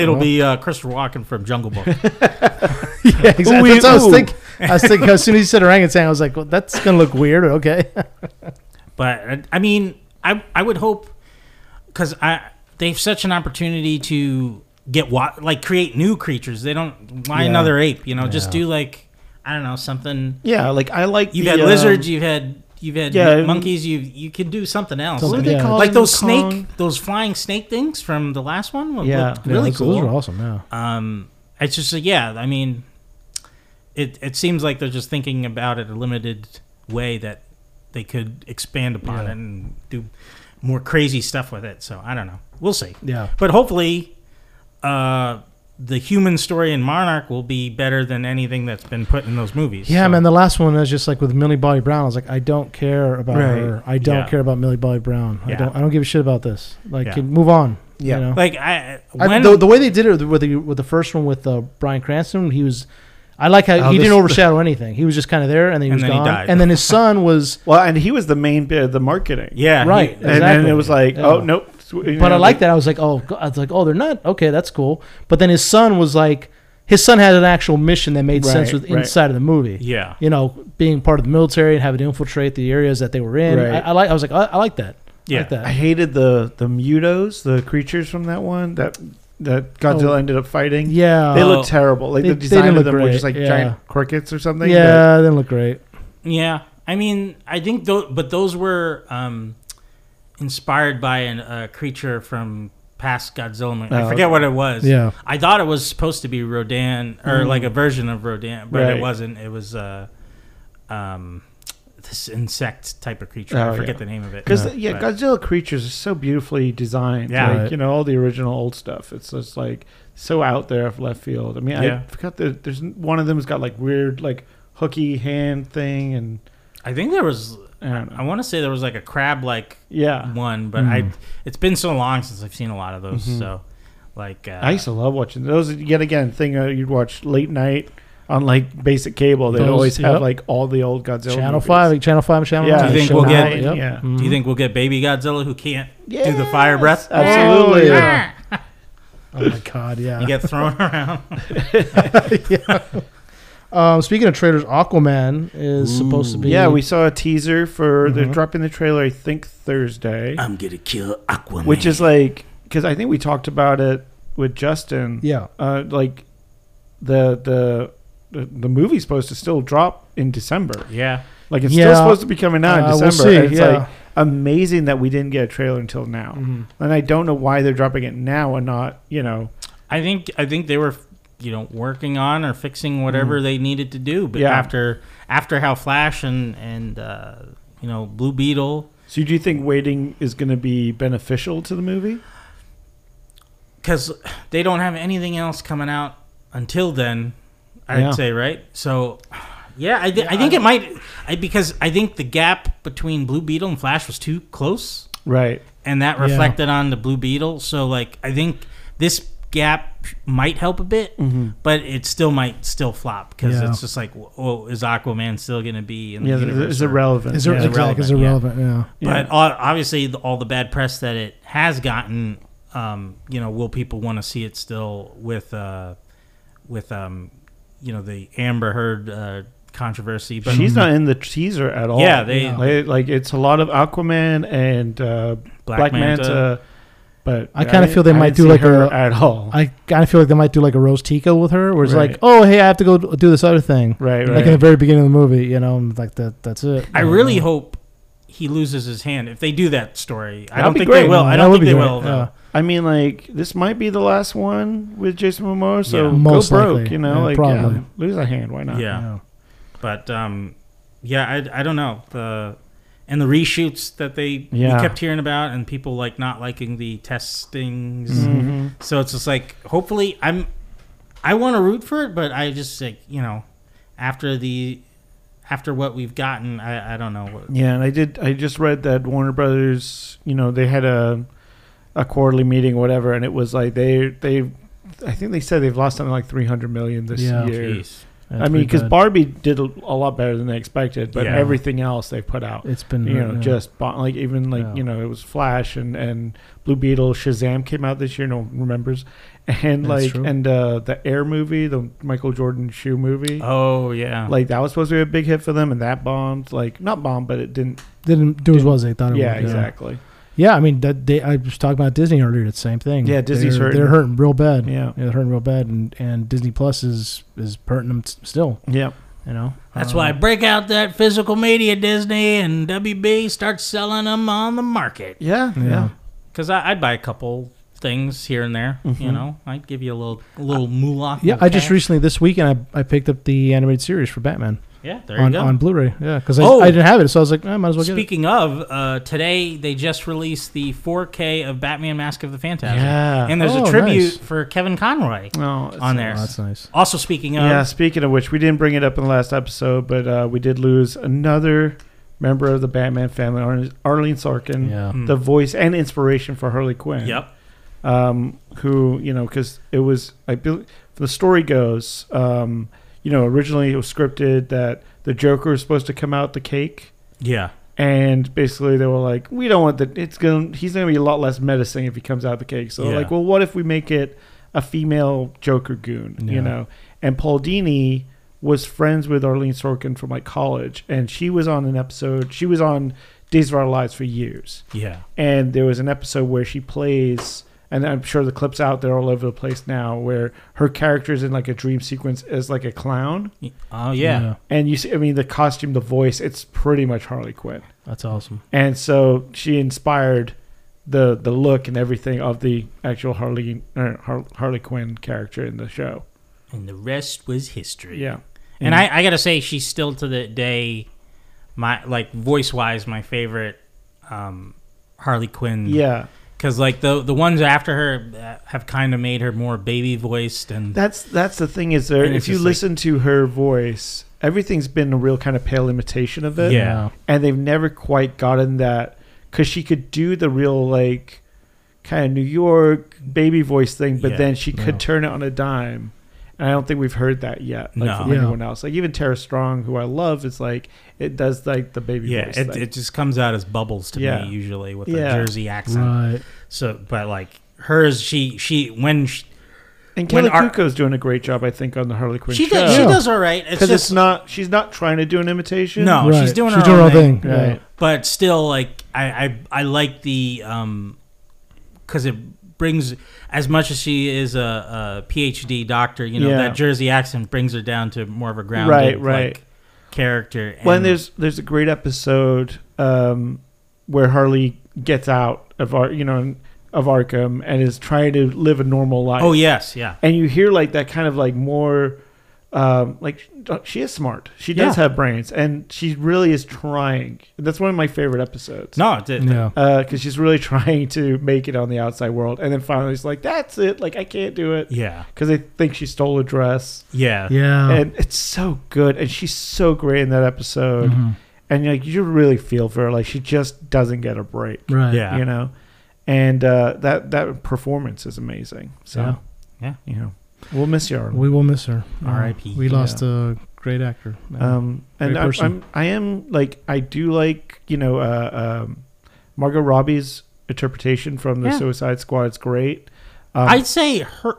Speaker 4: it'll
Speaker 3: well.
Speaker 4: be uh, Christopher Walken from Jungle Book.
Speaker 3: Yeah, exactly.
Speaker 1: Ooh,
Speaker 3: That's what I was
Speaker 1: ooh.
Speaker 3: thinking. I was thinking as soon as you said orangutan, I was like, well, that's gonna look weird. Okay.
Speaker 4: But uh, I- I mean, I I would hope because I they've such an opportunity to get wa- like create new creatures. They don't why
Speaker 3: Yeah.
Speaker 4: another ape, you know? Just
Speaker 3: Yeah.
Speaker 4: do like I don't know something.
Speaker 1: Yeah, like I like
Speaker 4: You've
Speaker 1: the,
Speaker 3: uh,
Speaker 4: had
Speaker 1: um,
Speaker 4: lizards, you've had you've had
Speaker 1: Yeah,
Speaker 4: m- monkeys. You you can do something else.
Speaker 3: Something,
Speaker 1: What do they
Speaker 3: yeah.
Speaker 1: call
Speaker 4: Like
Speaker 1: them?
Speaker 4: those
Speaker 1: Kong?
Speaker 4: snake, those flying snake things from the last one. were-
Speaker 1: Yeah.
Speaker 4: looked
Speaker 3: Yeah,
Speaker 4: really
Speaker 3: those,
Speaker 4: cool.
Speaker 3: Those are awesome. Yeah.
Speaker 4: Um, it's just yeah. I mean, it it seems like they're just thinking about it a limited way that they could expand upon
Speaker 3: Yeah.
Speaker 4: it and do more crazy stuff with it. So I don't know. We'll see.
Speaker 3: Yeah.
Speaker 4: But hopefully, uh, the human story in Monarch will be better than anything that's been put in those movies.
Speaker 3: Yeah,
Speaker 4: So-
Speaker 3: man. The last one was just like with Millie Bobby Brown. I was like, I don't care about
Speaker 1: Right.
Speaker 3: her. I don't
Speaker 4: Yeah.
Speaker 3: care about Millie Bobby Brown. I
Speaker 4: Yeah.
Speaker 3: don't. I don't give a shit about this. Like,
Speaker 4: Yeah.
Speaker 3: can- move on.
Speaker 1: Yeah.
Speaker 3: You know?
Speaker 4: Like I
Speaker 3: I-
Speaker 4: when
Speaker 3: the, the way they did it with the with the first one with uh, Brian Cranston, he was. I like how
Speaker 1: Oh,
Speaker 3: he didn't
Speaker 1: this-
Speaker 3: overshadow anything. He was just kind of there, and then he
Speaker 4: And
Speaker 3: was
Speaker 4: then he
Speaker 3: gone.
Speaker 4: died.
Speaker 3: And then his son was
Speaker 1: Well, and he was the main bit of the marketing.
Speaker 4: yeah he-
Speaker 3: right,
Speaker 1: And then it was like,
Speaker 3: Yeah.
Speaker 1: oh, nope. You
Speaker 3: But
Speaker 1: know,
Speaker 3: I like that. I was like, oh, go- I was like, oh, they're not okay. That's cool. But then his son was like, his son had an actual mission that made sense
Speaker 1: Right,
Speaker 3: with
Speaker 1: right.
Speaker 3: inside of the movie.
Speaker 4: yeah
Speaker 3: You know, being part of the military and having to infiltrate the areas that they were in.
Speaker 1: Right.
Speaker 3: I, I like. I was like, I, I like that. I
Speaker 4: yeah
Speaker 3: like that.
Speaker 1: I hated the the mutos, the creatures from that one that that Godzilla
Speaker 3: Oh.
Speaker 1: ended up fighting.
Speaker 3: yeah.
Speaker 1: They look terrible. Like
Speaker 3: They-
Speaker 1: the
Speaker 3: they
Speaker 1: design
Speaker 3: didn't
Speaker 1: of
Speaker 3: look
Speaker 1: them were just
Speaker 3: great,
Speaker 1: like
Speaker 3: yeah.
Speaker 1: giant crickets or something. but-
Speaker 3: yeah, they didn't look great.
Speaker 4: yeah I mean I think tho- but those were um, inspired by an, a creature from past Godzilla movie. I
Speaker 1: Oh,
Speaker 4: forget what it was
Speaker 3: Yeah.
Speaker 4: I thought it was supposed to be Rodan or like a version of Rodan but
Speaker 1: Mm-hmm. Right.
Speaker 4: it wasn't it was uh, um, this insect type of creature
Speaker 1: Oh,
Speaker 4: I forget
Speaker 1: yeah.
Speaker 4: the name of it
Speaker 1: Because yeah,
Speaker 4: But-
Speaker 1: Godzilla creatures are so beautifully designed.
Speaker 4: Yeah.
Speaker 1: like,
Speaker 3: Right.
Speaker 1: you know all the original old stuff. It's just like so out there of left field. I mean,
Speaker 4: Yeah.
Speaker 1: I forgot that there's one of them's got like weird like hooky hand thing, and
Speaker 4: I think there was
Speaker 1: I don't know.
Speaker 4: I want to say there was like a crab like
Speaker 1: Yeah,
Speaker 4: one but I
Speaker 1: Mm-hmm.
Speaker 4: it's been so long since I've seen a lot of those so like uh,
Speaker 1: I used to love watching those. are Yet again, thing uh, you'd watch late night on like basic cable. They'd
Speaker 3: Those-
Speaker 1: always have
Speaker 3: yep.
Speaker 1: like all the old Godzilla.
Speaker 3: Channel
Speaker 1: movies.
Speaker 3: five, channel five, channel
Speaker 1: Yeah,
Speaker 3: nine.
Speaker 4: Do you think
Speaker 3: Channel
Speaker 4: we'll get-
Speaker 3: nine, yep.
Speaker 1: yeah.
Speaker 3: Mhm.
Speaker 4: Do you think we'll get baby Godzilla who can't do the fire
Speaker 1: Yes,
Speaker 4: breath?
Speaker 1: Absolutely.
Speaker 3: Yeah. Oh my god, yeah.
Speaker 4: You get thrown around.
Speaker 3: Um, speaking of trailers, Aquaman is supposed to be.
Speaker 1: Yeah, we saw a teaser for they're
Speaker 3: Mm-hmm.
Speaker 1: dropping the trailer. I think Thursday.
Speaker 4: I'm gonna kill Aquaman.
Speaker 1: which is like because I think we talked about it with Justin.
Speaker 3: Yeah.
Speaker 1: uh, like the the the, the movie's supposed to still drop in December.
Speaker 4: yeah,
Speaker 1: Like it's
Speaker 3: Yeah.
Speaker 1: still supposed to be coming out in
Speaker 3: Uh, we'll
Speaker 1: December.
Speaker 3: see,
Speaker 1: and it's
Speaker 3: yeah. Mm-hmm.
Speaker 1: like amazing that we didn't get a trailer until now. And I don't know why they're dropping it now and not you know
Speaker 4: I think I think they were, you know, working on or fixing whatever they needed to do. But
Speaker 1: Mm. Yeah.
Speaker 4: after after how Flash and and uh, you know Blue Beetle,
Speaker 1: So do you think waiting is going to be beneficial to the movie?
Speaker 4: because they don't have anything else coming out until then. I'd
Speaker 1: Yeah.
Speaker 4: say right. So. Yeah, I, thi- I think it might I, because I think the gap between Blue Beetle and Flash was too close.
Speaker 1: Right.
Speaker 4: and that
Speaker 3: Yeah.
Speaker 4: reflected on the Blue Beetle. So like I think this gap might help a bit, but it still might still flop because
Speaker 3: Yeah.
Speaker 4: it's just like, oh, is Aquaman still going to be in the
Speaker 1: Yeah,
Speaker 4: universe?
Speaker 1: it's
Speaker 4: or-
Speaker 1: irrelevant.
Speaker 3: Is there,
Speaker 1: yeah.
Speaker 4: it's
Speaker 3: exactly, is
Speaker 4: irrelevant,
Speaker 3: irrelevant. Yeah.
Speaker 4: But o- obviously, the, all the bad press that it has gotten, um, you know, will people want to see it still with, uh, with, um, you know, the Amber Heard uh, controversy? But
Speaker 1: She's not in the teaser at all.
Speaker 4: Yeah, they-
Speaker 1: like, it- like, it's a lot of Aquaman and uh, Black, Manta. But
Speaker 3: I kinda
Speaker 1: didn't-
Speaker 3: feel they
Speaker 1: I
Speaker 3: might
Speaker 1: didn't
Speaker 3: do
Speaker 1: see
Speaker 3: like
Speaker 1: her
Speaker 3: a-
Speaker 1: at all.
Speaker 3: I kind of feel like they might do like a Rose Tico with her, where it's
Speaker 1: Right.
Speaker 3: like, oh, hey, I have to go do this other thing.
Speaker 1: right,
Speaker 3: Like
Speaker 1: right.
Speaker 3: in the very beginning of the movie, you know, and like that. That's it.
Speaker 4: I really hope he loses his hand if they do that story. I
Speaker 1: That'd
Speaker 4: don't
Speaker 1: be
Speaker 4: think they
Speaker 1: great.
Speaker 4: will. I
Speaker 3: That
Speaker 4: don't
Speaker 3: would
Speaker 4: think
Speaker 3: be
Speaker 4: they
Speaker 3: great,
Speaker 4: will.
Speaker 3: yeah.
Speaker 4: Though.
Speaker 1: I mean, like this might be the last one with Jason Momoa, so
Speaker 4: Yeah.
Speaker 1: go
Speaker 3: Most
Speaker 1: broke.
Speaker 3: likely.
Speaker 1: You know,
Speaker 3: Yeah,
Speaker 1: like
Speaker 3: probably.
Speaker 1: yeah, lose a hand. Why not?
Speaker 4: yeah. But um, yeah, I, I don't know the and the reshoots that they
Speaker 1: Yeah.
Speaker 4: we kept hearing about and people like not liking the testings.
Speaker 1: Mhm.
Speaker 4: So it's just like hopefully I'm I want to root for it, but I just like you know after the after what we've gotten, I, I don't know. What,
Speaker 1: Yeah, and I did. I just read that Warner Brothers, you know, they had a a quarterly meeting, or whatever, and it was like they they, I think they said they've lost something like three hundred million this
Speaker 3: Yeah.
Speaker 1: year.
Speaker 4: Jeez.
Speaker 1: I mean, because Barbie did a, a lot better than they expected, but
Speaker 4: Yeah.
Speaker 1: everything else they put out,
Speaker 3: it's been
Speaker 1: you know,
Speaker 3: Mm-hmm, yeah.
Speaker 1: just bon- like even like
Speaker 3: Yeah.
Speaker 1: you know, it was Flash and and Blue Beetle, Shazam came out this year. No one remembers, and
Speaker 3: That's
Speaker 1: like
Speaker 3: true.
Speaker 1: and uh, the Air movie, the Michael Jordan shoe movie.
Speaker 4: Oh yeah.
Speaker 1: Like that was supposed to be a big hit for them, and that bombed. Like not bombed, but it didn't.
Speaker 3: didn't do as well as they thought. It
Speaker 1: yeah,
Speaker 3: would,
Speaker 1: exactly.
Speaker 3: Yeah, I mean, that they, I was talking about Disney earlier. It's the same thing.
Speaker 1: Yeah, Disney's
Speaker 3: they're,
Speaker 1: hurting.
Speaker 3: They're hurting real bad.
Speaker 1: Yeah.
Speaker 3: they're hurting real bad, and and Disney Plus is is hurting them t- still.
Speaker 1: Yeah,
Speaker 3: You know,
Speaker 4: That's
Speaker 3: Um,
Speaker 4: why break out that physical media, Disney and WB. Start selling them on the market.
Speaker 1: Yeah, yeah.
Speaker 3: Yeah.
Speaker 4: Because I'd buy a couple things here and there. You know, I'd give you a little a little moolah.
Speaker 3: Mm-hmm. Yeah,
Speaker 4: little
Speaker 3: I just
Speaker 4: cash.
Speaker 3: recently this weekend I, I picked up the animated series for Batman
Speaker 4: yeah. There you
Speaker 3: on,
Speaker 4: go.
Speaker 3: on Blu-ray. Yeah, because I,
Speaker 4: Oh.
Speaker 3: I didn't have it, so I was like, I might as well get it.
Speaker 4: Speaking of, uh, today they just released the 4K of Batman: Mask of the Phantasm.
Speaker 1: Yeah.
Speaker 4: And there's
Speaker 3: Oh,
Speaker 4: a tribute
Speaker 3: nice.
Speaker 4: for Kevin Conroy
Speaker 1: No, it's-
Speaker 4: on
Speaker 3: Oh,
Speaker 4: there. Um,
Speaker 3: that's nice.
Speaker 4: Also, speaking of,
Speaker 1: yeah. Speaking of which, we didn't bring it up in the last episode, but uh, we did lose another member of the Batman family, Ar- Arlene Sorkin,
Speaker 3: Yeah.
Speaker 4: Mm.
Speaker 1: the voice and inspiration for Harley Quinn.
Speaker 4: yep,
Speaker 1: um, who you know because it was I believe the story goes um, you know originally it was scripted that the Joker was supposed to come out the cake
Speaker 4: yeah,
Speaker 1: and basically they were like we don't want the it's going to he's going to be a lot less menacing if he comes out the cake so they're
Speaker 4: Yeah.
Speaker 1: like well what if we make it a female Joker goon
Speaker 3: Yeah.
Speaker 1: you know and Paul Dini was friends with Arlene Sorkin from like college and she was on an episode she was on Days of Our Lives for years
Speaker 4: yeah,
Speaker 1: and there was an episode where she plays and i'm sure the clips out there all over the place now where her character's in like a dream sequence as like a clown
Speaker 4: oh yeah.
Speaker 1: and you see i mean the costume the voice it's pretty much harley quinn
Speaker 3: that's awesome.
Speaker 1: and so she inspired the the look and everything of the actual harley er, Har- harley quinn character in the show
Speaker 4: And the rest was history.
Speaker 1: yeah
Speaker 4: and I, I gotta say, she's still to the day, my like voice wise, my favorite um, Harley Quinn.
Speaker 1: yeah
Speaker 4: because like the the ones after her uh, have kind of made her more baby voiced and
Speaker 1: That's that's the thing is there.
Speaker 4: And it's
Speaker 1: If you
Speaker 4: just like-
Speaker 1: listen to her voice, everything's been a real kind of pale imitation of it.
Speaker 4: Yeah.
Speaker 1: and they've never quite gotten that because she could do the real like kind of New York baby voice thing, but
Speaker 4: Yeah.
Speaker 1: then she could
Speaker 3: No.
Speaker 1: turn it on a dime. And I don't think we've heard that yet, like
Speaker 4: No.
Speaker 1: from
Speaker 3: Yeah.
Speaker 1: anyone else. Like even Tara Strong, who I love, is like it does like the baby
Speaker 4: yeah,
Speaker 1: voice
Speaker 4: it,
Speaker 1: thing.
Speaker 4: it just comes out as bubbles to
Speaker 1: Yeah.
Speaker 4: me usually with
Speaker 1: Yeah.
Speaker 4: a Jersey accent.
Speaker 3: Right.
Speaker 4: So, but like hers, she she when she
Speaker 1: and
Speaker 4: when
Speaker 1: Kelly
Speaker 4: our-
Speaker 1: Kuko's doing a great job, I think, on the Harley Quinn
Speaker 4: she,
Speaker 1: show.
Speaker 4: does, she
Speaker 3: Yeah.
Speaker 4: does all right. It's
Speaker 1: because
Speaker 4: just
Speaker 1: it's not she's not trying to do an imitation.
Speaker 4: No. Oh, she's
Speaker 3: right.
Speaker 4: doing
Speaker 3: she's
Speaker 4: her
Speaker 3: doing
Speaker 4: own
Speaker 3: her own
Speaker 4: thing.
Speaker 3: thing.
Speaker 1: right?
Speaker 4: but still like I I, I like the um because it brings as much as she is a, a PhD doctor, you know
Speaker 1: Yeah.
Speaker 4: that Jersey accent brings her down to more of a grounded
Speaker 1: Right, right.
Speaker 4: Like, character. And,
Speaker 1: Well, and there's there's a great episode um, where Harley gets out of our you know of Arkham and is trying to live a normal life.
Speaker 4: oh yes, yeah.
Speaker 1: and you hear like that kind of like more um, like she is smart. She does
Speaker 4: Yeah.
Speaker 1: have brains, and she really is trying. That's one of my favorite episodes.
Speaker 4: No, it's it,
Speaker 3: Yeah.
Speaker 1: because she's really trying to make it on the outside world, and then finally she's like, "That's it! Like I can't do it."
Speaker 4: yeah,
Speaker 1: Because they think she stole a dress,
Speaker 4: yeah,
Speaker 3: Yeah.
Speaker 1: and it's so good, and she's so great in that episode
Speaker 3: Mhm.
Speaker 1: and like you really feel for her like she just doesn't get a break
Speaker 3: Right.
Speaker 4: Yeah.
Speaker 1: you know and uh, that that performance is amazing so
Speaker 3: Yeah.
Speaker 4: Yeah.
Speaker 1: you know we'll miss you Arlen.
Speaker 3: We will miss her. Uh,
Speaker 4: R.I.P..
Speaker 3: We lost a great actor.
Speaker 1: um and
Speaker 3: Great
Speaker 1: I,
Speaker 3: person.
Speaker 1: I'm I am like I do like you know uh, um, Margot Robbie's interpretation from the
Speaker 4: Yeah.
Speaker 1: Suicide Squad is great um,
Speaker 4: I'd say her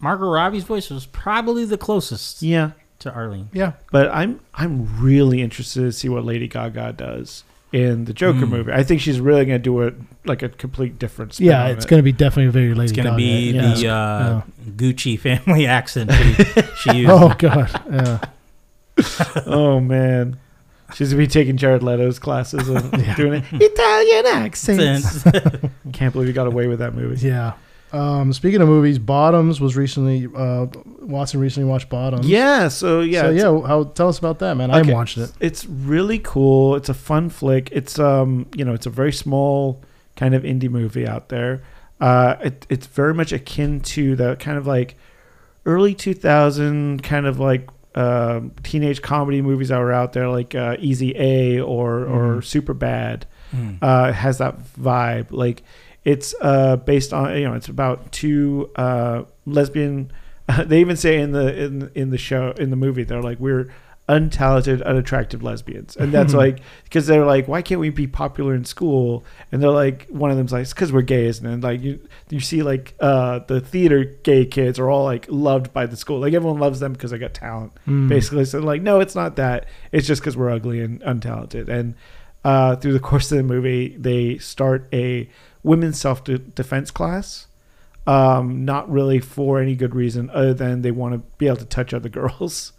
Speaker 4: Margot Robbie's voice was probably the closest
Speaker 1: yeah
Speaker 4: to Arlene.
Speaker 3: yeah.
Speaker 1: but I'm I'm really interested to see what Lady Gaga does in the Joker
Speaker 3: Hmm.
Speaker 4: Mm.
Speaker 1: movie I think she's really gonna do a like a complete different spin
Speaker 3: Yeah,
Speaker 1: on
Speaker 3: it's
Speaker 1: it.
Speaker 3: going to be definitely very Lady
Speaker 4: It's gonna
Speaker 3: Gaga.
Speaker 4: be
Speaker 1: yeah.
Speaker 4: the uh, Gucci family accent she, she used.
Speaker 3: Oh god. Yeah.
Speaker 1: Oh man, she's gonna be taking Jared Leto's classes and doing it Italian accents. Can't believe he got away with that movie.
Speaker 3: Yeah. Um, speaking of movies, Bottoms was recently uh, Watson recently watched Bottoms.
Speaker 1: Yeah, so yeah,
Speaker 3: So
Speaker 1: it's-
Speaker 3: yeah, how, tell us about that, man. I
Speaker 1: Okay.
Speaker 3: haven't watched it.
Speaker 1: It's really cool. It's a fun flick. It's um, you know, it's a very small kind of indie movie out there. Uh, it, it's very much akin to the kind of like early 2000 kind of like um teenage comedy movies that were out there, like uh, Easy A or or Super Bad.
Speaker 4: Hmm.
Speaker 1: uh, it has that vibe. Like it's uh, based on you know it's about two uh, lesbian. they even say in the in in the show in the movie they're like we're untalented, unattractive lesbians, and that's like because they're like why can't we be popular in school? And they're like one of them's like it's because we're gay, isn't it? Like you you see like uh, the theater gay kids are all like loved by the school. Like everyone loves them because they got talent
Speaker 3: Mm.
Speaker 1: basically. So like, no, it's not that. It's just because we're ugly and untalented. And uh, through the course of the movie, they start a women's self de- defense class. Um, not really for any good reason other than they want to be able to touch other girls.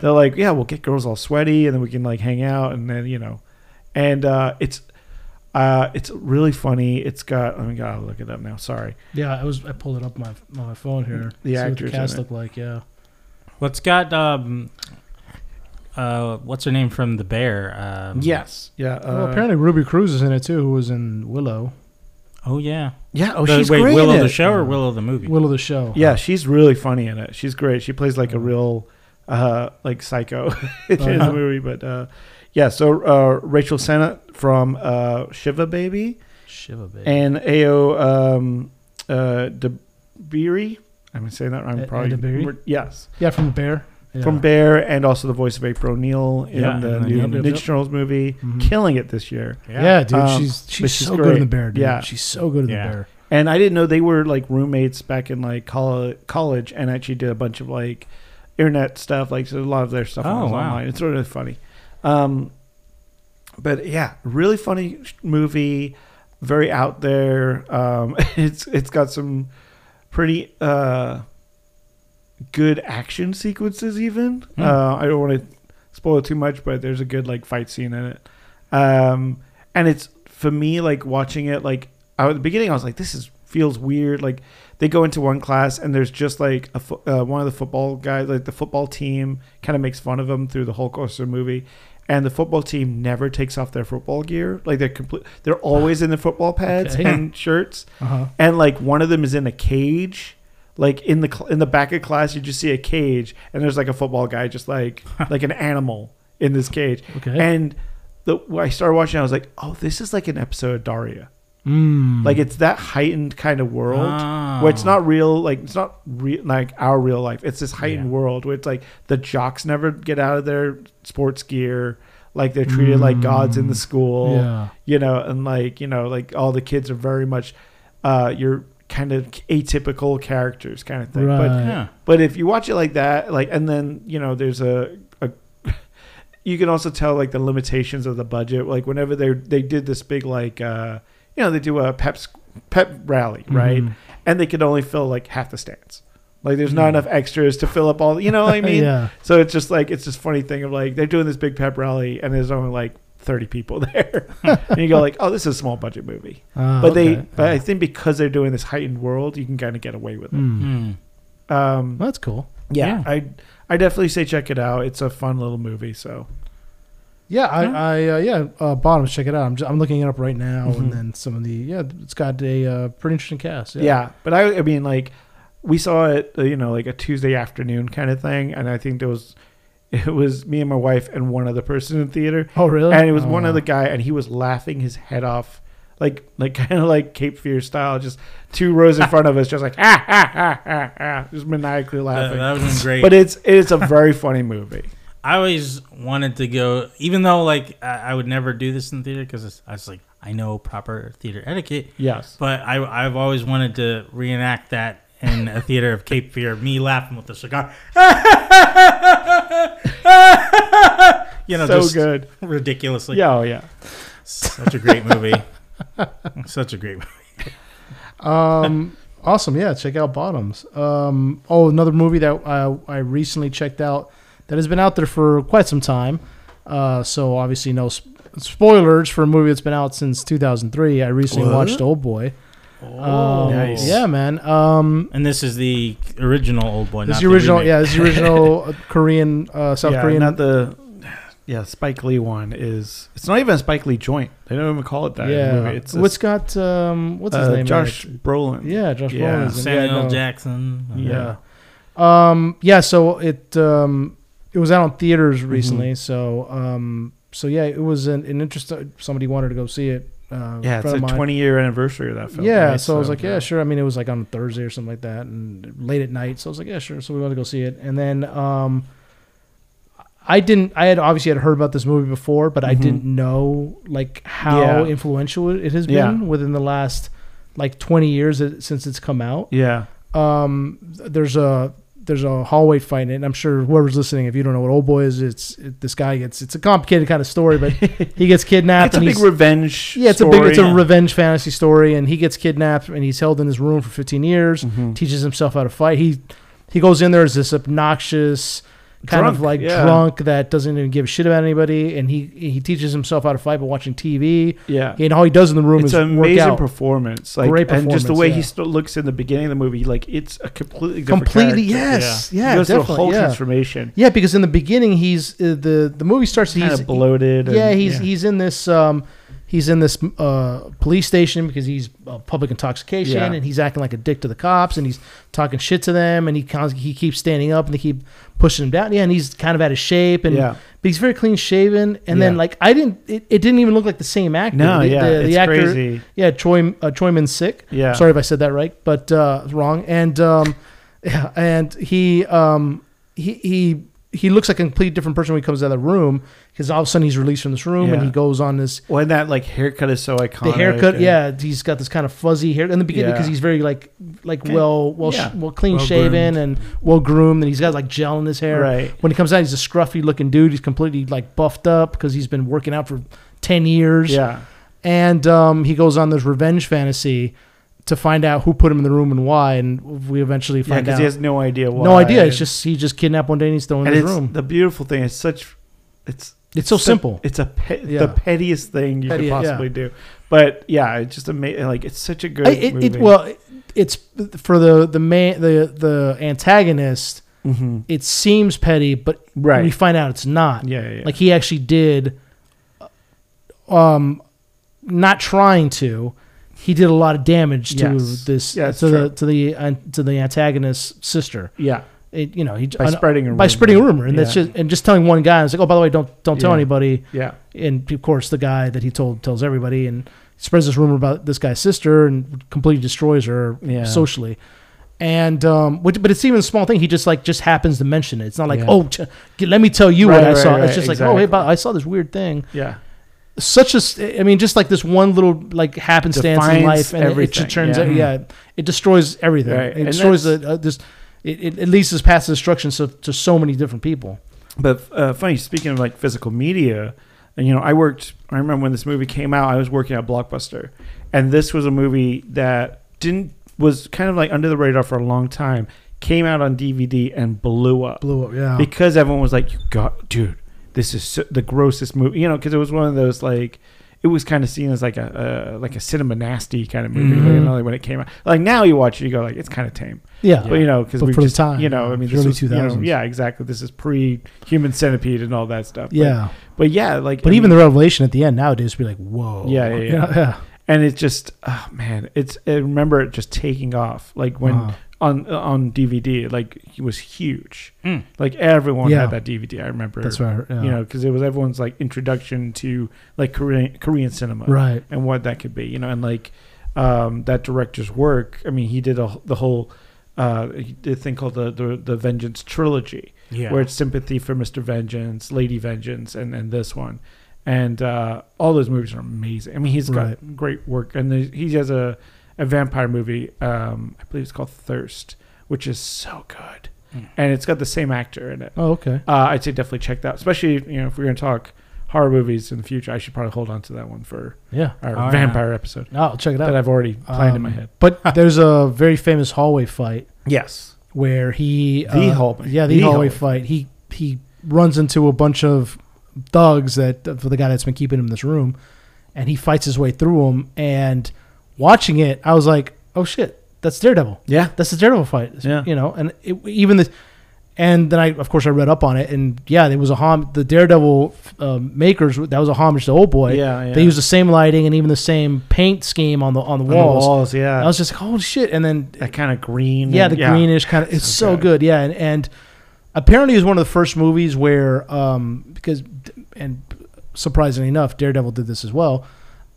Speaker 1: They're like, yeah, we'll get girls all sweaty, and then we can like hang out, and then you know, and uh, it's uh, it's really funny. It's got let me gotta look it up now. Sorry,
Speaker 3: Yeah, I was I pulled it up my on my phone here.
Speaker 1: The
Speaker 3: See what
Speaker 1: actors
Speaker 3: the
Speaker 1: in
Speaker 3: cast
Speaker 1: it.
Speaker 3: look like. Yeah,
Speaker 4: What's got um, uh, what's her name from The Bear? Um,
Speaker 1: yes, yeah, uh,
Speaker 3: well, Oh, apparently Ruby Cruz is in it too, who was in Willow,
Speaker 4: Oh yeah.
Speaker 1: yeah. Oh,
Speaker 4: The-
Speaker 1: she's
Speaker 4: wait,
Speaker 1: great.
Speaker 4: Willow
Speaker 1: in
Speaker 4: the
Speaker 1: it.
Speaker 4: show or Willow the movie?
Speaker 3: Willow the show.
Speaker 1: Yeah, she's really funny in it. She's great. She plays like a real uh like psycho in the
Speaker 3: Uh-huh.
Speaker 1: movie, but uh yeah, so uh Rachel Sennett from uh Shiva Baby
Speaker 3: Shiva baby.
Speaker 1: and AO um uh DeBeery. I'm saying that wrong
Speaker 3: A-
Speaker 1: probably.
Speaker 3: Adebiri?
Speaker 1: we're- Yes.
Speaker 3: yeah, from Bear. Yeah.
Speaker 1: From Bear and also the voice of April O'Neil in
Speaker 4: Yeah,
Speaker 1: the
Speaker 4: and
Speaker 1: new
Speaker 4: then-
Speaker 1: Ninja Turtles movie,
Speaker 4: Mm-hmm.
Speaker 3: Mhm.
Speaker 1: killing it this year.
Speaker 3: Yeah, dude,
Speaker 1: Um,
Speaker 3: she's
Speaker 1: but
Speaker 3: she's
Speaker 1: she's
Speaker 3: so good in the
Speaker 1: great.
Speaker 3: bear, dude.
Speaker 1: Yeah.
Speaker 3: she's so good in
Speaker 4: Yeah.
Speaker 3: the bear.
Speaker 1: And I didn't know they were like roommates back in like col- college and actually did a bunch of like internet stuff. Like so a lot of their stuff
Speaker 4: Oh,
Speaker 1: was
Speaker 4: wow.
Speaker 1: online. It's really funny. Um, but yeah, really funny sh- movie, very out there. Um, it's it's got some pretty uh, good action sequences. Even
Speaker 4: Hmm.
Speaker 1: uh, I don't want to spoil it too much, but there's a good like fight scene in it. Um, and it's for me like watching it like I, at the beginning I was like this is feels weird like they go into one class and there's just like a fo- uh, one of the football guys like the football team kind of makes fun of them through the whole course of the movie and the football team never takes off their football gear like they're complete they're always in their football pads
Speaker 3: Okay.
Speaker 1: and shirts
Speaker 3: Uh-huh.
Speaker 1: and like one of them is in a cage like in the cl- in the back of class you just see a cage and there's like a football guy just like like an animal in this cage
Speaker 3: Okay.
Speaker 1: and the when I started watching I was like oh this is like an episode of Daria
Speaker 3: Mm.
Speaker 1: like it's that heightened kind of world
Speaker 4: Hmm. Ah.
Speaker 1: where it's not real, like it's not real, like our real life. It's this heightened
Speaker 4: Yeah.
Speaker 1: world where it's like the jocks never get out of their sports gear, like they're treated like gods in the school,
Speaker 3: Yeah.
Speaker 1: you know, and like you know, like all the kids are very much uh, your kind of atypical characters, kind of thing. But
Speaker 3: Right.
Speaker 4: Yeah.
Speaker 1: but if you watch it like that, like, and then you know, there's a, a you can also tell like the limitations of the budget. Like whenever they they did this big like, uh, you know, they do a Pep's Pep rally, right?
Speaker 3: Mhm.
Speaker 1: And they could only fill like half the stands. Like there's not enough extras to fill up all. You know what I mean?
Speaker 3: Mm. yeah,
Speaker 1: So it's just like it's this funny thing of like they're doing this big pep rally and there's only like 30 people there, and you go like, oh, this is a small budget movie.
Speaker 3: Ah,
Speaker 1: But they,
Speaker 3: okay.
Speaker 1: but I think because they're doing this heightened world, you can kind of get away with it.
Speaker 3: Mm.
Speaker 4: Hmm.
Speaker 1: Um,
Speaker 3: Well, that's cool.
Speaker 1: yeah,
Speaker 4: Yeah.
Speaker 1: I I definitely say check it out. It's a fun little movie. So
Speaker 3: Yeah, I,
Speaker 4: Yeah.
Speaker 3: I uh, yeah, uh, bottoms. Check it out. I'm, just, I'm looking it up right now,
Speaker 1: Mhm.
Speaker 3: and then some of the yeah, it's got a uh, pretty interesting cast.
Speaker 1: yeah, but I I mean like we saw it uh, you know like a Tuesday afternoon kind of thing, and I think there was it was me and my wife and one other person in the theater,
Speaker 3: Oh really?
Speaker 1: and it was
Speaker 3: oh.
Speaker 1: one other guy, and he was laughing his head off. Like, like kind of like Cape Fear style, just two rows in front of us, just like ah, ah, ah, ah, ah, just maniacally
Speaker 4: That,
Speaker 1: laughing.
Speaker 4: that would have been great.
Speaker 1: but it's it's a very funny movie.
Speaker 4: I always wanted to go, even though like I, I would never do this in theater because I was like, I know proper theater etiquette,
Speaker 1: Yes.
Speaker 4: but I, I've always wanted to reenact that in a theater of Cape Fear, me laughing with a cigar. you know,
Speaker 1: so
Speaker 4: just
Speaker 1: good.
Speaker 4: ridiculously.
Speaker 1: yeah, oh, yeah.
Speaker 4: Such a great movie. Such a great movie.
Speaker 3: Um, awesome. Yeah, check out Bottoms. Um, oh, another movie that I, I recently checked out that has been out there for quite some time. Uh, so obviously no sp- spoilers for a movie that's been out since 2003. I recently
Speaker 4: What?
Speaker 3: watched Old Boy. Um,
Speaker 1: Oh. Nice.
Speaker 3: Yeah, man. Um,
Speaker 4: And this is the original old boy.
Speaker 3: this
Speaker 4: not
Speaker 3: is the original.
Speaker 4: remake.
Speaker 3: Yeah, this is the original uh, Korean, uh, South
Speaker 1: yeah,
Speaker 3: Korean.
Speaker 1: Not the yeah Spike Lee one is. It's not even a Spike Lee joint. They don't even call it that. in the
Speaker 3: yeah,
Speaker 1: movie. it's
Speaker 3: what's
Speaker 1: this,
Speaker 3: got um, what's his
Speaker 1: uh,
Speaker 3: name? in
Speaker 1: Josh
Speaker 3: it?
Speaker 1: Brolin.
Speaker 3: Yeah, Josh
Speaker 1: Yeah.
Speaker 3: Brolin. is in- yeah,
Speaker 4: Samuel
Speaker 3: no.
Speaker 4: Jackson.
Speaker 1: Yeah.
Speaker 3: Yeah. Um. Yeah. So it um it was out on theaters
Speaker 1: Mm-hmm.
Speaker 3: recently. So um so yeah, it was an, an interest. Somebody wanted to go see it. Uh,
Speaker 1: yeah.
Speaker 3: a
Speaker 1: It's
Speaker 3: friend of
Speaker 1: a
Speaker 3: mine.
Speaker 1: 20 year anniversary of that film.
Speaker 3: Yeah.
Speaker 1: right?
Speaker 3: So, I was like, yeah, sure. I mean, it was like on Thursday or something like that, and late at night. So I was like, yeah, sure. So we wanted to go see it, and then um. I didn't. I had obviously had heard about this movie before, but I
Speaker 1: Mhm.
Speaker 3: didn't know like how
Speaker 1: Yeah.
Speaker 3: influential it it has been
Speaker 1: Yeah.
Speaker 3: within the last like twenty years it- since it's come out
Speaker 1: Yeah.
Speaker 3: um, th- there's a there's a hallway fight in it. And I'm sure whoever's listening, if you don't know what Old Boy is, it's it, this guy gets it's a complicated kind of story, but he gets kidnapped.
Speaker 1: It's a
Speaker 3: and
Speaker 1: big
Speaker 3: he's,
Speaker 1: revenge.
Speaker 3: yeah, it's a big it's a
Speaker 1: story.
Speaker 3: revenge fantasy story, and he gets kidnapped and he's held in his room for 15 years.
Speaker 1: Mhm.
Speaker 3: Teaches himself how to fight. He he goes in there as this obnoxious kind
Speaker 1: Drunk,
Speaker 3: of like
Speaker 1: yeah.
Speaker 3: drunk that doesn't even give a shit about anybody, and he he teaches himself how to fight by watching TV.
Speaker 1: Yeah.
Speaker 3: and all he does in the room
Speaker 1: It's
Speaker 3: is
Speaker 1: an
Speaker 3: work
Speaker 1: amazing
Speaker 3: out.
Speaker 1: performance, like,
Speaker 3: Great
Speaker 1: and just the
Speaker 3: performance,
Speaker 1: way
Speaker 3: yeah.
Speaker 1: he still looks in the beginning of the movie, like it's a completely different
Speaker 3: completely
Speaker 1: character.
Speaker 3: yes, yeah,
Speaker 1: he goes through a
Speaker 3: definitely,
Speaker 1: whole
Speaker 3: yeah.
Speaker 1: transformation,
Speaker 3: Yeah, because in the beginning he's uh, the the movie starts
Speaker 1: kind
Speaker 3: he's
Speaker 1: of bloated. and-
Speaker 3: yeah he's he's in this um he's in this uh police station because he's uh, public intoxication
Speaker 1: Yeah.
Speaker 3: and he's acting like a dick to the cops and he's talking shit to them and he cons- he keeps standing up and they keep pushing him down yeah and he's kind of out of shape and
Speaker 1: Yeah.
Speaker 3: but he's very clean shaven and then
Speaker 1: Yeah.
Speaker 3: like I didn't it, it didn't even look like the same actor
Speaker 1: No,
Speaker 3: the,
Speaker 1: yeah,
Speaker 3: the, the
Speaker 1: it's
Speaker 3: actor
Speaker 1: crazy.
Speaker 3: yeah Troy uh, Troyman sick
Speaker 1: Yeah.
Speaker 3: sorry if I said that right but uh wrong and um yeah, and he um he he he looks like a completely different person when he comes out of the room because all of a sudden he's released from this room and
Speaker 1: Yeah.
Speaker 3: he goes on this
Speaker 1: When that like haircut is so iconic.
Speaker 3: the haircut
Speaker 1: and-
Speaker 3: yeah he's got this kind of fuzzy hair in the beginning
Speaker 1: Yeah.
Speaker 3: because he's very like like
Speaker 1: Kind-
Speaker 3: well well
Speaker 1: yeah.
Speaker 3: sh- well clean shaven and well groomed and he's got like gel in his hair
Speaker 1: Right.
Speaker 3: when he comes out he's a scruffy looking dude he's completely like buffed up because he's been working out for 10 years
Speaker 1: yeah,
Speaker 3: and um, he goes on this revenge fantasy to find out who put him in the room and why and we eventually
Speaker 1: yeah,
Speaker 3: find
Speaker 1: because
Speaker 3: out
Speaker 1: he has no idea why.
Speaker 3: no idea it's
Speaker 1: and-
Speaker 3: just he just kidnapped one day and he's thrown in
Speaker 1: and
Speaker 3: his
Speaker 1: it's-
Speaker 3: room
Speaker 1: The beautiful thing is such. It's
Speaker 3: It's so
Speaker 1: such-
Speaker 3: simple.
Speaker 1: It's a pe-
Speaker 3: Yeah.
Speaker 1: the pettiest thing you
Speaker 3: Petty,
Speaker 1: could
Speaker 3: yeah.
Speaker 1: possibly do, but yeah, it's just amazing. Like it's such a good.
Speaker 3: I, it,
Speaker 1: movie.
Speaker 3: it, well, it- it's for the the man the the antagonist.
Speaker 1: Mhm.
Speaker 3: It seems petty, but
Speaker 1: Right.
Speaker 3: we find out it's not.
Speaker 1: Yeah, yeah, yeah.
Speaker 3: Like he actually did, uh, um, not trying to. He did a lot of damage to
Speaker 1: Yes.
Speaker 3: this
Speaker 1: Yeah, it's
Speaker 3: to the
Speaker 1: true.
Speaker 3: to the uh, to the antagonist's sister.
Speaker 1: yeah,
Speaker 3: It, you know, he
Speaker 1: By spreading a
Speaker 3: by
Speaker 1: rumor.
Speaker 3: spreading a rumor, and that's
Speaker 1: Yeah.
Speaker 3: just and just telling one guy. I was like, oh, by the way, don't don't tell
Speaker 1: Yeah.
Speaker 3: anybody
Speaker 1: yeah.
Speaker 3: and of course the guy that he told tells everybody and spreads this rumor about this guy's sister and completely destroys her
Speaker 1: Yeah.
Speaker 3: socially and um which, but it's even a small thing he just like just happens to mention it it's not like
Speaker 1: Yeah.
Speaker 3: oh ch- g- let me tell you
Speaker 1: Right,
Speaker 3: what i
Speaker 1: right,
Speaker 3: saw
Speaker 1: right,
Speaker 3: it's just like oh hey
Speaker 1: exactly.
Speaker 3: but i saw this weird thing
Speaker 1: Yeah.
Speaker 3: such a s- I mean just like this one little like happenstance in
Speaker 1: Defines
Speaker 3: life and it- it,
Speaker 1: everything,
Speaker 3: just turns
Speaker 1: yeah.
Speaker 3: out yeah it destroys everything
Speaker 1: Right,
Speaker 3: it
Speaker 1: and
Speaker 3: destroys
Speaker 1: that's-
Speaker 3: the, uh, this it, it, it leads this path to destruction so, to so many different people
Speaker 1: But uh, funny, speaking of like physical media, and you know, I worked. I remember when this movie came out, I was working at Blockbuster, and this was a movie that didn't was kind of like under the radar for a long time. Came out on DVD and blew up
Speaker 3: blew up yeah
Speaker 1: because everyone was like, "You got, dude, this is so, the grossest movie," you know, because it was one of those like. It was kind of seen as like a uh, like a cinema nasty kind of movie, you
Speaker 3: Mhm.
Speaker 1: know, like when it came out. Like now you watch it, you go like, it's kind of tame.
Speaker 3: yeah
Speaker 1: But you know, because
Speaker 3: But
Speaker 1: we
Speaker 3: for the
Speaker 1: just,
Speaker 3: time,
Speaker 1: you know, I
Speaker 3: yeah,
Speaker 1: mean,
Speaker 3: the
Speaker 1: this
Speaker 3: early
Speaker 1: was, you know,
Speaker 3: 2000s.
Speaker 1: yeah, exactly. This is pre-human centipede and all that stuff. But-
Speaker 3: yeah
Speaker 1: but, yeah, like,
Speaker 3: But
Speaker 1: I
Speaker 3: even the
Speaker 1: mean,
Speaker 3: revelation at the end nowadays would be like, whoa.
Speaker 1: Yeah, yeah, yeah.
Speaker 3: You know,
Speaker 1: and it's just, oh man, it's. I remember it just taking off, like when
Speaker 3: Uh-huh.
Speaker 1: on on DVD, like it was huge.
Speaker 4: Hmm.
Speaker 1: Like everyone
Speaker 3: Yeah.
Speaker 1: had that DVD. I remember
Speaker 3: That's right. Yeah.
Speaker 1: You know, because it was everyone's like introduction to like Korean Korean cinema,
Speaker 3: Right.
Speaker 1: and what that could be, you know, and like um, that director's work. I mean, he did a, the whole uh, he did a thing called the, the the Vengeance trilogy,
Speaker 4: Yeah.
Speaker 1: where it's sympathy for Mister Vengeance, Lady Vengeance, and and this one, and uh, all those movies are amazing. I mean, he's got
Speaker 3: Right.
Speaker 1: great work, and there's- he has a a vampire movie. Um, I believe it's called Thirst, which is so good, and it's got the same actor in it.
Speaker 3: Oh, okay.
Speaker 1: Uh, I'd say definitely check that, especially you know if we're gonna talk horror movies in the future. I should probably hold on to that one for
Speaker 3: Yeah.
Speaker 1: our
Speaker 4: Oh, yeah.
Speaker 1: vampire episode
Speaker 3: No, I'll check it
Speaker 1: that
Speaker 3: out.
Speaker 1: I've already planned in my
Speaker 3: Um,
Speaker 1: head.
Speaker 3: But there's a very famous hallway fight
Speaker 1: Yes.
Speaker 3: where he uh,
Speaker 1: The hallway.
Speaker 3: Yeah, the,
Speaker 1: The hallway.
Speaker 3: hallway, fight. He he runs into a bunch of thugs that for the guy that's been keeping him in this room, and he fights his way through them. And watching it, I was like, oh shit, that's Daredevil.
Speaker 1: Yeah.
Speaker 3: that's the Daredevil fight.
Speaker 1: Yeah.
Speaker 3: you know, and it, even the, and then I of course I read up on it, and yeah, it was a hom the Daredevil um, makers that was a homage to Old Boy.
Speaker 1: Yeah, yeah.
Speaker 3: they used the same lighting and even the same paint scheme on the on the walls.
Speaker 1: yeah.
Speaker 3: I was just like, oh shit, and then
Speaker 1: that kind of green.
Speaker 3: yeah,
Speaker 1: and-
Speaker 3: the greenish kind of it's so,
Speaker 1: good.
Speaker 3: good. Yeah, and, and apparently it was one of the first movies where um because and surprisingly enough, Daredevil did this as well.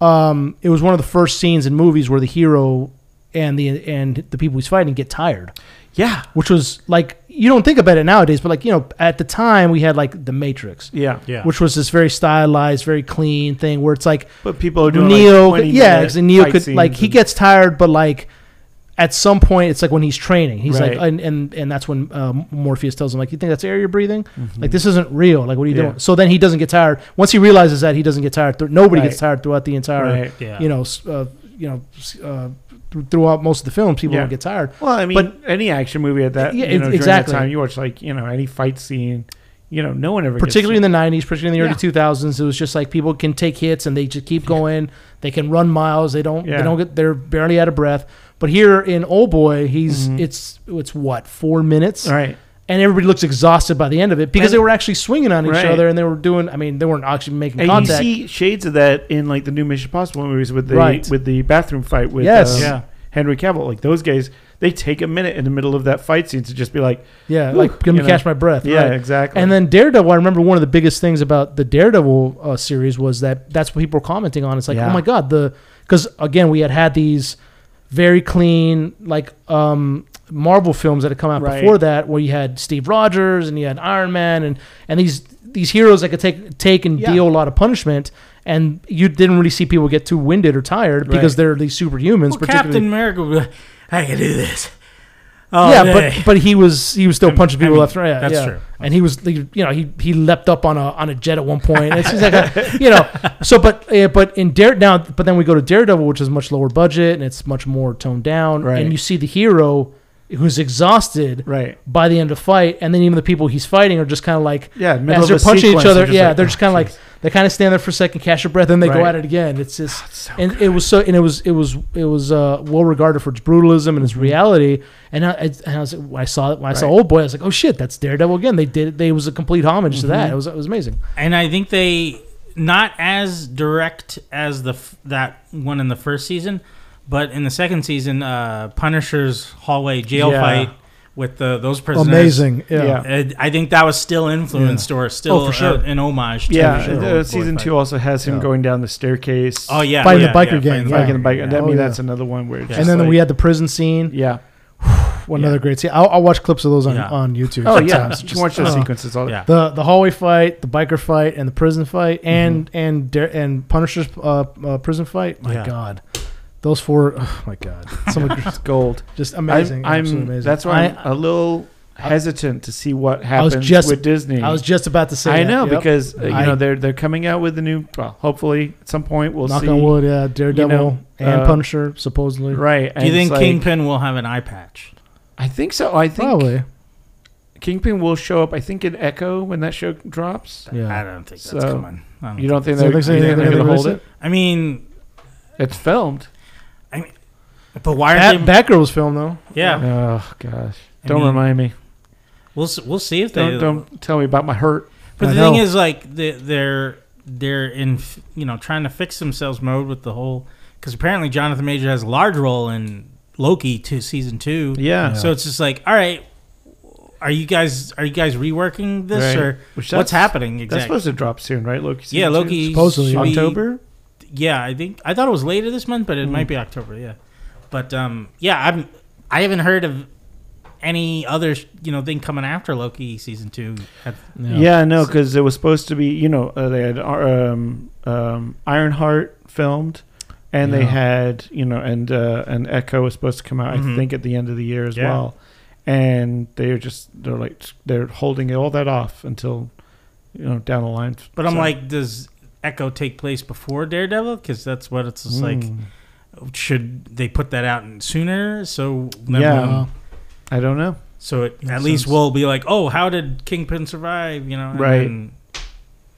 Speaker 3: Um, it was one of the first scenes in movies where the hero and the and the people he's fighting get tired
Speaker 1: Yeah.
Speaker 3: which was like you don't think about it nowadays, but like you know, at the time we had like the Matrix,
Speaker 1: Yeah.
Speaker 4: yeah.
Speaker 3: which was this very stylized, very clean thing where it's like
Speaker 1: But people are doing
Speaker 3: Neo,
Speaker 1: like 20
Speaker 3: yeah,
Speaker 1: minute
Speaker 3: because Neo
Speaker 1: fight
Speaker 3: could like
Speaker 1: scenes
Speaker 3: he
Speaker 1: and-
Speaker 3: gets tired, but like at some point it's like when he's training, he's like,
Speaker 1: Right.
Speaker 3: and and, and that's when uh, Morpheus tells him like, you think that's air you're breathing? Like
Speaker 1: Mhm.
Speaker 3: this isn't real. Like what are you
Speaker 1: Mm-hmm. Yeah.
Speaker 3: doing? So then he doesn't get tired. Once he realizes that he doesn't get tired, th- nobody gets
Speaker 1: Right.
Speaker 3: tired throughout the entire
Speaker 1: Right.
Speaker 4: Yeah.
Speaker 3: you know, s- uh, you know, s- uh, th- throughout most of the films, people
Speaker 1: Yeah.
Speaker 3: would get tired.
Speaker 1: Well, I mean,
Speaker 3: But-
Speaker 1: any action movie at that,
Speaker 3: Yeah,
Speaker 1: you know,
Speaker 3: exactly.
Speaker 1: during that time, you watch like you know any fight scene, you know, no one ever.
Speaker 3: particularly in
Speaker 1: gets,
Speaker 3: the 90s, particularly in the
Speaker 1: Yeah.
Speaker 3: early 2000s, it was just like people can take hits and they just keep going. They can run miles. They don't.
Speaker 1: Yeah.
Speaker 3: They don't get. They're barely out of breath. But here in Old Boy, he's it's it's what four minutes,
Speaker 1: Mm-hmm. all right.
Speaker 3: and everybody looks exhausted by the end of it because
Speaker 1: And-
Speaker 3: they were actually swinging on each
Speaker 1: Right.
Speaker 3: other and they were doing. I mean, they weren't actually making
Speaker 1: And
Speaker 3: contact.
Speaker 1: you see shades of that in like the new Mission Possible movies with the
Speaker 3: Right.
Speaker 1: with the bathroom fight with
Speaker 3: Yes.
Speaker 1: um,
Speaker 4: Yeah.
Speaker 1: Henry Cavill. Like those guys, they take a minute in the middle of that fight scene to just be like,
Speaker 3: yeah,
Speaker 1: Whew,
Speaker 3: like gonna
Speaker 1: you know.
Speaker 3: catch my breath.
Speaker 1: yeah,
Speaker 3: right.
Speaker 1: exactly.
Speaker 3: And then Daredevil, I remember one of the biggest things about the Daredevil uh, series was that that's what people were commenting on. It's like,
Speaker 1: Yeah.
Speaker 3: oh my god, the because again we had had these very clean like um, Marvel films that had come out
Speaker 1: Right.
Speaker 3: before that, where you had Steve Rogers and you had Iron Man and and these these heroes that could take take and
Speaker 1: Yeah.
Speaker 3: deal a lot of punishment, and you didn't really see people get too winded or tired because
Speaker 1: Right.
Speaker 3: they're these superhumans.
Speaker 4: Well,
Speaker 3: particularly,
Speaker 4: Captain America, would be like, I can do this. Oh,
Speaker 3: yeah,
Speaker 4: day.
Speaker 3: but but he was he was still
Speaker 4: I mean-
Speaker 3: punching
Speaker 4: I
Speaker 3: people
Speaker 4: mean,
Speaker 3: left and right.
Speaker 4: that's
Speaker 3: yeah.
Speaker 4: true.
Speaker 3: And he was he- you know he he leapt up on a on a jet at one point. It's just like a, you know so but uh, but in Dare now but then we go to Daredevil, which is much lower budget and it's much more toned down.
Speaker 1: Right.
Speaker 3: And you see the hero who's exhausted
Speaker 1: right,
Speaker 3: by the end of the fight, and then even the people he's fighting are just kind of like
Speaker 1: yeah, middle
Speaker 3: as
Speaker 1: of
Speaker 3: they're
Speaker 1: a
Speaker 3: punching each
Speaker 1: sequence,
Speaker 3: other.
Speaker 1: just
Speaker 3: yeah,
Speaker 1: like,
Speaker 3: they're
Speaker 1: "Oh,
Speaker 3: just kind of like
Speaker 1: jeez."
Speaker 3: they kind of stand there for a second, catch your breath, and they go
Speaker 1: Right.
Speaker 3: at it again. It's just
Speaker 1: It's so
Speaker 3: and it was so and it was it was it was uh, well regarded for its brutalism and its reality and I, I- and I was when I saw it when I saw
Speaker 1: Mm-hmm. Right.
Speaker 3: Old Boy I was like oh shit that's Daredevil again they did they it was a complete homage to
Speaker 1: Mm-hmm.
Speaker 3: that it was it was amazing
Speaker 4: and I think they not as direct as the f- that one in the first season, but in the second season, uh, Punisher's hallway jail
Speaker 1: Yeah.
Speaker 4: fight with the those prisoners.
Speaker 3: amazing yeah,
Speaker 1: Yeah.
Speaker 4: Uh, I think that was still influenced or still
Speaker 3: Oh, for sure.
Speaker 4: uh, an homage. To
Speaker 1: yeah. uh,
Speaker 4: the Old Boy
Speaker 1: season
Speaker 4: fight.
Speaker 1: two also has him going down the staircase.
Speaker 4: Oh yeah,
Speaker 3: Fighting
Speaker 4: yeah,
Speaker 3: the biker
Speaker 4: yeah,
Speaker 3: gang,
Speaker 4: fighting the
Speaker 3: yeah.
Speaker 1: Like in the bike.
Speaker 4: gang,
Speaker 1: I
Speaker 3: Oh,
Speaker 1: mean,
Speaker 3: yeah.
Speaker 1: that's another one where. It's
Speaker 4: And
Speaker 1: just
Speaker 3: and then
Speaker 1: like,
Speaker 3: we had the prison scene
Speaker 1: yeah.
Speaker 3: one another great scene I'll, I'll watch clips of those on,
Speaker 4: Yeah.
Speaker 3: on YouTube
Speaker 1: Oh yeah,
Speaker 3: sometimes.
Speaker 1: you can watch those
Speaker 3: uh,
Speaker 1: sequences all.
Speaker 4: Yeah.
Speaker 3: the the hallway fight the biker fight and the prison fight
Speaker 1: Mm-hmm.
Speaker 3: and and Dare, and Punisher's uh, uh, prison fight my
Speaker 4: Yeah.
Speaker 3: god those four oh my god some of-
Speaker 1: It's gold.
Speaker 3: just amazing
Speaker 1: I'm,
Speaker 3: absolutely
Speaker 1: I'm
Speaker 3: amazing
Speaker 1: that's why I'm
Speaker 3: I-
Speaker 1: a little hesitant to see what
Speaker 3: was
Speaker 1: happens
Speaker 3: just-
Speaker 1: with Disney.
Speaker 3: I was just about to say.
Speaker 1: I
Speaker 3: that.
Speaker 1: know
Speaker 3: Yep.
Speaker 1: because uh, you
Speaker 3: I-
Speaker 1: know they're they're coming out with the new. Well, hopefully at some point we'll
Speaker 3: knock
Speaker 1: see.
Speaker 3: on wood, yeah, Daredevil
Speaker 1: know,
Speaker 3: and
Speaker 1: uh,
Speaker 3: Punisher supposedly.
Speaker 1: Right?
Speaker 4: Do
Speaker 1: and
Speaker 4: you think
Speaker 1: it's like-
Speaker 4: Kingpin will have an eye patch?
Speaker 1: I think so. I think
Speaker 3: Probably.
Speaker 1: Kingpin will show up. I think in Echo when that show drops.
Speaker 3: Yeah.
Speaker 4: I don't think that's
Speaker 1: So,
Speaker 4: coming. I, don't
Speaker 1: You don't think
Speaker 3: So
Speaker 1: they're,
Speaker 3: they
Speaker 1: you
Speaker 3: say
Speaker 1: think
Speaker 3: they're
Speaker 1: they're
Speaker 3: gonna
Speaker 1: going to
Speaker 3: release
Speaker 1: hold it?
Speaker 4: I mean,
Speaker 1: It's filmed.
Speaker 4: but why are
Speaker 3: Bat-
Speaker 4: they?
Speaker 3: Batgirl was filmed though.
Speaker 4: Yeah,
Speaker 1: Oh gosh!
Speaker 4: I
Speaker 1: Don't
Speaker 4: mean,
Speaker 1: remind me.
Speaker 4: We'll s- we'll see if they
Speaker 1: Don't don't tell me about my hurt.
Speaker 4: But
Speaker 3: I
Speaker 4: the
Speaker 3: know.
Speaker 4: thing is, like they- they're they're in f- you know trying to fix themselves mode with the whole because apparently Jonathan Major has a large role in Loki to season two.
Speaker 1: Yeah.
Speaker 4: So it's just like, all right, are you guys are you guys reworking this
Speaker 1: Right.
Speaker 4: or
Speaker 1: Which that's-
Speaker 4: what's happening
Speaker 1: That's
Speaker 4: exactly?
Speaker 1: supposed to drop soon, right? Loki.
Speaker 4: yeah,
Speaker 1: season
Speaker 4: Loki
Speaker 1: two?
Speaker 3: Supposedly,
Speaker 4: should be-
Speaker 1: October.
Speaker 4: yeah, I think I thought it was later this month, but
Speaker 1: Hmm.
Speaker 4: it might be October. Yeah, but um, yeah, I'm I haven't heard of any other you know thing coming after Loki season two. Have-
Speaker 1: Yeah, I know because it was supposed to be. You know, uh, they had um, um, Ironheart filmed, and they
Speaker 3: Yeah.
Speaker 1: had you know, and uh, and Echo was supposed to come out.
Speaker 4: Mhm.
Speaker 1: I think at the end of the year as
Speaker 4: Yeah.
Speaker 1: well. And they're just they're like they're holding all that off until you know down the line.
Speaker 4: But I'm
Speaker 1: So-
Speaker 4: like, does Echo take place before Daredevil? Because that's what it's just
Speaker 1: Mm.
Speaker 4: like. Should they put that out sooner? So then
Speaker 1: Yeah.
Speaker 4: when-
Speaker 3: Uh,
Speaker 1: I don't know.
Speaker 4: so it, at
Speaker 3: Makes
Speaker 4: least
Speaker 3: sense.
Speaker 4: we'll be like, oh, how did Kingpin survive? You know, and
Speaker 1: Right.
Speaker 4: then-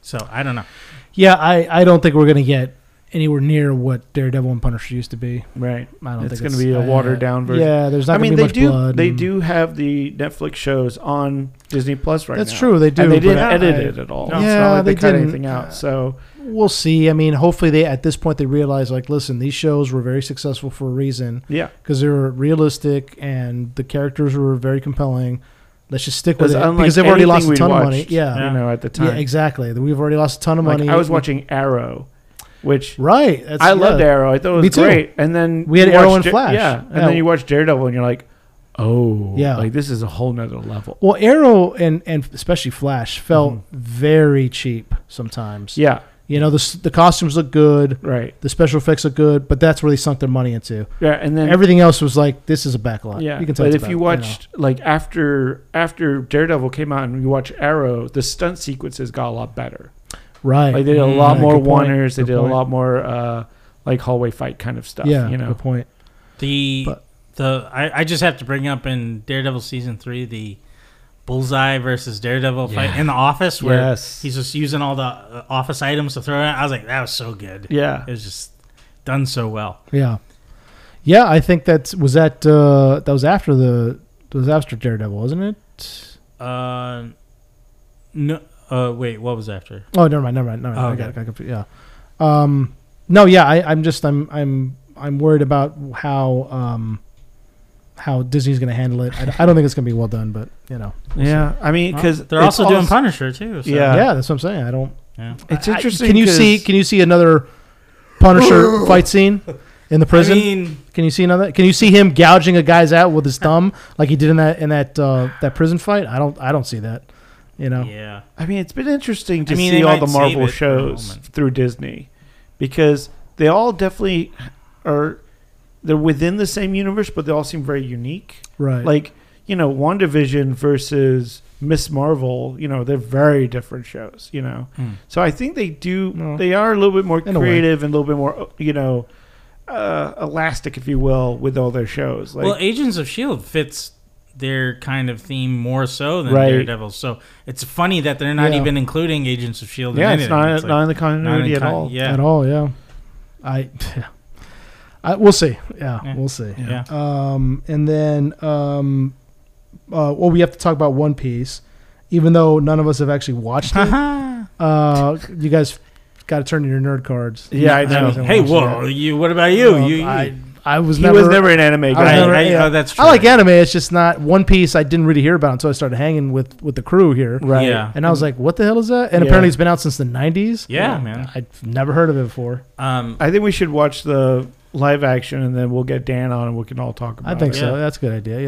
Speaker 4: so I don't know.
Speaker 3: yeah, I, I don't think we're gonna get anywhere near what Daredevil and Punisher used to be.
Speaker 1: Right.
Speaker 3: I don't
Speaker 1: It's
Speaker 3: think
Speaker 1: going to be a
Speaker 3: I-
Speaker 1: watered down version.
Speaker 3: Yeah, there's not
Speaker 1: I
Speaker 3: gonna
Speaker 1: mean,
Speaker 3: be
Speaker 1: they
Speaker 3: much
Speaker 1: do.
Speaker 3: blood.
Speaker 1: They
Speaker 3: and-
Speaker 1: do have the Netflix shows on Disney Plus right
Speaker 3: That's
Speaker 1: now.
Speaker 3: true, they do.
Speaker 1: and they didn't
Speaker 3: but
Speaker 1: edit
Speaker 3: I-
Speaker 1: it at all.
Speaker 3: No.
Speaker 1: it's
Speaker 3: Yeah,
Speaker 1: not like they,
Speaker 3: they
Speaker 1: cut
Speaker 3: didn't.
Speaker 1: anything out. So
Speaker 3: We'll see. I mean, hopefully they at this point they realize like, listen, these shows were very successful for a reason
Speaker 1: yeah,
Speaker 3: because they were realistic and the characters were very compelling. Let's just stick with it
Speaker 1: unlike
Speaker 3: because they've already
Speaker 1: anything
Speaker 3: lost a
Speaker 1: we'd
Speaker 3: ton of money.
Speaker 1: watched,
Speaker 3: Yeah,
Speaker 1: you know, at the time.
Speaker 3: Yeah, exactly. We've already lost a ton of
Speaker 1: Like,
Speaker 3: money.
Speaker 1: I was watching Arrow, which
Speaker 3: Right. That's,
Speaker 1: I loved
Speaker 3: yeah.
Speaker 1: Arrow. I thought it was
Speaker 3: Me too.
Speaker 1: great. And then
Speaker 3: We had
Speaker 1: you watch
Speaker 3: Arrow and
Speaker 1: Dar-
Speaker 3: Flash.
Speaker 1: Yeah, and
Speaker 3: Yeah.
Speaker 1: then you watch Daredevil, and you're like, oh,
Speaker 3: Yeah.
Speaker 1: like this is a whole nother level.
Speaker 3: Well, Arrow and and especially Flash felt very cheap sometimes.
Speaker 1: Mm-hmm. Yeah,
Speaker 3: You know, the s- the costumes look good,
Speaker 1: right.
Speaker 3: the special effects look good, but that's where they sunk their money into.
Speaker 1: Yeah, and then
Speaker 3: Everything else was like this is a backlot.
Speaker 1: Yeah,
Speaker 3: You can tell
Speaker 1: but
Speaker 3: it's
Speaker 1: if you
Speaker 3: backlot,
Speaker 1: watched like after after Daredevil came out and you watch Arrow, the stunt sequences got a lot better.
Speaker 3: know. right.
Speaker 1: Like they did a
Speaker 4: Mm,
Speaker 1: lot
Speaker 3: yeah,
Speaker 1: more
Speaker 3: good point,
Speaker 1: one-ers. They
Speaker 3: good
Speaker 1: did
Speaker 3: point.
Speaker 1: a lot more uh, like hallway fight kind of stuff.
Speaker 3: yeah,
Speaker 1: you know.
Speaker 3: good point.
Speaker 4: The
Speaker 3: But-
Speaker 4: the I, I just have to bring up in Daredevil season three the Bullseye versus Daredevil fight
Speaker 2: Yeah.
Speaker 4: in the office where
Speaker 1: Yes.
Speaker 4: he's just using all the uh, office items to throw out. I was like, that was so good.
Speaker 1: Yeah.
Speaker 4: It was just done so well.
Speaker 3: Yeah, yeah. I think that was that. Uh, that was after the that was after Daredevil, wasn't it?
Speaker 4: Uh, no. Uh, wait, what was after?
Speaker 3: Oh, never mind, never mind, never mind.
Speaker 4: Oh,
Speaker 3: I got,
Speaker 4: okay.
Speaker 3: I got confused. Yeah. Um, no, yeah. I, I'm just I'm I'm I'm worried about how um, how Disney's going to handle it. I, I don't think it's going to be well done, but you know,
Speaker 1: Yeah, I mean, because
Speaker 4: They're also doing
Speaker 1: Punisher.
Speaker 4: Punisher too. So,
Speaker 1: Yeah.
Speaker 3: yeah, that's what I'm saying. I don't.
Speaker 4: yeah.
Speaker 1: It's
Speaker 3: I- I-
Speaker 1: interesting.
Speaker 3: can you
Speaker 1: 'cause-
Speaker 3: see? Can you see another Punisher fight scene in the prison?
Speaker 4: I mean,
Speaker 3: Can you see another? Can you see him gouging a guy's out with his thumb like he did in that in that uh, that prison fight? I don't I don't see that. You know.
Speaker 4: yeah.
Speaker 1: I mean, it's been interesting to
Speaker 4: I mean,
Speaker 1: see
Speaker 4: they
Speaker 1: all
Speaker 4: might
Speaker 1: the
Speaker 4: save
Speaker 1: Marvel
Speaker 4: it for a
Speaker 1: shows
Speaker 4: moment.
Speaker 1: through Disney because they all definitely are. They're within the same universe, but they all seem very unique.
Speaker 3: Right.
Speaker 1: Like you know, WandaVision versus Miss Marvel. You know, they're very different shows. You know,
Speaker 4: Hmm.
Speaker 1: so I think they do.
Speaker 3: No.
Speaker 1: They are a little bit more
Speaker 3: In a way.
Speaker 1: creative and a little bit more, you know, uh, elastic, if you will, with all their shows. Like,
Speaker 4: well, Agents of Shield E fits their kind of theme more so than
Speaker 1: Right.
Speaker 4: Daredevil. So it's funny that they're not
Speaker 3: Yeah.
Speaker 4: even including Agents of Shield.
Speaker 1: yeah,
Speaker 4: E in
Speaker 1: it's
Speaker 4: anything.
Speaker 1: not
Speaker 4: like
Speaker 1: not in the
Speaker 4: not
Speaker 1: continuity
Speaker 4: in
Speaker 1: at
Speaker 4: con-
Speaker 1: all.
Speaker 4: Yeah,
Speaker 3: At all, yeah. I I we'll see. Yeah,
Speaker 4: Yeah.
Speaker 3: we'll see.
Speaker 4: yeah.
Speaker 3: Um and then um uh well we have to talk about One Piece even though none of us have actually watched it. uh you guys got to turn in your nerd cards.
Speaker 1: Yeah, I
Speaker 4: I
Speaker 1: know.
Speaker 4: mean, hey, whoa! You, what about you?
Speaker 3: Um,
Speaker 4: you, you
Speaker 3: I I was
Speaker 1: he
Speaker 3: never
Speaker 1: was never an anime
Speaker 3: I was
Speaker 1: guy.
Speaker 3: never-
Speaker 4: I-
Speaker 3: yeah.
Speaker 4: oh, that's true.
Speaker 3: I like anime. It's just not One Piece. I didn't really hear about until I started hanging with with the crew here,
Speaker 1: Right. Mm-hmm.
Speaker 4: Yeah.
Speaker 3: and I was like, "What the hell is that?" And
Speaker 1: Yeah.
Speaker 3: apparently, it's been out since the '90s.
Speaker 4: Yeah, man.
Speaker 3: I've never heard of it before.
Speaker 4: Um,
Speaker 1: I think we should watch the live action and then we'll get Dan on and we can all talk about
Speaker 3: I think
Speaker 1: it.
Speaker 3: so.
Speaker 4: Yeah.
Speaker 3: That's a good idea.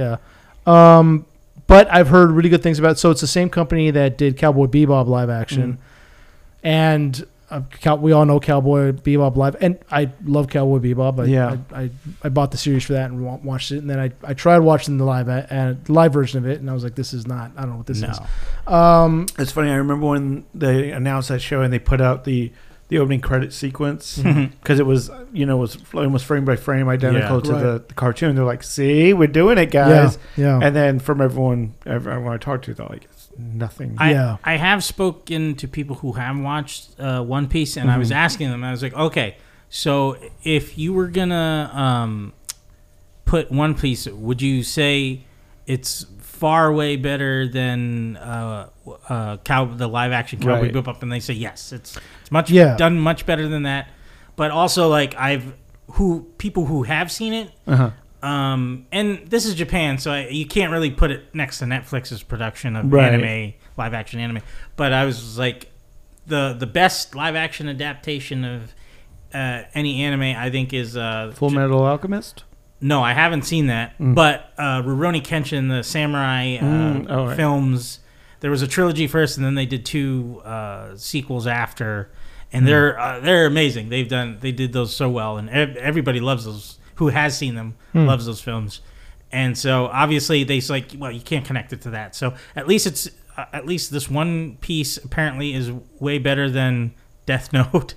Speaker 3: Yeah. Um, but I've heard really good things about. It. So it's the same company that did Cowboy Bebop live action,
Speaker 1: Mm.
Speaker 3: and uh, Cow- we all know Cowboy Bebop live. And I love Cowboy Bebop. I,
Speaker 1: Yeah.
Speaker 3: I, I, I bought the series for that and wa- watched it, and then I, I tried watching the live a- and live version of it, and I was like, "This is not. I don't know what this
Speaker 4: no.
Speaker 3: is." Um,
Speaker 1: It's funny. I remember when they announced that show and they put out the the opening credit sequence because it was you know was almost frame by frame identical
Speaker 4: Yeah.
Speaker 1: to
Speaker 3: Right.
Speaker 1: the, the cartoon. They're like, "See, we're doing it, guys."
Speaker 3: Yeah. yeah.
Speaker 1: And then from everyone everyone I talked to, they're like, "It's nothing."
Speaker 4: I,
Speaker 3: Yeah.
Speaker 4: I have spoken to people who have watched uh, One Piece, and I was
Speaker 3: Mm-hmm.
Speaker 4: asking them. I was like, okay, so if you were gonna um, put One Piece, would you say it's far way better than uh, uh, cow the live action Cowboy
Speaker 1: Right.
Speaker 4: Bebop? And they say yes, it's it's much
Speaker 3: Yeah.
Speaker 4: done much better than that. But also, like I've who people who have seen it
Speaker 1: uh-huh.
Speaker 4: um, and this is Japan, so I, you can't really put it next to Netflix's production of
Speaker 1: Right.
Speaker 4: anime, live action anime. But I was like, the the best live action adaptation of uh, any anime, I think, is uh,
Speaker 1: Full
Speaker 4: J-
Speaker 1: Metal Alchemist.
Speaker 4: No, I haven't seen that, but uh, Rurouni Kenshin, the samurai uh,
Speaker 1: Mm, oh, right.
Speaker 4: films. There was a trilogy first, and then they did two uh, sequels after, and
Speaker 1: Hmm.
Speaker 4: they're uh, they're amazing. They've done they did those so well, and ev- everybody loves those. Who has seen them
Speaker 1: Hmm.
Speaker 4: loves those films, and so obviously they s- like well you can't connect it to that. So at least it's uh, at least this one piece apparently is way better than Death Note,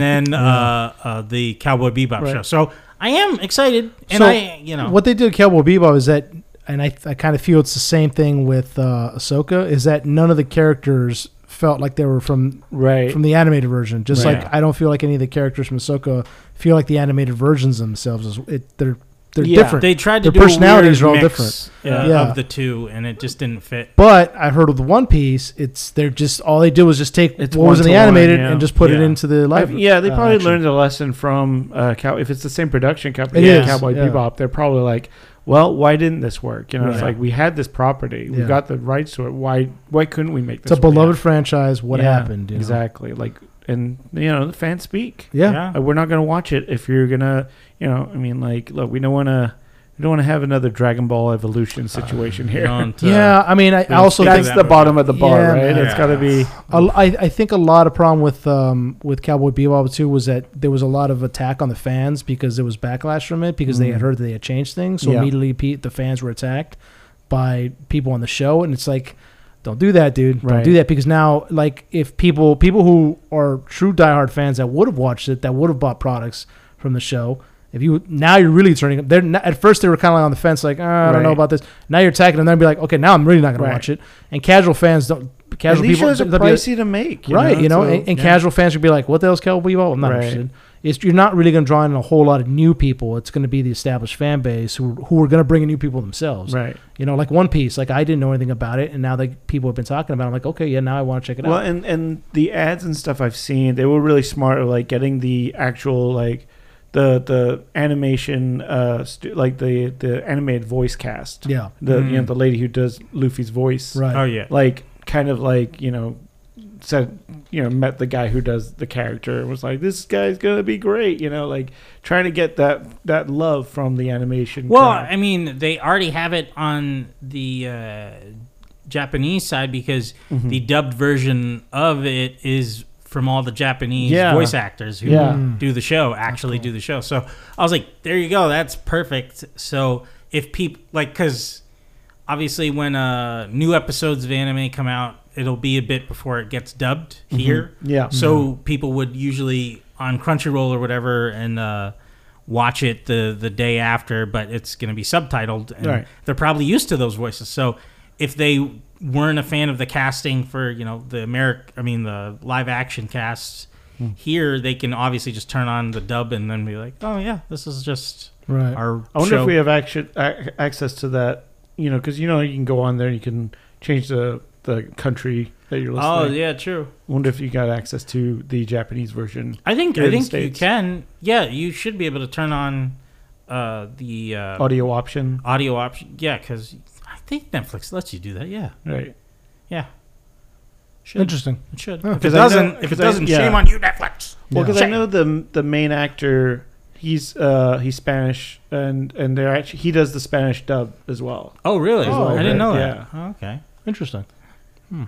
Speaker 4: then uh, uh, the Cowboy Bebop
Speaker 1: Right.
Speaker 4: show. So I am excited, and
Speaker 3: So,
Speaker 4: I you know
Speaker 3: What they did with Cowboy Bebop is that, and I, I kind of feel it's the same thing with uh, Ahsoka, is that none of the characters felt like they were from
Speaker 1: Right.
Speaker 3: from the animated version. Just
Speaker 1: Right.
Speaker 3: like I don't feel like any of the characters from Ahsoka feel like the animated versions themselves. Is it, they're they're
Speaker 1: Yeah.
Speaker 3: different.
Speaker 4: They tried to
Speaker 3: Their
Speaker 4: do
Speaker 3: personalities
Speaker 4: a
Speaker 3: are all
Speaker 4: weird mix,
Speaker 3: different.
Speaker 4: uh,
Speaker 3: Yeah.
Speaker 4: of the two, and it just didn't fit.
Speaker 3: but I heard with One Piece, it's they're just all they did was just take
Speaker 1: It's
Speaker 3: what was in the
Speaker 1: one-to-one,
Speaker 3: animated
Speaker 1: yeah.
Speaker 3: and just put it
Speaker 4: Yeah.
Speaker 3: into the
Speaker 1: I-
Speaker 3: live.
Speaker 1: yeah, they
Speaker 3: uh,
Speaker 1: probably
Speaker 3: action.
Speaker 1: learned a lesson from uh, Cow. If it's the same production company,
Speaker 3: It
Speaker 1: as
Speaker 3: is,
Speaker 1: Cowboy
Speaker 3: yeah.
Speaker 1: Bebop, they're probably like, "Well, why didn't this work?" You know, it's
Speaker 4: Right.
Speaker 1: like we had this property, we
Speaker 3: Yeah.
Speaker 1: got the rights to it. Why, why couldn't we make
Speaker 3: It's
Speaker 1: this?
Speaker 3: a
Speaker 1: work?
Speaker 3: beloved franchise. What
Speaker 1: Yeah,
Speaker 3: happened? you know?
Speaker 1: Exactly. Like, and you know, the fans speak.
Speaker 3: Yeah.
Speaker 1: Uh, we're not gonna watch it if you're gonna, you know, I mean, like, look, we don't wanna, we don't wanna have another Dragon Ball
Speaker 3: Uh,
Speaker 1: Evolution situation here.
Speaker 4: Don't, uh,
Speaker 3: Yeah, I mean, I I
Speaker 4: don't
Speaker 3: also
Speaker 4: speak
Speaker 3: think
Speaker 1: That's
Speaker 4: that
Speaker 1: the
Speaker 4: movie.
Speaker 1: bottom of the bar,
Speaker 3: Yeah,
Speaker 1: right?
Speaker 3: man.
Speaker 1: It's gotta be.
Speaker 3: A l- I, I think a lot of problem with um, with Cowboy Bebop too was that there was a lot of attack on the fans because there was backlash from it because they had heard that they had changed things, so
Speaker 1: Mm. Yeah.
Speaker 3: immediately pe- the fans were attacked by people on the show, and it's like, don't do that, dude,
Speaker 1: Right.
Speaker 3: don't do that because now like if people people who are true diehard fans that would have watched it that would have bought products from the show If you now you're really turning them. They're not, at first they were kind of like on the fence, like "Ah, I don't know
Speaker 1: Right.
Speaker 3: about this. Now you're attacking them. They'll be like, okay, now I'm really not going
Speaker 1: Right.
Speaker 3: to watch it. And casual fans don't. Casual
Speaker 1: and these
Speaker 3: people
Speaker 1: shows are
Speaker 3: they'll be like-
Speaker 1: pricey to make, you
Speaker 3: right? you know,
Speaker 1: so-
Speaker 3: and, and
Speaker 1: yeah.
Speaker 3: casual fans would be like, "What the hell's Cowboy Bebop?" I'm not
Speaker 1: Right.
Speaker 3: interested. It's, you're not really going to draw in a whole lot of new people. It's going to be the established fan base who who are going to bring in new people themselves.
Speaker 1: right?
Speaker 3: You know, like One Piece. Like I didn't know anything about it, and now that people have been talking about, it, I'm like, okay, yeah, now I want to check it
Speaker 1: Well,
Speaker 3: out.
Speaker 1: and and the ads and stuff I've seen, they were really smart of like getting the actual like the the animation uh stu- like the the animated voice cast.
Speaker 3: Yeah,
Speaker 1: The you know
Speaker 4: Mm.
Speaker 1: the lady who does Luffy's voice.
Speaker 3: right.
Speaker 4: Oh yeah.
Speaker 1: Like kind of like you know said you know met the guy who does the character and was like this guy's gonna be great you know like trying to get that that love from the animation
Speaker 4: Well,
Speaker 1: crowd.
Speaker 4: I mean, they already have it on the uh, Japanese side because
Speaker 1: Mm-hmm.
Speaker 4: the dubbed version of it is from all the Japanese
Speaker 1: Yeah.
Speaker 4: voice actors who
Speaker 1: Yeah.
Speaker 4: do the show, actually do the show. So I was like, there you go, that's perfect. So if people like, because obviously when uh, new episodes of anime come out, it'll be a bit before it gets dubbed here.
Speaker 1: Mm-hmm. yeah
Speaker 4: So people would usually on Crunchyroll or whatever and uh, watch it the the day after, but it's going to be subtitled, and
Speaker 1: Right.
Speaker 4: they're probably used to those voices. So if they weren't a fan of the casting for you know the Americ, I mean the live action casts
Speaker 1: Hmm.
Speaker 4: here, they can obviously just turn on the dub and then be like, oh yeah, this is just
Speaker 3: Right.
Speaker 4: our
Speaker 1: I wonder
Speaker 4: show.
Speaker 1: if we have action, ac access to that, you know, because you know you can go on there, you can change the the country that you're listening.
Speaker 4: Oh yeah, true.
Speaker 1: wonder if you got access to the Japanese version.
Speaker 4: I think
Speaker 1: Here
Speaker 4: I
Speaker 1: in the
Speaker 4: think you
Speaker 1: States.
Speaker 4: can. Yeah, you should be able to turn on uh, the uh,
Speaker 1: Audio option,
Speaker 4: audio option. Yeah, because I think Netflix lets you do that. Yeah,
Speaker 1: right?
Speaker 4: yeah. Should.
Speaker 3: Interesting.
Speaker 4: It should.
Speaker 3: Huh.
Speaker 4: If it
Speaker 1: Oh, 'Cause I know-
Speaker 4: doesn't, if it
Speaker 1: 'cause I-
Speaker 4: doesn't,
Speaker 1: yeah.
Speaker 4: shame on you, Netflix.
Speaker 1: Well, because I
Speaker 4: Shame.
Speaker 1: know the the main actor, he's uh he's Spanish, and and they're actually he does the Spanish dub as well.
Speaker 4: Oh, really?
Speaker 1: Oh,
Speaker 4: I didn't
Speaker 1: okay.
Speaker 4: know that.
Speaker 1: Yeah.
Speaker 4: Oh, okay.
Speaker 3: Interesting.
Speaker 4: Hmm.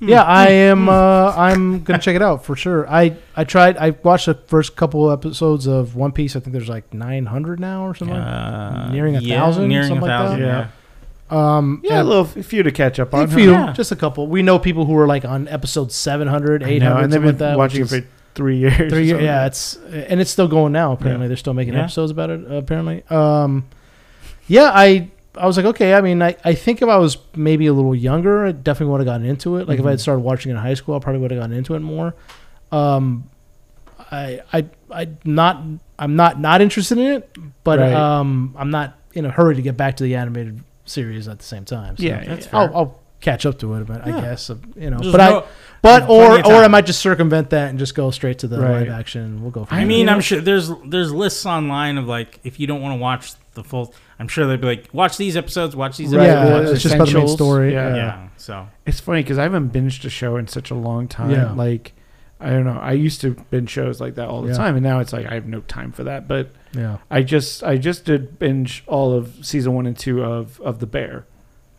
Speaker 3: Yeah,
Speaker 1: Hmm.
Speaker 3: I am. Uh, I'm gonna check it out for sure. I I tried. I watched the first couple episodes of One Piece. I think there's like 900 now or something. like
Speaker 4: Uh,
Speaker 3: Nearing a
Speaker 4: yeah,
Speaker 3: thousand,
Speaker 4: Nearing
Speaker 3: something
Speaker 4: a
Speaker 3: like that?
Speaker 4: thousand.
Speaker 1: Yeah.
Speaker 3: that. Um,
Speaker 1: Yeah, a
Speaker 3: and-
Speaker 1: little f- few to catch up
Speaker 3: A
Speaker 1: on. huh?
Speaker 3: few,
Speaker 4: Yeah.
Speaker 3: just a couple. We know people who are like on episode 700,
Speaker 1: I know,
Speaker 3: 800,
Speaker 1: and they've
Speaker 3: something
Speaker 1: been
Speaker 3: like that.
Speaker 1: watching it
Speaker 3: which is
Speaker 1: for three years.
Speaker 3: three
Speaker 1: or
Speaker 3: years.
Speaker 1: something.
Speaker 3: Yeah, it's and it's still going now. Apparently, they're still making
Speaker 4: Yeah.
Speaker 3: episodes about it. Apparently, um, yeah. I I was like, okay. I mean, I, I think if I was maybe a little younger, I definitely would have gotten into it. Like if I
Speaker 1: Mm-hmm.
Speaker 3: had started watching it in high school, I probably would have gotten into it more. Um, I I I not I'm not not interested in it, but
Speaker 1: Right.
Speaker 3: um, I'm not in a hurry to get back to the animated series at the same time. So.
Speaker 1: yeah,
Speaker 4: That's
Speaker 1: yeah.
Speaker 4: fair.
Speaker 3: I'll, I'll catch up to it, but I
Speaker 4: Yeah.
Speaker 3: guess uh, you know.
Speaker 4: Just
Speaker 3: but
Speaker 4: no-
Speaker 3: I, but
Speaker 4: there's plenty
Speaker 3: or
Speaker 4: of
Speaker 3: or I
Speaker 4: time.
Speaker 3: might just circumvent that and just go straight to the
Speaker 1: Right.
Speaker 3: live action. We'll go. From
Speaker 4: I
Speaker 3: there.
Speaker 4: mean, I'm sure there's there's lists online of like if you don't want to watch the full, I'm sure they'd be like, watch these episodes, watch these
Speaker 1: Right,
Speaker 3: yeah,
Speaker 4: episodes.
Speaker 1: well,
Speaker 4: watch
Speaker 3: it's
Speaker 4: this.
Speaker 3: just about the main
Speaker 1: essentials.
Speaker 3: story.
Speaker 1: Yeah.
Speaker 3: Yeah,
Speaker 4: yeah. So
Speaker 1: It's funny because I haven't binged a show in such a long time.
Speaker 3: Yeah.
Speaker 1: Like, I don't know. I used to binge shows like that all the
Speaker 3: Yeah.
Speaker 1: time, and now it's like I have no time for that. But
Speaker 3: yeah.
Speaker 1: I just, I just did binge all of season one and two of of The Bear.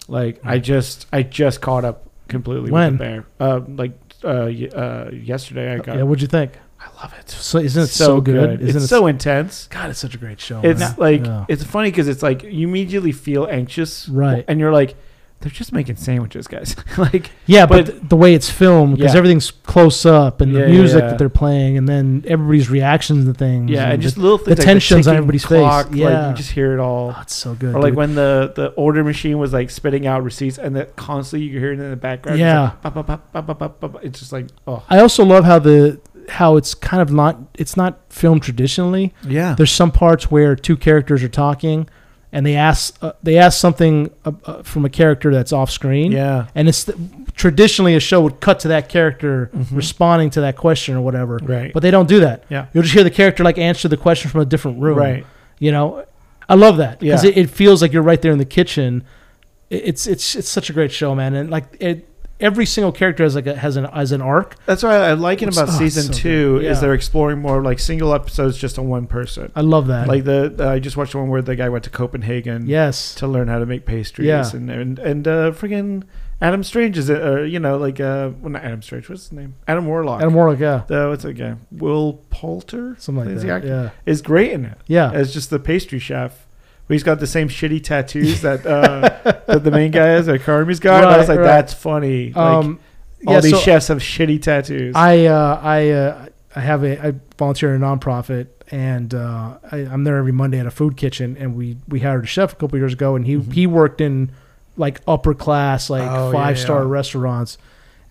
Speaker 1: Like, I just, I just caught up completely
Speaker 3: Mm. When? Oh,
Speaker 1: with The Bear. Uh, like uh, y- uh, yesterday, I got.
Speaker 3: Yeah, what'd you think?
Speaker 1: I love it.
Speaker 3: So isn't it so, good?
Speaker 1: It's
Speaker 3: Isn't it
Speaker 1: so intense.
Speaker 3: God? It's such a great show.
Speaker 1: It's
Speaker 3: man.
Speaker 1: like
Speaker 3: Yeah.
Speaker 1: it's funny because it's like you immediately feel anxious,
Speaker 3: Right.
Speaker 1: And you're like, they're just making sandwiches, guys. like,
Speaker 3: yeah, but,
Speaker 1: but-
Speaker 3: th- the way it's filmed because
Speaker 1: Yeah.
Speaker 3: everything's close up and
Speaker 1: Yeah,
Speaker 3: the
Speaker 1: yeah,
Speaker 3: music
Speaker 1: yeah.
Speaker 3: that they're playing and then everybody's reactions to things.
Speaker 1: Yeah, and
Speaker 3: Mm-hmm. the-
Speaker 1: just little things. like
Speaker 3: tensions on
Speaker 1: ticking
Speaker 3: everybody's face.
Speaker 1: clock, like
Speaker 3: Yeah.
Speaker 1: you just hear it all.
Speaker 3: oh, it's so good.
Speaker 1: Or like
Speaker 3: dude.
Speaker 1: when the the order machine was like spitting out receipts, and that constantly you could hear it in the background. It's
Speaker 3: Yeah.
Speaker 1: like, "Bop, bop, bop, bop, bop, bop, bop, bop." it's just like oh
Speaker 3: I also love how the how it's kind of not it's not filmed traditionally.
Speaker 1: yeah,
Speaker 3: there's some parts where two characters are talking and they ask uh, they ask something uh, uh, from a character that's off screen
Speaker 1: yeah,
Speaker 3: and it's th- traditionally a show would cut to that character
Speaker 1: Mhm.
Speaker 3: responding to that question or whatever
Speaker 1: right,
Speaker 3: but they don't do that
Speaker 1: Yeah.
Speaker 3: you'll just hear the character like answer the question from a different room
Speaker 1: right,
Speaker 3: you know i love that because
Speaker 1: Yeah.
Speaker 3: it, it feels like you're right there in the kitchen It- it's it's it's such a great show man and like it every single character has like a, has an has an arc
Speaker 1: That's why I like it
Speaker 3: It's-
Speaker 1: about
Speaker 3: oh, it's
Speaker 1: season
Speaker 3: so
Speaker 1: two
Speaker 3: good.
Speaker 1: is
Speaker 3: Yeah.
Speaker 1: they're exploring more like single episodes just on one person.
Speaker 3: i love that
Speaker 1: Like the uh, I just watched one where the guy went to Copenhagen
Speaker 3: yes
Speaker 1: to learn how to make pastries
Speaker 3: Yeah.
Speaker 1: and and and uh, friggin' Adam Strange is it or you know like uh well not Adam Strange what's his name Adam Warlock
Speaker 3: and warlock yeah
Speaker 1: uh, what's that guy Will Poulter
Speaker 3: something like
Speaker 1: Is he
Speaker 3: that
Speaker 1: acting?
Speaker 3: yeah
Speaker 1: is great in it
Speaker 3: yeah
Speaker 1: as just the pastry chef. But he's got the same shitty tattoos that uh, that the main guy has, that Carmi's got. and I was
Speaker 3: Right,
Speaker 1: like,
Speaker 3: right.
Speaker 1: that's funny. Like,
Speaker 3: um,
Speaker 1: all
Speaker 3: yeah,
Speaker 1: these
Speaker 3: so
Speaker 1: chefs have shitty tattoos.
Speaker 3: I uh, I uh, I have a I volunteer at a nonprofit and uh, I, I'm there every Monday at a food kitchen, and we we hired a chef a couple years ago, and he he worked in like upper class, like
Speaker 1: Mm-hmm. Oh, yeah,
Speaker 3: five star
Speaker 1: yeah.
Speaker 3: restaurants.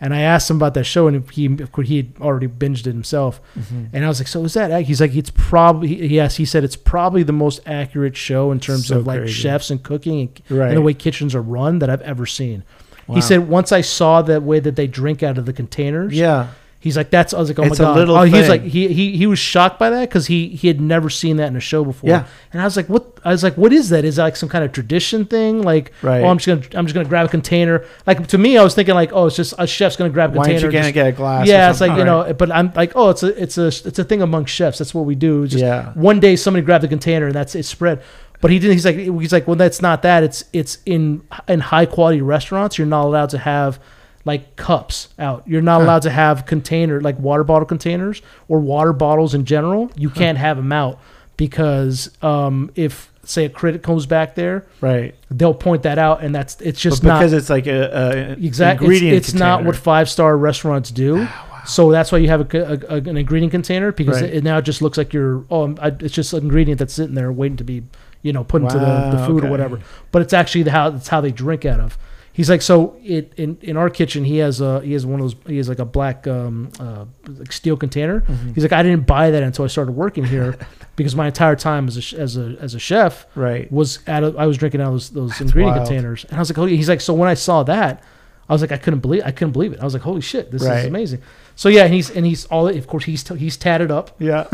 Speaker 3: And I asked him about that show, and he of course, he had already binged it himself.
Speaker 1: Mm-hmm.
Speaker 3: And I was like, "So is that?" ac-" He's like, "It's probably." He he asked. He said, "It's probably the most accurate show in terms
Speaker 1: So
Speaker 3: of like
Speaker 1: crazy.
Speaker 3: chefs and cooking and,
Speaker 1: Right.
Speaker 3: and the way kitchens are run that I've ever seen."
Speaker 1: Wow.
Speaker 3: He said, "Once I saw the way that they drink out of the containers,
Speaker 1: Yeah.
Speaker 3: He's like, that's. I was like, oh
Speaker 1: It's a
Speaker 3: my god.
Speaker 1: little
Speaker 3: oh, he
Speaker 1: thing.
Speaker 3: was like, he, he he was shocked by that because he he had never seen that in a show before.
Speaker 1: Yeah.
Speaker 3: And I was like, what? I was like, what is that? Is that like some kind of tradition thing? Like,
Speaker 1: Right.
Speaker 3: oh, I'm just gonna I'm just gonna grab a container. Like to me, I was thinking like, oh, it's just a chef's gonna grab a
Speaker 1: Why aren't
Speaker 3: container.
Speaker 1: you gonna
Speaker 3: just-
Speaker 1: get a glass? or
Speaker 3: yeah, it's like
Speaker 1: something?
Speaker 3: you
Speaker 1: Right.
Speaker 3: know, but I'm like, oh, it's a it's a it's a thing among chefs. That's what we do. It's Just
Speaker 1: Yeah.
Speaker 3: one day somebody grabbed the container and that's it spread. But he didn't. He's like he's like, well, that's not that. It's it's in in high quality restaurants. You're not allowed to have like cups out. You're not allowed to have container like water bottle containers or water bottles in general. You can't have them out because um, if say a critic comes back there,
Speaker 1: right.
Speaker 3: they'll point that out, and that's it's
Speaker 1: But
Speaker 3: just not
Speaker 1: because it's like a, a
Speaker 3: Exactly.
Speaker 1: ingredient.
Speaker 3: It's, it's not
Speaker 1: container. Ah,
Speaker 3: what five star restaurants do. So that's why you have a co- a- a- an ingredient container because
Speaker 1: Right.
Speaker 3: it, it now just looks like you're oh I'm- I, it's just an ingredient that's sitting there waiting to be you know put into the,
Speaker 1: Wow,
Speaker 3: the food
Speaker 1: okay.
Speaker 3: or whatever. But it's actually the how it's how they drink out of. He's like so it in, in our kitchen he has a he has one of those he has like a black um, uh, like steel container.
Speaker 1: Mm-hmm.
Speaker 3: He's like I didn't buy that until I started working here because my entire time as a, sh- as a as a chef
Speaker 1: right.
Speaker 3: was out of I was drinking out of those, those ingredient
Speaker 1: wild.
Speaker 3: containers, and I was like, oh, yeah." he's like, so when I saw that, I was like, I couldn't believe, I couldn't believe it. I was like, holy shit, this
Speaker 1: Right.
Speaker 3: is amazing. So yeah, and he's and he's all of course he's he's tatted up.
Speaker 1: Yeah.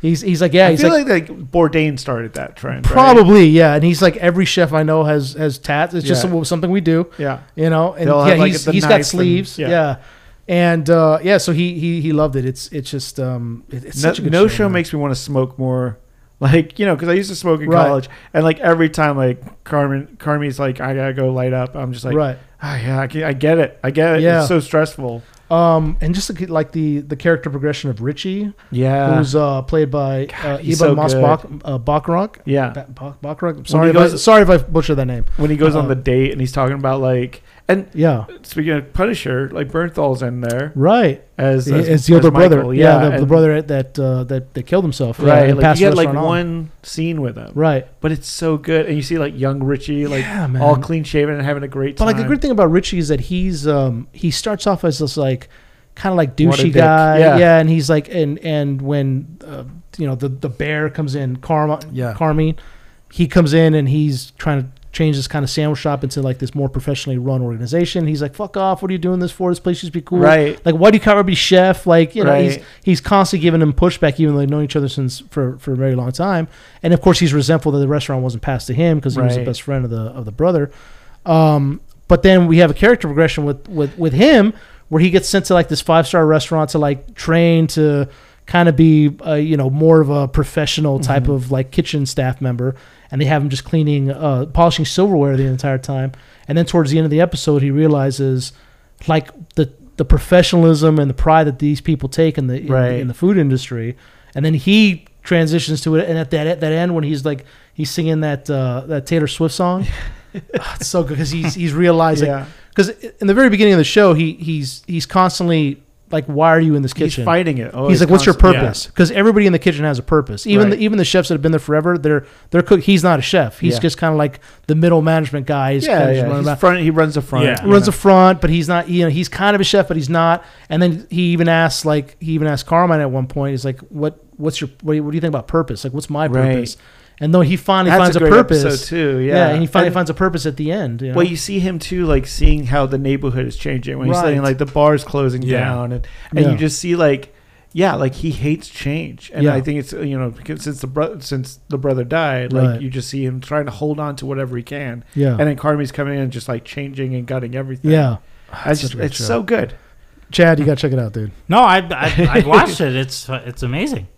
Speaker 3: He's he's like yeah,
Speaker 1: I
Speaker 3: he's
Speaker 1: feel
Speaker 3: like,
Speaker 1: like, like Bourdain started that trend. right?
Speaker 3: probably yeah, and he's like every chef I know has has tats. It's just
Speaker 1: Yeah.
Speaker 3: something we do,
Speaker 1: Yeah.
Speaker 3: you know. And
Speaker 1: They'll
Speaker 3: yeah,
Speaker 1: have, like,
Speaker 3: he's
Speaker 1: the
Speaker 3: he's
Speaker 1: knife
Speaker 3: got
Speaker 1: and-
Speaker 3: sleeves,
Speaker 1: yeah.
Speaker 3: yeah. And uh, yeah, so he, he he loved it. It's it's just um, it- it's
Speaker 1: no,
Speaker 3: such a good
Speaker 1: no show
Speaker 3: man.
Speaker 1: makes me want to smoke more. Like you know, because I used to smoke in
Speaker 3: Right.
Speaker 1: college, and like every time, like Carmen, Carmi's like, I gotta go light up. I'm just like,
Speaker 3: right.
Speaker 1: "Ah, yeah, I, get- I get it, I get it.
Speaker 3: Yeah.
Speaker 1: It's so stressful.
Speaker 3: Um, and just like, like the the character progression of Richie,
Speaker 1: Yeah,
Speaker 3: who's uh, played by uh, Iba
Speaker 1: he's so
Speaker 3: Mas
Speaker 1: good.
Speaker 3: Bak- uh, Bacharach.
Speaker 1: yeah.
Speaker 3: Ba- Ba- Bacharach? I'm Sorry,
Speaker 1: he
Speaker 3: if I,
Speaker 1: goes-
Speaker 3: sorry if I butchered that name.
Speaker 1: when he goes on
Speaker 3: Uh,
Speaker 1: the date and he's talking about like, and
Speaker 3: Yeah,
Speaker 1: speaking of Punisher, like Bernthal's in there
Speaker 3: right.
Speaker 1: as as,
Speaker 3: It's, the
Speaker 1: as
Speaker 3: other brother.
Speaker 1: Michael,
Speaker 3: yeah, the, the
Speaker 1: and-
Speaker 3: brother that uh, that that killed himself. yeah,
Speaker 1: Right,
Speaker 3: and
Speaker 1: like
Speaker 3: passed
Speaker 1: you
Speaker 3: the
Speaker 1: get like
Speaker 3: restaurant on.
Speaker 1: one scene with him,
Speaker 3: Right,
Speaker 1: but it's so good, and you see like young Richie, like
Speaker 3: Yeah, man.
Speaker 1: all clean shaven and having a great
Speaker 3: but
Speaker 1: time.
Speaker 3: like the great thing about Richie is that he's um he starts off as this like kind of like
Speaker 1: What a
Speaker 3: douchey
Speaker 1: dick.
Speaker 3: guy.
Speaker 1: Yeah.
Speaker 3: Yeah. and he's like and and when uh, you know the the bear comes in, Karma,
Speaker 1: Yeah.
Speaker 3: Carmine, he comes in and he's trying to change this kind of sandwich shop into like this more professionally run organization. He's like, "Fuck off! What are you doing this for? This place should be cool."
Speaker 1: right?
Speaker 3: Like, why do you call everybody chef? Like, you know,
Speaker 1: Right.
Speaker 3: he's he's constantly giving him pushback, even though they've known each other since for, for a very long time. And of course, he's resentful that the restaurant wasn't passed to him because he was the
Speaker 1: Right.
Speaker 3: best friend of the of the brother. Um, but then we have a character progression with with with him where he gets sent to like this five star restaurant to like train to kind of be uh, you know more of a professional
Speaker 1: Mm-hmm.
Speaker 3: type of like kitchen staff member and they have him just cleaning uh, polishing silverware the entire time and then towards the end of the episode he realizes like the the professionalism and the pride that these people take in the in,
Speaker 1: Right.
Speaker 3: in the food industry, and then he transitions to it. And at that at that end, when he's like he's singing that uh, that Taylor Swift song, Ah, it's so good because he's he's realizing
Speaker 1: yeah,
Speaker 3: because in the very beginning of the show, he he's he's constantly like, why are you in this
Speaker 1: he's
Speaker 3: kitchen?
Speaker 1: fighting it. Oh,
Speaker 3: he's like, "What's your
Speaker 1: constant- yeah.
Speaker 3: purpose?" Because everybody in the kitchen has a purpose. Even
Speaker 1: Right.
Speaker 3: the, even the chefs that have been there forever, they're they're cook. He's not a chef. He's
Speaker 1: Yeah.
Speaker 3: just kind of like the middle management guy. He's
Speaker 1: yeah,
Speaker 3: kinda just
Speaker 1: yeah.
Speaker 3: running
Speaker 1: He's
Speaker 3: about.
Speaker 1: front, he runs the front.
Speaker 4: Yeah.
Speaker 1: you
Speaker 3: runs
Speaker 1: know.
Speaker 3: the front, but he's not. You know, he's kind of a chef, but he's not. And then he even asks, like, he even asked Carmine at one point. He's like, "What? What's your? What do you, what do you think about purpose? Like, what's my
Speaker 1: Right.
Speaker 3: purpose?" And though he finally
Speaker 1: That's
Speaker 3: finds
Speaker 1: a
Speaker 3: a,
Speaker 1: great
Speaker 3: purpose,
Speaker 1: episode too. Yeah,
Speaker 3: yeah. and he finally
Speaker 1: And-
Speaker 3: finds a purpose at the end. You know?
Speaker 1: Well, you see him too, like seeing how the neighborhood is changing. When he's
Speaker 3: Right.
Speaker 1: saying like the bars closing
Speaker 4: Yeah.
Speaker 1: down, and and
Speaker 3: Yeah.
Speaker 1: you just see like, yeah, like he hates change, and
Speaker 3: Yeah.
Speaker 1: I think it's you know because since the brother since the brother died, like
Speaker 3: Right.
Speaker 1: you just see him trying to hold on to whatever he can,
Speaker 3: yeah,
Speaker 1: and then Carmi's coming in and just like changing and gutting everything.
Speaker 3: yeah.
Speaker 1: I just,
Speaker 3: such a good
Speaker 1: it's
Speaker 3: show.
Speaker 1: so good.
Speaker 3: Chad, you gotta check it out, dude.
Speaker 4: No, I, I I watched it. It's it's amazing.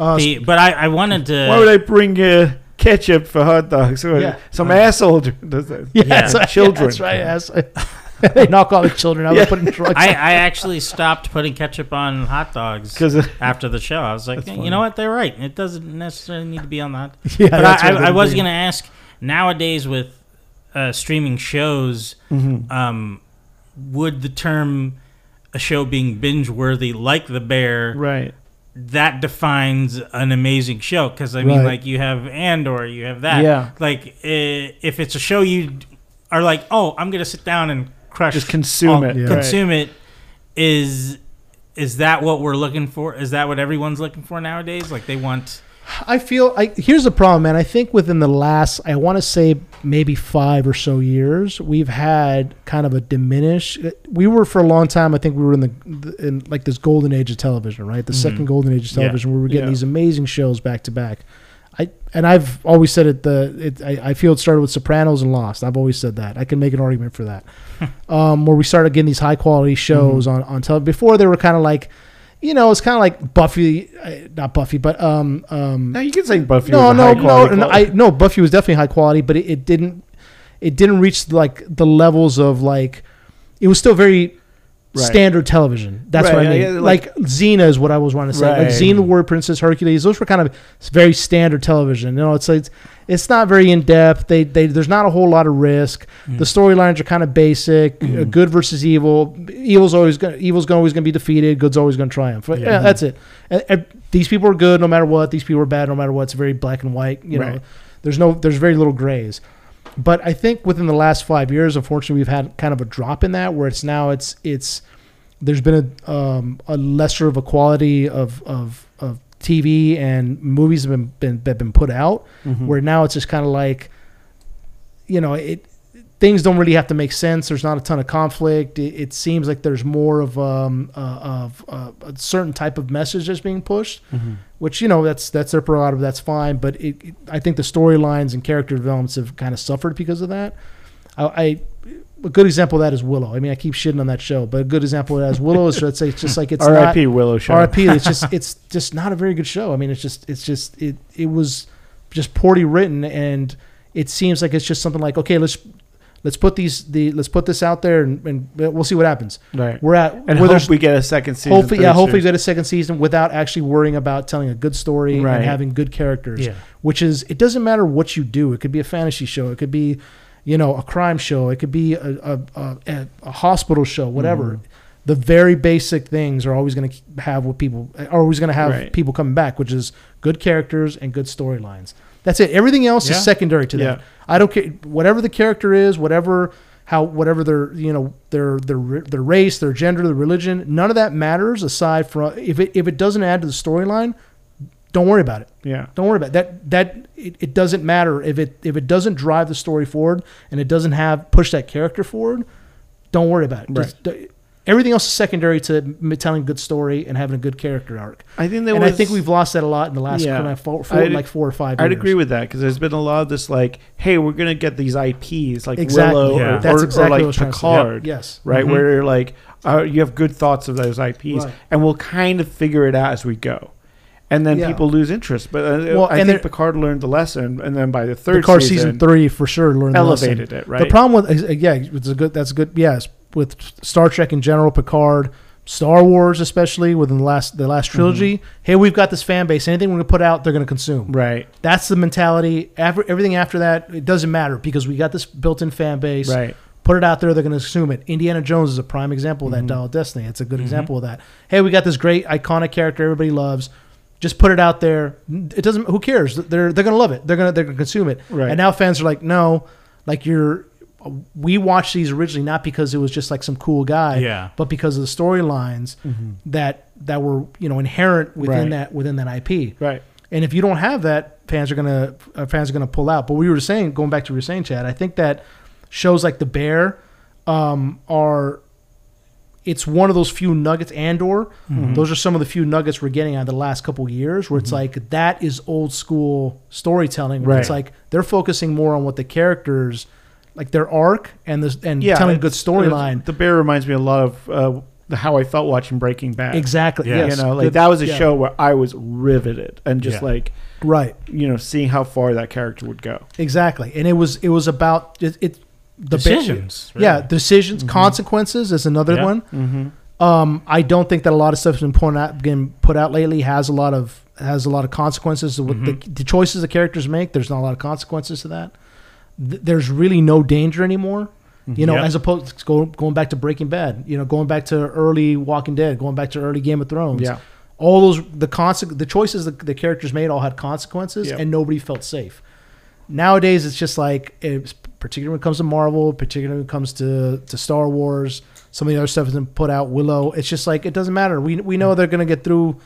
Speaker 3: Uh,
Speaker 4: The- but I, I wanted to.
Speaker 1: Why would I bring uh, ketchup for hot dogs? Or
Speaker 3: Yeah.
Speaker 1: Some asshole does that.
Speaker 3: yeah,
Speaker 4: Yeah.
Speaker 3: that's right,
Speaker 1: Children.
Speaker 3: that's right. Yes. they knock all the children out.
Speaker 1: Yeah.
Speaker 3: They put in drugs.
Speaker 4: I, I actually stopped putting ketchup on hot dogs
Speaker 1: 'Cause, uh,
Speaker 4: after the show. I was like,
Speaker 1: That's
Speaker 4: you
Speaker 1: funny.
Speaker 4: know what? They're right. It doesn't necessarily need to be on the hot.
Speaker 3: yeah,
Speaker 4: But
Speaker 3: that's
Speaker 4: I,
Speaker 3: right,
Speaker 4: I, I
Speaker 3: they
Speaker 4: was
Speaker 3: bring-
Speaker 4: gonna ask. Nowadays, with uh, streaming shows, um, would the term a show being binge worthy, like The Bear,
Speaker 1: Right.
Speaker 4: that defines an amazing show because I mean,
Speaker 3: Right.
Speaker 4: like you have Andor, you have that.
Speaker 1: Yeah.
Speaker 4: Like eh, if it's a show you d- are like, oh, I'm gonna sit down and crush,
Speaker 1: Just consume it,
Speaker 3: yeah.
Speaker 4: Consume it is is that what we're looking for? Is that what everyone's looking for nowadays? Like they want
Speaker 3: I feel I here's the problem, man. I think within the last I want to say maybe 5 or so years, we've had kind of a diminish we were for a long time I think we were in the, the in like this golden age of television, right? The second golden age of
Speaker 1: Mm-hmm. Yeah.
Speaker 3: television where we were getting
Speaker 1: Yeah.
Speaker 3: these amazing shows back to back. I and I've always said it the it, I, I feel it started with Sopranos and Lost. I've always said that. I can make an argument for that. um, where we started getting these high
Speaker 1: Mm-hmm.
Speaker 3: quality shows on on television. Before they were kind of like you know, it's kind of like Buffy, uh, not Buffy, but um, um,
Speaker 1: Now you can say Buffy.
Speaker 3: no,
Speaker 1: was a
Speaker 3: no,
Speaker 1: high
Speaker 3: no,
Speaker 1: quality
Speaker 3: and
Speaker 1: quality.
Speaker 3: I no. Buffy was definitely high quality, but it, it didn't. It didn't reach like the levels of like. It was still very
Speaker 1: Right.
Speaker 3: standard television. That's
Speaker 1: Right,
Speaker 3: what I
Speaker 1: yeah,
Speaker 3: mean.
Speaker 1: yeah, like-
Speaker 3: like, Xena is what I was wanting to say. Like
Speaker 1: Right.
Speaker 3: Xena, the Warrior Princess, Hercules. Those were kind of very standard television. You know, it's like it's, it's not very in depth. They, they there's not a whole lot of risk.
Speaker 1: Mm-hmm.
Speaker 3: The storylines are kind of basic. uh, Good versus evil. Evil's always gonna evil's gonna, always going to be defeated. Good's always going to triumph. Yeah, that's it. And- and these people are good no matter what. These people are bad no matter what. It's very black and white. You know,
Speaker 1: Right.
Speaker 3: there's no there's very little grays. But I think within the last five years, unfortunately, we've had kind of a drop in that where it's now it's it's there's been a um, a lesser of a quality of of of TV and movies have been been, have been put out
Speaker 1: Hmm.
Speaker 3: where now it's just kind of like you know it things don't really have to make sense there's not a ton of conflict it, it seems like there's more of um uh, of uh, a certain type of message that's being pushed which you know that's that's their prerogative that's fine but it, it- i think the storylines and character developments have kind of suffered because of that I, I a good example of that is willow i mean i keep shitting on that show but a good example of that is willow is let's say it's just like it's not,
Speaker 1: R.I.P. Willow show.
Speaker 3: RIP. It's just it's just not a very good show. I mean, it's just it's just it it was just poorly written, and it seems like it's just something like okay, let's let's put these the let's put this out there, and, and we'll see what happens.
Speaker 1: Right.
Speaker 3: We're at
Speaker 1: And
Speaker 3: where
Speaker 1: hope
Speaker 3: there's
Speaker 1: we get a second season.
Speaker 3: hopefully yeah
Speaker 1: third
Speaker 3: hopefully we
Speaker 1: season.
Speaker 3: get a second season without actually worrying about telling a good story
Speaker 1: Right.
Speaker 3: and having good characters.
Speaker 1: Yeah.
Speaker 3: Which is it doesn't matter what you do. It could be a fantasy show. It could be you know a crime show. It could be a a, a, a- a hospital show. Whatever.
Speaker 1: Mm-hmm.
Speaker 3: The very basic things are always going to have what people are always going to have
Speaker 1: Right.
Speaker 3: people coming back, which is good characters and good storylines. That's it. Everything else
Speaker 4: Yeah.
Speaker 3: is secondary to that.
Speaker 1: Yeah.
Speaker 3: I don't care whatever the character is, whatever how whatever their you know their their their race, their gender, their religion, none of that matters aside from if it if it doesn't add to the storyline, don't worry about it.
Speaker 1: yeah.
Speaker 3: Don't worry about it. that. That it, it doesn't matter if it if it doesn't drive the story forward and it doesn't have push that character forward. Don't worry about it. Just- everything else is secondary to m- telling a good story and having a good character arc.
Speaker 1: I think there
Speaker 3: and
Speaker 1: was,
Speaker 3: I think we've lost that a lot in the last
Speaker 1: Yeah.
Speaker 3: kind of four, four-
Speaker 1: I'd-
Speaker 3: like four or 5
Speaker 1: I'd
Speaker 3: years.
Speaker 1: agree with that because there's been a lot of this like, hey, we're gonna get these IPs like
Speaker 3: Exactly.
Speaker 1: Willow
Speaker 4: Yeah.
Speaker 1: or,
Speaker 3: That's
Speaker 1: or- or,
Speaker 3: exactly what I was
Speaker 1: like
Speaker 3: trying to say.
Speaker 1: Picard,
Speaker 3: Yes.
Speaker 1: right? Where you're like, uh, you have good thoughts of those IPs,
Speaker 3: Right.
Speaker 1: and we'll kind of figure it out as we go. And then
Speaker 3: Yeah.
Speaker 1: people lose interest, but uh,
Speaker 3: Well,
Speaker 1: I
Speaker 3: and
Speaker 1: think
Speaker 3: there-
Speaker 1: Picard learned the lesson, and then by the
Speaker 3: The
Speaker 1: third
Speaker 3: car
Speaker 1: season,
Speaker 3: season three for sure learned the
Speaker 1: elevated
Speaker 3: lesson.
Speaker 1: it, right?
Speaker 3: The problem with uh, yeah, it's a good. That's a good. Yes, with Star Trek in general, Picard, Star Wars especially within the last the
Speaker 1: Mm-hmm.
Speaker 3: last trilogy. Hey, we've got this fan base. Anything we're gonna put out, they're gonna consume.
Speaker 1: right?
Speaker 3: That's the mentality. After, everything after that, it doesn't matter because we got this built-in fan base.
Speaker 1: Right.
Speaker 3: Put it out there, they're going to assume it. Indiana Jones is a prime example
Speaker 1: Mm-hmm.
Speaker 3: of that. Dial of Destiny, it's a good example of that. Hey, we got this great iconic character everybody loves. Just put it out there. It doesn't. Who cares? They're they're going to love it. They're going to they're going to consume it.
Speaker 1: Right.
Speaker 3: And now fans are like, no, like you're. We watched these originally not because it was just like some cool guy,
Speaker 4: Yeah.
Speaker 3: but because of the storylines that that were you know inherent within
Speaker 1: Mm-hmm. Right.
Speaker 3: that within that IP,
Speaker 1: Right.
Speaker 3: and if you don't have that, fans are gonna uh, fans are gonna pull out. But we were saying, going back to what you were saying, Chad, I think that shows like The Bear um, are it's one of those few nuggets. Andor,
Speaker 1: Mm-hmm.
Speaker 3: those are some of the few nuggets we're getting out of the last couple years, where it's like that is old school storytelling. Where It's
Speaker 1: Mm-hmm. Right.
Speaker 3: like they're focusing more on what the characters, like their arc, and this and
Speaker 1: Yeah,
Speaker 3: telling a good
Speaker 1: it's- it's-
Speaker 3: storyline.
Speaker 1: The bear reminds me a lot of uh, how I felt watching Breaking Bad.
Speaker 3: Exactly.
Speaker 4: Yeah.
Speaker 3: Yes.
Speaker 1: You know, like
Speaker 3: Good-
Speaker 1: that was a
Speaker 3: yeah.
Speaker 1: show where I was riveted and just
Speaker 4: Yeah.
Speaker 1: like
Speaker 3: Right.
Speaker 1: you know seeing how far that character would go.
Speaker 3: Exactly. And it was it was about it. it the Bear-
Speaker 4: decisions.
Speaker 3: Yeah,
Speaker 4: really. Mm-hmm.
Speaker 3: decisions, consequences is another
Speaker 4: Yeah. Mm-hmm.
Speaker 3: one. Um, I don't think that a lot of stuff has been put out, been put out lately has a lot of has a lot of consequences. to what The,
Speaker 4: Mm-hmm.
Speaker 3: the choices the characters make, there's not a lot of consequences to that. Th- there's really no danger anymore. You know,
Speaker 4: Mm-hmm. Yeah.
Speaker 3: as opposed to go, going back to Breaking Bad, you know, going back to early Walking Dead, going back to early Game of Thrones.
Speaker 1: Yeah.
Speaker 3: all those the conse- the choices the, the characters made all had consequences,
Speaker 1: Yep.
Speaker 3: and nobody felt safe. Nowadays, it's just like it's particularly when it comes to Marvel, particularly when it comes to to Star Wars. Some of the other stuff has been put out. Willow. It's just like it doesn't matter. We we know they're gonna get through.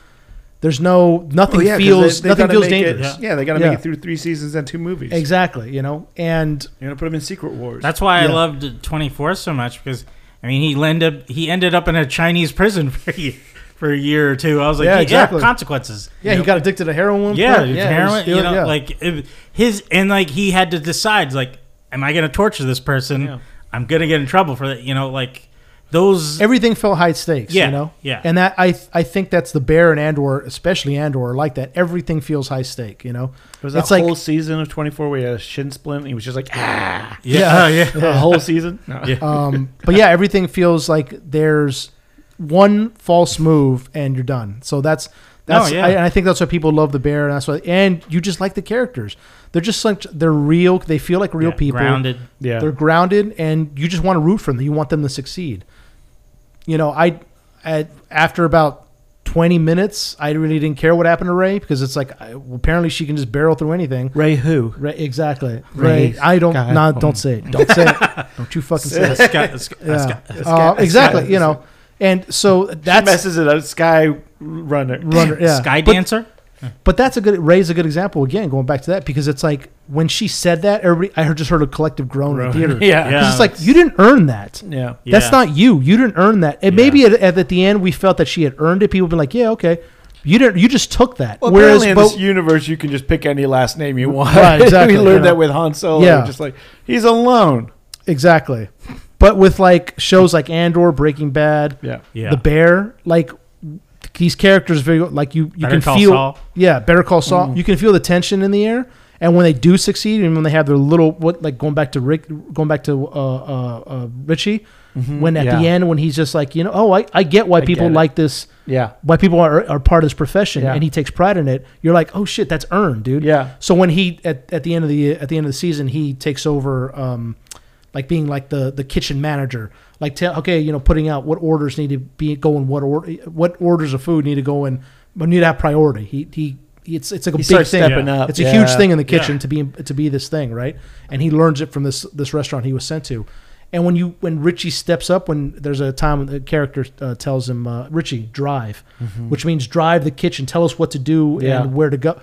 Speaker 3: There's no nothing
Speaker 1: Well, Oh, yeah, 'cause
Speaker 3: feels
Speaker 1: they- they
Speaker 3: nothing
Speaker 1: gotta
Speaker 3: feels
Speaker 1: make it-
Speaker 3: dangerous.
Speaker 1: yeah, they got to
Speaker 3: Yeah.
Speaker 1: make it through three seasons and two movies.
Speaker 3: Exactly. You know, and
Speaker 1: You're gonna put them in Secret Wars.
Speaker 4: That's why I
Speaker 3: Yeah.
Speaker 4: loved 24 so much because I mean he ended up he ended up in a Chinese prison for a year, for a year or two. I was like,
Speaker 3: Yeah,
Speaker 4: yeah,
Speaker 3: exactly.
Speaker 4: consequences.
Speaker 3: yeah, he got addicted to heroin. at one
Speaker 4: yeah,
Speaker 3: point.
Speaker 4: it's
Speaker 3: he was
Speaker 4: heroin, you
Speaker 3: doing-
Speaker 4: know,
Speaker 3: yeah.
Speaker 4: like it, his and like he had to decide like am I going to torture this person?
Speaker 1: Yeah.
Speaker 4: I'm going to get in trouble for that, you know, like those
Speaker 3: everything felt high stakes.
Speaker 4: Yeah,
Speaker 3: you know.
Speaker 4: yeah.
Speaker 3: And that I I think that's the bear and Andor, especially Andor, like that. Everything feels high stake. You know.
Speaker 1: It was that
Speaker 3: It's like-
Speaker 1: whole season of 24 where he had a shin splint and he was just like, ah,
Speaker 4: yeah, yeah.
Speaker 1: the whole season. No.
Speaker 4: Yeah.
Speaker 3: Um, but yeah, everything feels like there's one false move and you're done. So that's that's
Speaker 4: yeah.
Speaker 3: I, and I think that's why people love the bear and that's why and you just like the characters. They're just like they're real. They feel like real
Speaker 4: Yeah,
Speaker 3: people.
Speaker 4: grounded.
Speaker 1: Yeah.
Speaker 3: They're grounded, and you just want to root for them. You want them to succeed. You know, I, I after about twenty minutes, I really didn't care what happened to Ray because it's like I, well, apparently she can just barrel through anything.
Speaker 1: Ray who?
Speaker 3: Ray, exactly. Ray,
Speaker 1: Ray
Speaker 3: I don't.
Speaker 1: Scott
Speaker 3: Nah,
Speaker 1: Hall.
Speaker 3: don't say it. Don't say it. Don't you fucking say it.
Speaker 4: Scott- Scott-
Speaker 3: Yeah.
Speaker 4: Scott-
Speaker 3: Uh, exactly. You know, and so
Speaker 1: That
Speaker 3: that's
Speaker 1: messes it up. Sky Runner.
Speaker 3: runner. Yeah.
Speaker 4: Sky
Speaker 3: But-
Speaker 4: Dancer?
Speaker 3: But that's a good Ray's a good example again, going back to that because it's like when she said that, everybody I heard just heard a collective groan in the theater.
Speaker 1: Yeah.
Speaker 4: Yeah.
Speaker 3: 'Cause it's like you didn't earn that.
Speaker 1: Yeah.
Speaker 4: Yeah.
Speaker 3: That's not you. You didn't earn that. And maybe at, at, at the end we felt that she had earned it. People would be like, yeah, okay. You didn't. You just took that.
Speaker 1: Well,
Speaker 3: Whereas,
Speaker 1: apparently in
Speaker 3: but,
Speaker 1: this universe, you can just pick any last name you want.
Speaker 3: Right, exactly,
Speaker 1: we learned
Speaker 3: yeah.
Speaker 1: that with Han Solo.
Speaker 3: Yeah.
Speaker 1: Just like he's alone.
Speaker 3: exactly. But with like shows like Andor, Breaking Bad,
Speaker 1: Yeah.
Speaker 4: Yeah.
Speaker 3: The Bear, like these characters, very like you, you
Speaker 4: Better
Speaker 3: can
Speaker 4: Call
Speaker 3: feel.
Speaker 4: Saul.
Speaker 3: Yeah, Better Call Saul. You can feel the tension in the air. And when they do succeed, and when they have their little what, like going back to Rick, going back to uh, uh, uh, Richie, when at the
Speaker 1: yeah.
Speaker 3: end when he's just like, you know, oh, I, I get why
Speaker 1: get
Speaker 3: people
Speaker 1: it.
Speaker 3: like this.
Speaker 1: Yeah.
Speaker 3: why people are, are part of his profession
Speaker 1: Yeah.
Speaker 3: and he takes pride in it you're like oh shit that's earned dude
Speaker 1: Yeah.
Speaker 3: so when he at, at the end of the at the end of the season he takes over um like being like the the kitchen manager like tell okay you know putting out what orders need to be go in what order what orders of food need to go in but need to have priority he he it's it's like a
Speaker 1: He
Speaker 3: big
Speaker 1: starts
Speaker 3: thing
Speaker 1: stepping
Speaker 4: Yeah.
Speaker 1: up.
Speaker 3: it's a huge
Speaker 1: Yeah.
Speaker 3: thing in the kitchen
Speaker 4: Yeah.
Speaker 3: to be to be this thing, right? And he learns it from this this restaurant he was sent to. And when you when Richie steps up, when there's a time when the character uh, tells him uh, Richie drive, which means drive the kitchen, tell us what to do
Speaker 1: Mm-hmm. Yeah.
Speaker 3: and where to go.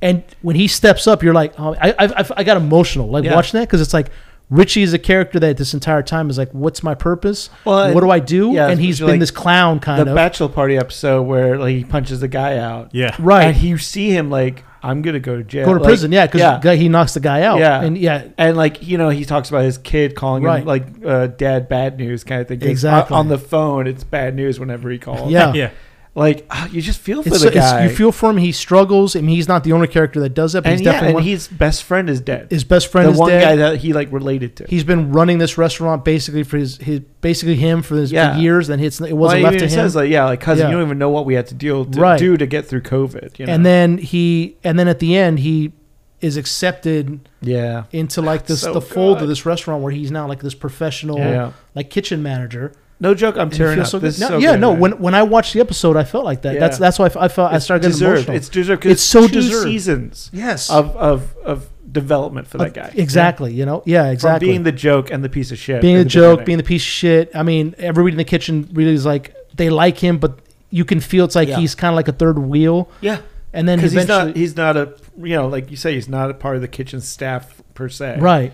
Speaker 3: And when he steps up, you're like, oh, I, I I- I got emotional like
Speaker 1: Yeah.
Speaker 3: watching that because it's like. Richie is a character that this entire time is like, what's my purpose?
Speaker 1: Well,
Speaker 3: what do I
Speaker 1: and-
Speaker 3: do?
Speaker 1: yeah,
Speaker 3: and he's
Speaker 1: especially like
Speaker 3: been this clown kind
Speaker 1: the
Speaker 3: of.
Speaker 1: bachelor party episode where like he punches the guy out.
Speaker 4: Yeah.
Speaker 3: Right.
Speaker 1: And you see him like, I'm gonna go to jail.
Speaker 3: Go to
Speaker 1: Like,
Speaker 3: prison, yeah, because he knocks the guy out.
Speaker 1: Yeah.
Speaker 3: And yeah,
Speaker 1: And like you know, he talks about his kid calling
Speaker 3: Right.
Speaker 1: him like uh, dad bad news kind of thing. 'Cause
Speaker 3: Exactly.
Speaker 1: on- On the phone, it's bad news whenever he calls.
Speaker 3: Yeah.
Speaker 4: Yeah.
Speaker 1: Like ah, you just feel for
Speaker 3: It's,
Speaker 1: the
Speaker 3: it's-
Speaker 1: guy.
Speaker 3: you feel for him. He struggles. I mean, he's not the only character that does that, but
Speaker 1: and
Speaker 3: he's
Speaker 1: yeah,
Speaker 3: definitely
Speaker 1: and
Speaker 3: one,
Speaker 1: his best friend is dead.
Speaker 3: his best friend
Speaker 1: the
Speaker 3: is
Speaker 1: one
Speaker 3: dead.
Speaker 1: guy that he like related to.
Speaker 3: he's been running this restaurant basically for his, his basically him for, his, for
Speaker 1: Yeah.
Speaker 3: years. Then it's it
Speaker 1: Well,
Speaker 3: wasn't
Speaker 1: he
Speaker 3: left to
Speaker 1: even
Speaker 3: him.
Speaker 1: says like, yeah, like cousin,
Speaker 3: Yeah.
Speaker 1: you don't even know what we had to deal to
Speaker 3: Right.
Speaker 1: do to get through COVID. You know?
Speaker 3: And then he and then at the end he is accepted
Speaker 1: yeah,
Speaker 3: into like this
Speaker 1: So
Speaker 3: the fold
Speaker 1: good.
Speaker 3: of this restaurant where he's now like this professional
Speaker 1: Yeah. Yeah.
Speaker 3: like kitchen manager.
Speaker 1: no joke, I'm
Speaker 3: And it
Speaker 1: tearing up.
Speaker 3: feels so
Speaker 1: this
Speaker 3: good.
Speaker 1: is
Speaker 3: No,
Speaker 1: so
Speaker 3: yeah,
Speaker 1: good,
Speaker 3: no.
Speaker 1: man.
Speaker 3: When when I watched the episode, I felt like that.
Speaker 1: Yeah.
Speaker 3: That's that's why I, f- I felt I
Speaker 1: It's
Speaker 3: started getting
Speaker 1: deserved.
Speaker 3: emotional.
Speaker 1: It's deserved. 'cause
Speaker 3: It's so
Speaker 1: two
Speaker 3: deserved.
Speaker 1: seasons
Speaker 3: yes,
Speaker 1: of of of development for that guy.
Speaker 3: exactly. You know, yeah,
Speaker 1: From
Speaker 3: exactly.
Speaker 1: being the joke and the piece of shit.
Speaker 3: being
Speaker 1: in
Speaker 3: a
Speaker 1: the
Speaker 3: joke, being
Speaker 1: beginning.
Speaker 3: the piece of shit. I mean, everybody in the kitchen really is like they like him, but you can feel it's like
Speaker 1: Yeah.
Speaker 3: he's kind of like a third wheel.
Speaker 1: yeah,
Speaker 3: And then
Speaker 1: because he's not
Speaker 3: eventually,
Speaker 1: he's not a you know like you say he's not a part of the kitchen staff per se.
Speaker 3: right?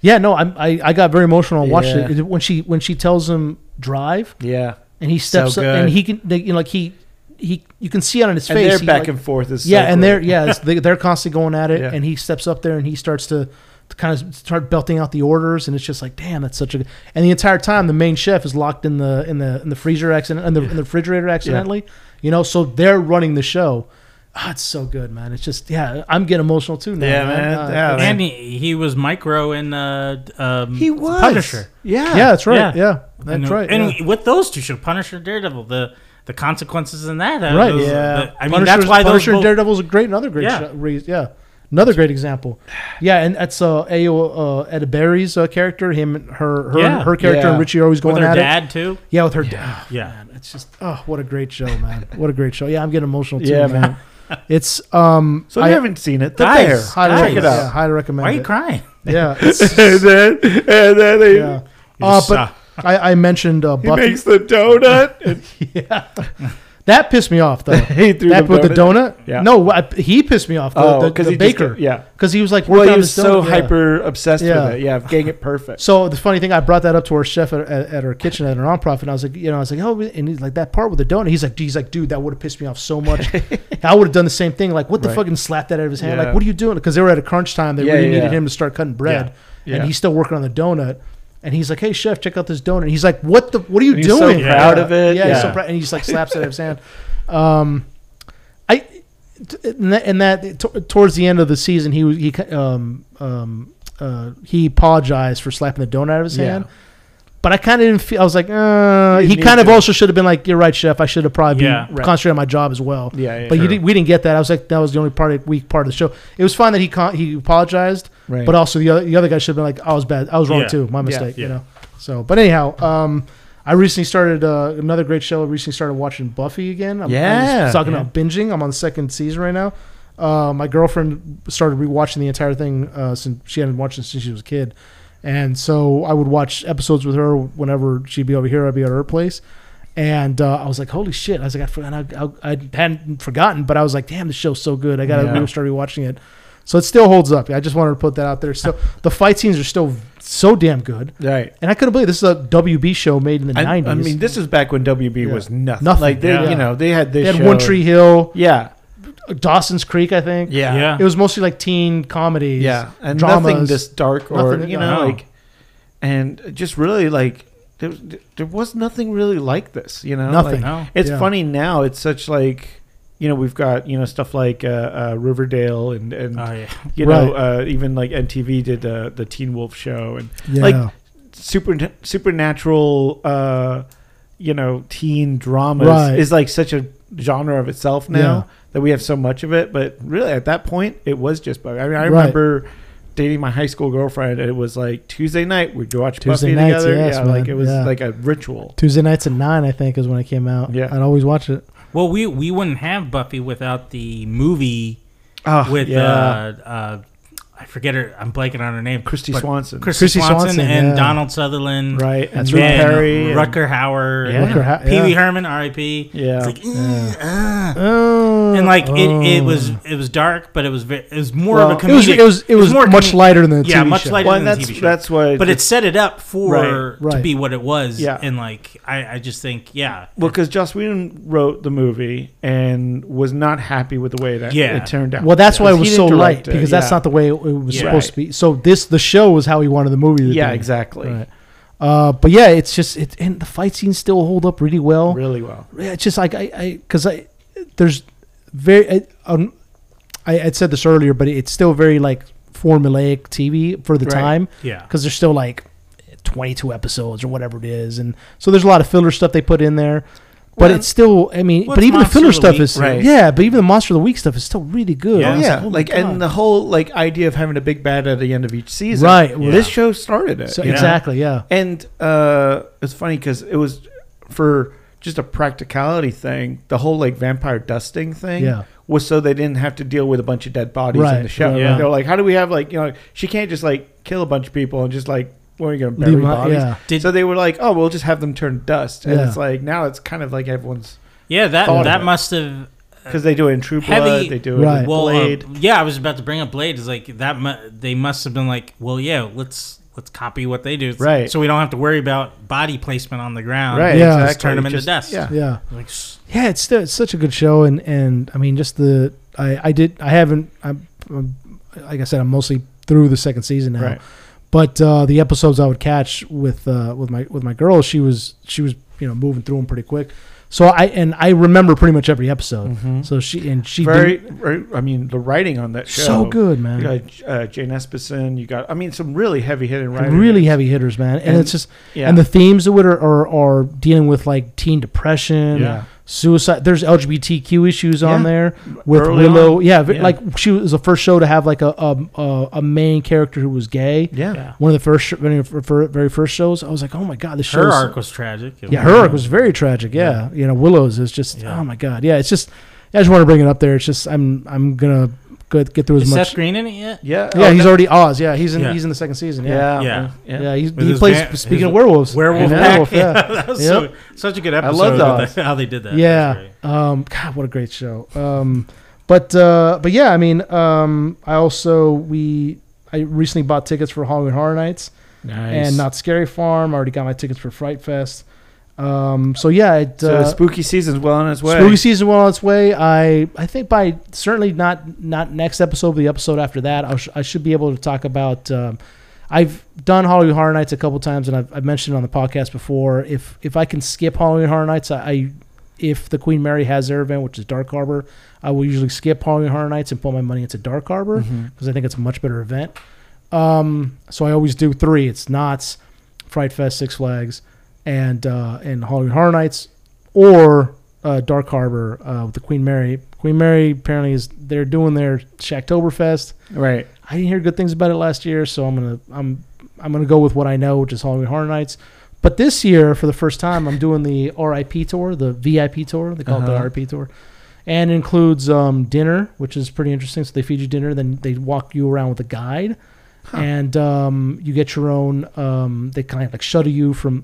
Speaker 3: Yeah, no, I'm, I I got very emotional and watched
Speaker 1: Yeah.
Speaker 3: it when she when she tells him drive
Speaker 1: Yeah,
Speaker 3: and he steps up
Speaker 1: good.
Speaker 3: and he can they, you know like he he you can see it on his
Speaker 1: and
Speaker 3: face.
Speaker 1: their
Speaker 3: he,
Speaker 1: back
Speaker 3: like-
Speaker 1: and forth is so
Speaker 3: yeah, and
Speaker 1: great.
Speaker 3: they're yeah it's, they, they're constantly going at it,
Speaker 1: Yeah.
Speaker 3: and he steps up there and he starts to. to Kind of start belting out the orders, and it's just like, damn, that's such a. And the entire time, the main chef is locked in the in the in the freezer accident in the, in the refrigerator accidentally, you know. So they're running the show. Ah, it's so good, man. It's just yeah, I'm getting emotional too now.
Speaker 1: Yeah, man.
Speaker 3: Ah,
Speaker 1: Yeah, man.
Speaker 4: And he, he was micro in uh um
Speaker 1: he was
Speaker 4: Punisher.
Speaker 1: Yeah,
Speaker 3: yeah, that's right.
Speaker 4: Yeah.
Speaker 3: Yeah,
Speaker 4: And-
Speaker 3: that's right.
Speaker 4: And
Speaker 3: yeah.
Speaker 4: with those two show, Punisher and Daredevil, the the consequences in that. uh,
Speaker 3: Right.
Speaker 4: those-
Speaker 1: Yeah.
Speaker 4: the- I mean,
Speaker 3: Punisher's-
Speaker 4: that's why those
Speaker 3: Punisher and
Speaker 4: both-
Speaker 3: Daredevil's a great another great
Speaker 4: Yeah.
Speaker 3: show. re- Yeah, Another great example. Yeah, and that's uh, Ayo uh, Eda Berry's uh, character. Him, and her, her,
Speaker 4: Yeah.
Speaker 3: her character,
Speaker 1: Yeah.
Speaker 3: and Richie are always going
Speaker 4: With her
Speaker 3: at it.
Speaker 4: dad too.
Speaker 3: Yeah, with her dad.
Speaker 4: Yeah.
Speaker 3: It's just oh, what a great show, man! what a great show. Yeah, I'm getting emotional too,
Speaker 1: Yeah,
Speaker 3: man. It's um,
Speaker 1: So if
Speaker 3: I
Speaker 1: you haven't seen it, the
Speaker 4: Guys,
Speaker 1: bear.
Speaker 3: highly
Speaker 4: Guys.
Speaker 1: Check it
Speaker 3: recommend- yeah,
Speaker 1: out.
Speaker 3: highly recommend.
Speaker 4: Why are you
Speaker 3: it.
Speaker 4: crying?
Speaker 3: Yeah, it's,
Speaker 1: and then, and then he,
Speaker 3: yeah.
Speaker 4: You
Speaker 3: Uh,
Speaker 4: just
Speaker 3: but
Speaker 4: suck.
Speaker 3: I, I mentioned uh,
Speaker 1: he
Speaker 3: Buffy.
Speaker 1: makes the donut. And
Speaker 3: that pissed me off though.
Speaker 1: he threw
Speaker 3: that with the donut?
Speaker 1: Yeah.
Speaker 3: No, I, he pissed me off. The,
Speaker 1: Oh,
Speaker 3: the,
Speaker 1: because
Speaker 3: the
Speaker 1: he
Speaker 3: baker.
Speaker 1: Just, yeah.
Speaker 3: Because he was like,
Speaker 1: Well,
Speaker 3: working
Speaker 1: he
Speaker 3: on
Speaker 1: was
Speaker 3: this
Speaker 1: so
Speaker 3: donut. Yeah.
Speaker 1: hyper obsessed
Speaker 3: Yeah.
Speaker 1: with it. Yeah, getting it perfect.
Speaker 3: So the funny thing, I brought that up to her chef at, at, at her kitchen at her nonprofit. And I was like, you know, I was like, oh, and he's like that part with the donut. He's like, he's like, dude, that would have pissed me off so much. I would have done the same thing. Like, what the
Speaker 1: Right.
Speaker 3: fucking slap that out of his hand?
Speaker 1: Yeah.
Speaker 3: Like, what are you doing? Because they were at a crunch time. They
Speaker 1: Yeah,
Speaker 3: really
Speaker 1: yeah,
Speaker 3: needed
Speaker 1: yeah.
Speaker 3: him to start cutting bread,
Speaker 1: Yeah.
Speaker 3: and
Speaker 1: Yeah.
Speaker 3: he's still working on the donut. And he's like, hey chef, check out this donut. And he's like, what the? What are you
Speaker 1: And he's so
Speaker 3: doing?
Speaker 1: proud of it.
Speaker 3: Yeah, He's so
Speaker 1: Yeah.
Speaker 3: proud, and he just like slaps it out of his hand. Um, I and that, and that t- towards the end of the season, he was he um um uh he apologized for slapping the donut out of his
Speaker 1: Yeah.
Speaker 3: hand. But I kind of didn't feel. I was like, uh,
Speaker 1: You
Speaker 3: he
Speaker 1: need
Speaker 3: kind of
Speaker 1: to.
Speaker 3: also should have been like, "You're right, chef. I should have probably
Speaker 4: Yeah,
Speaker 3: been
Speaker 1: right.
Speaker 3: concentrating on my job as well."
Speaker 1: Yeah, yeah,
Speaker 3: but you
Speaker 1: sure.
Speaker 3: didn't, we didn't get that. I was like, that was the only part of, weak part of the show. It was fine that he con- he apologized,
Speaker 1: Right.
Speaker 3: but also the other the other guy should have been like, "I was bad. I was wrong
Speaker 4: Yeah.
Speaker 3: too. My
Speaker 1: Yeah,
Speaker 3: mistake." You
Speaker 4: yeah.
Speaker 3: know. So, but anyhow, um, I recently started uh, another great show. I recently started watching Buffy again. I'm, I'm
Speaker 1: Yeah,
Speaker 3: just talking
Speaker 1: yeah.
Speaker 3: about binging. I'm on the second season right now. Uh, my girlfriend started rewatching the entire thing uh, since she hadn't watched it since she was a kid, and so I would watch episodes with her whenever she'd be over here. I'd be at her place, and uh, I was like, "Holy shit!" I was like, "I, forgot, I, I, I hadn't forgotten," but I was like, "Damn, this show's so good! I gotta
Speaker 1: Yeah.
Speaker 3: re- start rewatching it." So it still holds up. I just wanted to put that out there. So the fight scenes are still so damn good,
Speaker 1: Right.
Speaker 3: and I couldn't believe this is a WB show made in the
Speaker 1: I, I
Speaker 3: nineties.
Speaker 1: mean, this is back when WB
Speaker 3: Yeah.
Speaker 1: was nothing.
Speaker 3: Nothing,
Speaker 1: Like they,
Speaker 4: yeah.
Speaker 1: you know, they had
Speaker 3: they
Speaker 1: this.
Speaker 3: had
Speaker 1: show.
Speaker 3: One Tree Hill,
Speaker 1: Yeah.
Speaker 3: Dawson's Creek, I think.
Speaker 1: Yeah.
Speaker 4: Yeah.
Speaker 3: It was mostly like teen comedies.
Speaker 1: Yeah. And nothing
Speaker 3: dramas.
Speaker 1: this dark or
Speaker 3: Nothing-
Speaker 1: you know
Speaker 4: no.
Speaker 1: like, and just really like there, there was nothing really like this. You know, Like,
Speaker 3: Nothing.
Speaker 4: No.
Speaker 1: It's
Speaker 3: Yeah.
Speaker 1: funny now. It's such like you know we've got you know stuff like uh, uh, Riverdale and and
Speaker 4: Oh yeah.
Speaker 1: you know uh, even like MTV did uh, the Teen Wolf show and
Speaker 3: Yeah.
Speaker 1: like super supernatural uh, you know teen dramas
Speaker 3: Right.
Speaker 1: is like such a genre of itself now
Speaker 3: Yeah.
Speaker 1: that we have so much of it. But really at that point it was just Buffy. I mean I
Speaker 3: Right.
Speaker 1: remember. Dating my high school girlfriend, and it was like Tuesday night we'd go watch Buffy
Speaker 3: Tuesday nights,
Speaker 1: together.
Speaker 3: yes,
Speaker 1: yeah,
Speaker 3: man.
Speaker 1: like it was
Speaker 3: Yeah.
Speaker 1: like a ritual.
Speaker 3: Tuesday nights at nine, I think, is when it came out.
Speaker 1: Yeah.
Speaker 3: I'd always watch it.
Speaker 4: Well, we we wouldn't have Buffy without the movie
Speaker 3: Ah,
Speaker 1: Oh,
Speaker 4: with
Speaker 1: yeah.
Speaker 4: uh, uh, I forget her. I'm blanking on her name.
Speaker 1: Christy
Speaker 4: but-
Speaker 1: Swanson,
Speaker 4: Christy,
Speaker 3: Christy
Speaker 4: Swanson,
Speaker 3: Swanson,
Speaker 4: and
Speaker 3: yeah.
Speaker 4: Donald Sutherland.
Speaker 1: right? And
Speaker 3: That's
Speaker 1: Drew
Speaker 3: right.
Speaker 4: and
Speaker 1: Perry, and-
Speaker 4: Rutger Hauer,
Speaker 1: Yeah.
Speaker 3: Rutger Ha-
Speaker 4: Pee Wee
Speaker 3: yeah.
Speaker 4: Herman, R.I.P.
Speaker 1: Yeah.
Speaker 4: It's like, "Eh, ah."
Speaker 3: Oh,
Speaker 4: and like it, it
Speaker 3: oh.
Speaker 4: was it was dark, but it was ve- it was more
Speaker 1: Well,
Speaker 4: of a
Speaker 3: It was
Speaker 4: comedic.
Speaker 3: it was it was
Speaker 4: more
Speaker 3: much
Speaker 4: comedic-
Speaker 3: lighter than the
Speaker 4: Yeah,
Speaker 3: TV
Speaker 4: much
Speaker 3: show.
Speaker 4: lighter.
Speaker 1: well,
Speaker 4: than
Speaker 1: and
Speaker 4: the
Speaker 1: that's
Speaker 4: TV show.
Speaker 1: that's why.
Speaker 4: But it set it up for
Speaker 1: Right,
Speaker 4: to
Speaker 3: right.
Speaker 4: be what it was.
Speaker 1: Yeah.
Speaker 4: and like I, I just think yeah,
Speaker 1: Well, because Joss Whedon wrote the movie and was not happy with the way that
Speaker 4: Yeah.
Speaker 1: it turned out.
Speaker 3: Well, that's why it
Speaker 1: Because
Speaker 3: was
Speaker 1: he
Speaker 3: so
Speaker 1: didn't
Speaker 3: light
Speaker 1: direct it,
Speaker 3: because that's
Speaker 1: yeah.
Speaker 3: not the way it, it was
Speaker 4: Yeah.
Speaker 3: supposed to be. So this the show was how he wanted the movie. To
Speaker 1: Yeah,
Speaker 3: be.
Speaker 1: exactly.
Speaker 3: Right. Uh, but yeah, it's just it and the fight scenes still hold up really well.
Speaker 1: Really well.
Speaker 3: Yeah, it's just like I, I, because I, there's very, I, um, I, I said this earlier, but it's still very like formulaic TV for the
Speaker 1: Right.
Speaker 3: time
Speaker 4: yeah,
Speaker 3: because there's still like 22 episodes or whatever it is, and so there's a lot of filler stuff they put in there. But
Speaker 1: Well,
Speaker 3: it's still, I mean,
Speaker 4: well,
Speaker 3: but
Speaker 4: it's
Speaker 3: even the
Speaker 4: Monster
Speaker 3: filler
Speaker 4: of the
Speaker 3: stuff
Speaker 4: Week,
Speaker 3: is,
Speaker 1: right.
Speaker 3: yeah, but even the Monster of the Week stuff is still really good.
Speaker 4: Yeah.
Speaker 1: Yeah,
Speaker 3: I was
Speaker 1: yeah.
Speaker 3: oh my
Speaker 1: like
Speaker 3: God.
Speaker 1: and the whole like idea of having a big bad at the end of each season.
Speaker 3: Right.
Speaker 1: Well, This show started it.
Speaker 3: So,
Speaker 1: you know?
Speaker 3: exactly, yeah.
Speaker 1: And uh, it's funny because it was for just a practicality thing. The whole like vampire dusting thing
Speaker 3: Yeah.
Speaker 1: was so they didn't have to deal with a bunch of dead bodies
Speaker 3: Right,
Speaker 1: in the show.
Speaker 3: right,
Speaker 4: right.
Speaker 1: They were like, how do we have like you know she can't just like kill a bunch of people and just like where are you going to bury
Speaker 3: Leave 'em out,
Speaker 1: bodies?
Speaker 3: yeah.
Speaker 4: Did-
Speaker 1: so they were like, oh, we'll just have them turn dust, and
Speaker 3: Yeah.
Speaker 1: it's like now it's kind of like everyone's
Speaker 4: yeah. That
Speaker 1: Thought of
Speaker 4: that
Speaker 1: it.
Speaker 4: must have
Speaker 1: because they do it in True Blood,
Speaker 4: Heavy-
Speaker 1: they do it
Speaker 3: Right.
Speaker 1: in
Speaker 4: well, uh,
Speaker 1: Blade.
Speaker 4: yeah, I was about to bring up Blade. Is like that. Mu- they must have been like, well, yeah, let's let's copy what they do,
Speaker 1: Right.
Speaker 4: So we don't have to worry about body placement on the ground,
Speaker 1: Right,
Speaker 3: Yeah.
Speaker 1: exactly.
Speaker 4: um, Just turn them into
Speaker 1: Just-
Speaker 4: dust.
Speaker 1: Yeah,
Speaker 3: Yeah.
Speaker 4: Like, s-
Speaker 3: Yeah, it's still, it's such a good show, and and I mean, just the I I did I haven't I'm, I'm like I said I'm mostly through the second season now,
Speaker 1: Right.
Speaker 3: but uh, the episodes I would catch with uh, with my with my girl, she was she was you know moving through them pretty quick, so I and I remember pretty much every episode.
Speaker 4: Mm-hmm.
Speaker 3: So she and she
Speaker 1: Mm-hmm. very,
Speaker 3: did
Speaker 1: very. I mean, the writing on that show
Speaker 3: so good, man.
Speaker 1: You got uh, Jane Espenson. You got, I mean, some really heavy hitting writers.
Speaker 3: really heavy hitters, man, and,
Speaker 1: And-
Speaker 3: it's just
Speaker 1: yeah.
Speaker 3: and the themes of it are, are are dealing with like teen depression,
Speaker 1: Yeah.
Speaker 3: suicide. There's LGBTQ issues on
Speaker 1: Yeah.
Speaker 3: there with
Speaker 1: Early
Speaker 3: Willow.
Speaker 1: on.
Speaker 3: Yeah, v-
Speaker 1: Yeah.
Speaker 3: like she was the first show to have like a a, a, a main character who was gay.
Speaker 1: Yeah.
Speaker 4: Yeah.
Speaker 3: One of the first, sh- very fir- very first shows, I was like, "Oh my god, this show!"
Speaker 4: Her arc was tragic.
Speaker 3: yeah, her arc was very tragic. Yeah, you know, Willow's is just,
Speaker 4: Yeah.
Speaker 3: oh my god, yeah. It's just, I just want to bring it up there. It's just, I'm, I'm gonna go, get through as
Speaker 4: Is
Speaker 3: much.
Speaker 4: Seth Green in it yet?
Speaker 1: Yeah.
Speaker 3: yeah,
Speaker 1: oh,
Speaker 3: he's
Speaker 1: that-
Speaker 3: already Oz. Yeah, he's in,
Speaker 4: Yeah.
Speaker 3: he's in the second season.
Speaker 1: Yeah.
Speaker 3: Yeah,
Speaker 4: Yeah.
Speaker 3: yeah.
Speaker 1: Yeah.
Speaker 3: he's,
Speaker 4: With
Speaker 3: he
Speaker 4: his
Speaker 3: plays.
Speaker 4: van-
Speaker 3: speaking
Speaker 4: his
Speaker 3: of werewolves,
Speaker 4: Werewolf
Speaker 1: Yeah.
Speaker 4: Pack.
Speaker 3: werewolf, yeah.
Speaker 4: that was
Speaker 3: Yep.
Speaker 4: so, such a good episode.
Speaker 1: love
Speaker 4: with
Speaker 1: those.
Speaker 4: the- how they did that.
Speaker 3: yeah.
Speaker 4: That's great.
Speaker 3: Um, God, what a great show. Um, but uh, but yeah, I mean, um, I also we I recently bought tickets for Halloween Horror Nights
Speaker 1: Nice.
Speaker 3: and Not Scary Farm. I already got my tickets for Fright Fest. Um, so yeah, it,
Speaker 1: so
Speaker 3: uh,
Speaker 1: spooky season's well on its way.
Speaker 3: spooky season well on its way. I I think by certainly not not next episode, but the episode after that, I, sh- I should be able to talk about. Um, I've done Halloween Horror Nights a couple times, and I've, I've mentioned it on the podcast before. If if I can skip Halloween Horror Nights, I, I if the Queen Mary has their event, which is Dark Harbor, I will usually skip Halloween Horror Nights and put my money into Dark Harbor
Speaker 1: Mhm.
Speaker 3: because I think it's a much better event. Um, so I always do three. It's Knott's, Fright Fest, Six Flags, and uh, and Halloween Horror Nights, or uh, Dark Harbor uh, with the Queen Mary. Queen Mary apparently is they're doing their Shacktoberfest.
Speaker 1: Right.
Speaker 3: I didn't hear good things about it last year, so I'm gonna I'm I'm gonna go with what I know, which is Halloween Horror Nights. But this year, for the first time, I'm doing the RIP tour, the VIP tour. They call
Speaker 1: Uh-huh.
Speaker 3: it the RIP tour, and includes um, dinner, which is pretty interesting. So they feed you dinner, then they walk you around with a guide, and um, you get your own. Um, they kind of like shuttle you from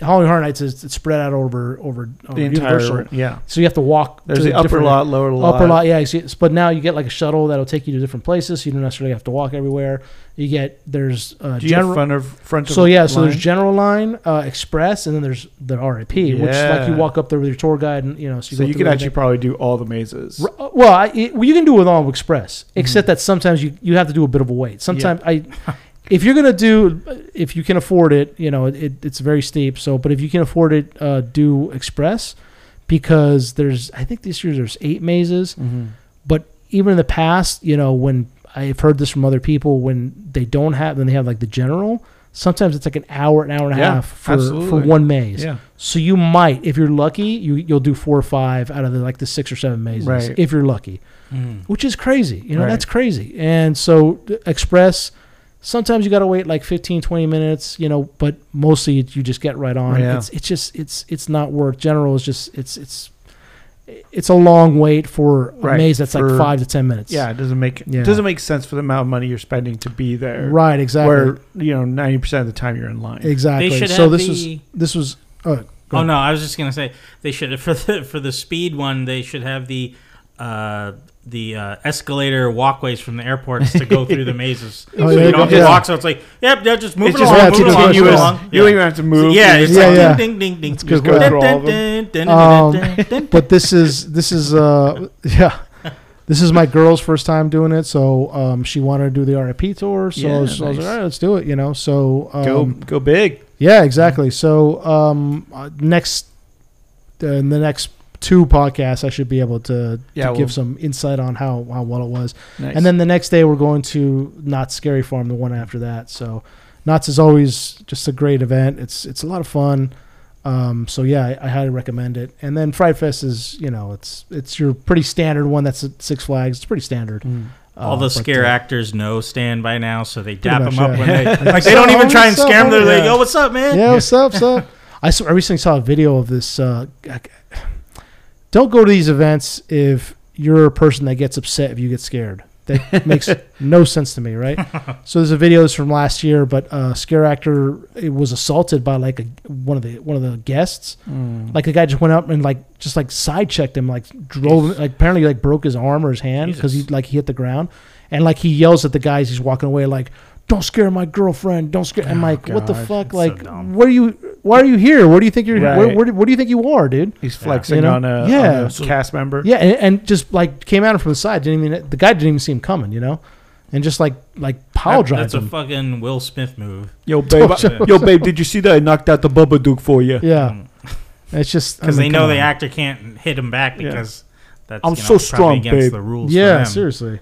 Speaker 3: Halloween Horror Nights is it's spread out over over, over
Speaker 1: The entire.
Speaker 3: Oh, Universal.
Speaker 1: Yeah.
Speaker 3: So you have to walk.
Speaker 1: There's
Speaker 3: to
Speaker 1: the upper
Speaker 3: different-
Speaker 1: lot, lower lot.
Speaker 3: upper lot. Yeah, you see, but now you get like a shuttle that'll take you to different places. So you don't necessarily have to walk everywhere. You get there's uh,
Speaker 1: Do you have
Speaker 3: general.
Speaker 1: front of front of
Speaker 3: So yeah, so
Speaker 1: line?
Speaker 3: there's general line, uh, express, and then there's the RIP, which is like you
Speaker 1: Yeah.
Speaker 3: walk up there with your tour guide, and you know, so you,
Speaker 1: so
Speaker 3: go
Speaker 1: you
Speaker 3: through
Speaker 1: could actually
Speaker 3: everything.
Speaker 1: probably do all the mazes.
Speaker 3: R- uh, Well, I, it, well, you can do it all express,
Speaker 1: Mm-hmm.
Speaker 3: except that sometimes you, you have to do a bit of a wait. Sometimes I, if you're gonna do, if you can afford it, you know, it, it's very steep. So, but if you can afford it, uh, do express, because there's I think this year there's eight mazes,
Speaker 1: Mhm.
Speaker 3: but even in the past, you know, when I've heard this from other people, when they don't have, then they have like the general. Sometimes it's like an hour, an hour and a
Speaker 1: Yeah,
Speaker 3: half for, for
Speaker 1: absolutely.
Speaker 3: one maze.
Speaker 1: Yeah.
Speaker 3: So you might, if you're lucky, you you'll do four or five out of the like the six or seven mazes,
Speaker 1: Right.
Speaker 3: if you're lucky,
Speaker 4: Mm.
Speaker 3: which is crazy. You know,
Speaker 1: Right.
Speaker 3: that's crazy. And so d- express. Sometimes you gotta wait like 15, 20 minutes, you know, but mostly you just get right on.
Speaker 1: Yeah.
Speaker 3: It's it's just it's it's not work. General is just it's it's it's a long wait for a
Speaker 1: Right,
Speaker 3: maze that's
Speaker 1: for-
Speaker 3: like five to ten minutes.
Speaker 1: Yeah, it doesn't make
Speaker 3: Yeah.
Speaker 1: it doesn't make sense for the amount of money you're spending to be there.
Speaker 3: Right, exactly.
Speaker 1: Where you know ninety percent of the time you're in line.
Speaker 3: exactly.
Speaker 4: They should
Speaker 3: so
Speaker 4: have
Speaker 3: this
Speaker 4: the-
Speaker 3: was this was uh, go
Speaker 4: Oh
Speaker 3: on.
Speaker 4: no, I was just gonna say they should for the for the speed one they should have the uh, the uh, escalator walkways from the airports to go through the mazes. so
Speaker 3: Oh, yeah,
Speaker 4: you don't have to
Speaker 3: yeah.
Speaker 4: walk. So it's like yep, yeah, just move
Speaker 1: It's
Speaker 4: it
Speaker 1: just
Speaker 4: along,
Speaker 3: yeah,
Speaker 4: move
Speaker 3: it's
Speaker 4: it along, move it
Speaker 1: continuous.
Speaker 4: along.
Speaker 1: You don't even have to move.
Speaker 4: yeah,
Speaker 1: You
Speaker 4: it's
Speaker 1: just-
Speaker 3: Yeah,
Speaker 4: like
Speaker 3: yeah.
Speaker 4: ding ding ding ding.
Speaker 1: good
Speaker 4: ding,
Speaker 1: grab. All of
Speaker 4: ding, ding,
Speaker 3: Um,
Speaker 4: ding, ding, ding.
Speaker 3: but this is this is uh yeah this is my girl's first time doing it so um she wanted to do the RIP tour so I,
Speaker 1: Yeah,
Speaker 3: was, I was like
Speaker 1: nice.
Speaker 3: all right let's do it you know so um,
Speaker 1: go go big.
Speaker 3: yeah exactly so um uh, next uh, in the next two podcasts I should be able to,
Speaker 1: Yeah,
Speaker 3: to
Speaker 1: we'll-
Speaker 3: give some insight on how how well it was
Speaker 1: Nice.
Speaker 3: and then the next day, we're going to Knott's Scary Farm, the one after that. So Knott's is always just a great event. It's it's a lot of fun. Um, so yeah, I, I highly recommend it. And then Fried Fest is you know it's it's your pretty standard one. That's at Six Flags. It's pretty standard.
Speaker 1: Mm.
Speaker 4: All
Speaker 3: Uh,
Speaker 4: the
Speaker 3: but,
Speaker 4: scare
Speaker 3: uh,
Speaker 4: actors know Stan by now, so they dap
Speaker 3: much,
Speaker 4: him up
Speaker 3: yeah.
Speaker 4: when they like.
Speaker 3: "Oh,
Speaker 4: They don't even try and
Speaker 3: what's up,
Speaker 4: scare him. They're
Speaker 3: homie?"
Speaker 4: like,
Speaker 3: Yeah.
Speaker 4: "Yo, what's up, man?"
Speaker 3: Yeah, what's up, what's up? I, saw, I recently saw a video of this. Uh, g- don't go to these events if you're a person that gets upset if you get scared. That makes no sense to me, right? So there's a video that's from last year, but uh, scare actor it was assaulted by like a, one of the one of the guests.
Speaker 1: Mm.
Speaker 3: Like the guy just went up and like just like side checked him, like drove, like apparently like broke his arm or his hand because he
Speaker 4: Jesus.
Speaker 3: like he hit the ground, and like he yells at the guys he's walking away like, "Don't scare my girlfriend! Don't scare!" I'm
Speaker 1: Oh,
Speaker 3: like, "What the
Speaker 1: God.
Speaker 3: fuck?
Speaker 4: That's so
Speaker 3: like,
Speaker 4: dumb.
Speaker 3: what are you? Why are you here? What do you think you're?
Speaker 1: Right.
Speaker 3: Where, where, do- what do you think you are, dude?"
Speaker 1: He's flexing
Speaker 3: You know?
Speaker 1: on a,
Speaker 3: Yeah.
Speaker 1: on a
Speaker 3: So-
Speaker 1: cast member.
Speaker 3: Yeah, and, and just like came at him from the side. Didn't even the guy didn't even see him coming, you know, and just like like power
Speaker 4: That-
Speaker 3: drives
Speaker 4: That's a
Speaker 3: him.
Speaker 4: fucking Will Smith move.
Speaker 1: Yo, babe. I- yo, babe. Did you see that? I knocked out the Bubba Duke for you.
Speaker 3: yeah, it's just I
Speaker 4: because they
Speaker 3: mean, come
Speaker 4: know
Speaker 3: on.
Speaker 4: the actor can't hit him back
Speaker 1: Yeah.
Speaker 4: because that's
Speaker 1: I'm
Speaker 4: you know,
Speaker 1: so
Speaker 4: probably
Speaker 1: strong,
Speaker 4: against
Speaker 1: babe.
Speaker 4: the rules. for
Speaker 3: Yeah,
Speaker 4: them.
Speaker 3: seriously.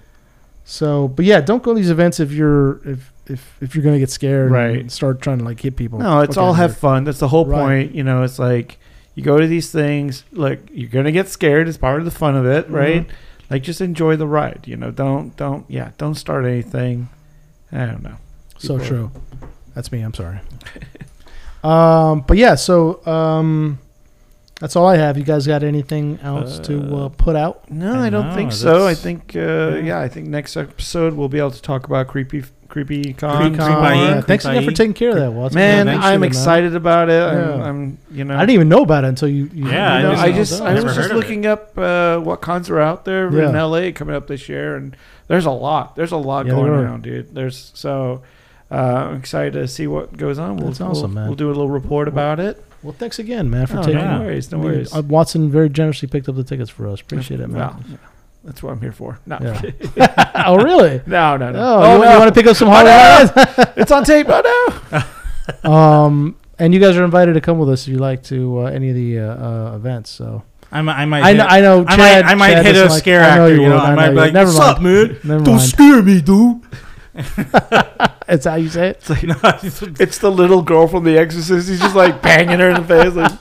Speaker 3: So, but yeah, don't go to these events if you're if if if you're gonna get scared,
Speaker 1: Right.
Speaker 3: And start trying to like hit people.
Speaker 1: No, it's
Speaker 3: Fuck
Speaker 1: all
Speaker 3: outta
Speaker 1: have
Speaker 3: here.
Speaker 1: fun. That's the whole
Speaker 3: Oh, Right.
Speaker 1: point. You know, it's like You go to these things. Like you're gonna get scared. It's part of the fun of
Speaker 3: Mm-hmm.
Speaker 1: it, right? Like just enjoy the ride. You know, don't don't yeah, don't start anything. I don't know.
Speaker 3: So
Speaker 1: People-
Speaker 3: true. That's me. I'm sorry. um, but yeah, so um, that's all I have. You guys got anything else to uh, put out?
Speaker 1: No,
Speaker 4: I
Speaker 1: I don't
Speaker 4: know,
Speaker 1: think so. I
Speaker 4: that's-
Speaker 1: think uh, yeah. I think next episode we'll be able to talk about creepy creepy con.
Speaker 4: Creepy
Speaker 3: Con-
Speaker 4: Creepy
Speaker 3: yeah,
Speaker 4: Creepy
Speaker 3: Uh, thanks again for taking care of that, Walt.
Speaker 1: Man,
Speaker 4: Yeah, thanks
Speaker 1: I'm
Speaker 3: man.
Speaker 1: excited about it. I'm,
Speaker 3: Yeah.
Speaker 1: I'm you know
Speaker 3: I didn't even know about it until you. you
Speaker 1: You
Speaker 4: Yeah, I
Speaker 1: know,
Speaker 4: just-
Speaker 1: I just I
Speaker 4: never
Speaker 1: was
Speaker 4: heard
Speaker 1: just
Speaker 4: of it.
Speaker 1: looking up uh, what cons are out there in
Speaker 3: Yeah.
Speaker 1: LA coming up this year, and there's a lot. There's a lot
Speaker 3: Yeah,
Speaker 1: going
Speaker 3: there are.
Speaker 1: around, dude. There's so uh, I'm excited to see what goes on. We'll,
Speaker 3: That's awesome,
Speaker 1: we'll,
Speaker 3: man.
Speaker 1: We'll do a little report about it.
Speaker 3: well, thanks again, man, for
Speaker 1: Oh,
Speaker 3: taking.
Speaker 1: no
Speaker 4: yeah.
Speaker 1: worries, no worries.
Speaker 3: Uh, Watson very generously picked up the tickets for us. Appreciate it,
Speaker 1: Well,
Speaker 3: man.
Speaker 1: yeah, that's what I'm here for. No,
Speaker 3: Yeah. oh, really?
Speaker 1: no, no, no.
Speaker 3: Oh,
Speaker 1: Oh,
Speaker 3: you,
Speaker 1: no.
Speaker 3: want to pick up some hard eyes?
Speaker 1: it's on tape. Oh no.
Speaker 3: um, and you guys are invited to come with us if you like to uh, any of the uh, uh, events. So
Speaker 4: I might, I might,
Speaker 3: I
Speaker 4: hit,
Speaker 3: know, I know.
Speaker 4: I
Speaker 3: Chad-
Speaker 4: might, I might
Speaker 3: Chad
Speaker 4: hit
Speaker 3: doesn't
Speaker 4: a
Speaker 3: like-
Speaker 4: scare
Speaker 3: I know
Speaker 4: actor. You,
Speaker 3: would,
Speaker 4: know, I, might
Speaker 3: know
Speaker 4: be
Speaker 3: you
Speaker 4: like,
Speaker 3: would. Never
Speaker 4: "What's up,
Speaker 3: mind.
Speaker 4: dude?
Speaker 3: Never
Speaker 4: Don't
Speaker 3: mind.
Speaker 4: scare me, dude."
Speaker 3: That's how you say it.
Speaker 4: It's like, no,
Speaker 1: It's the little girl from The Exorcist. He's just like banging her in the face. Like,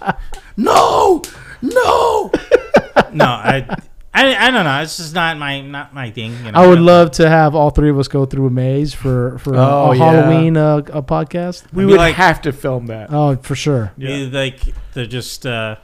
Speaker 4: no, no, no. I, I, I don't know. It's just not my, not my thing. You know?
Speaker 3: I would love to have all three of us go through a maze for for
Speaker 1: Oh,
Speaker 3: a
Speaker 1: yeah.
Speaker 3: Halloween uh, a podcast.
Speaker 1: we
Speaker 4: I'd be
Speaker 1: would
Speaker 4: like-
Speaker 1: have to film that.
Speaker 3: Oh, for sure.
Speaker 1: Yeah.
Speaker 4: Yeah. Like they're just. Uh,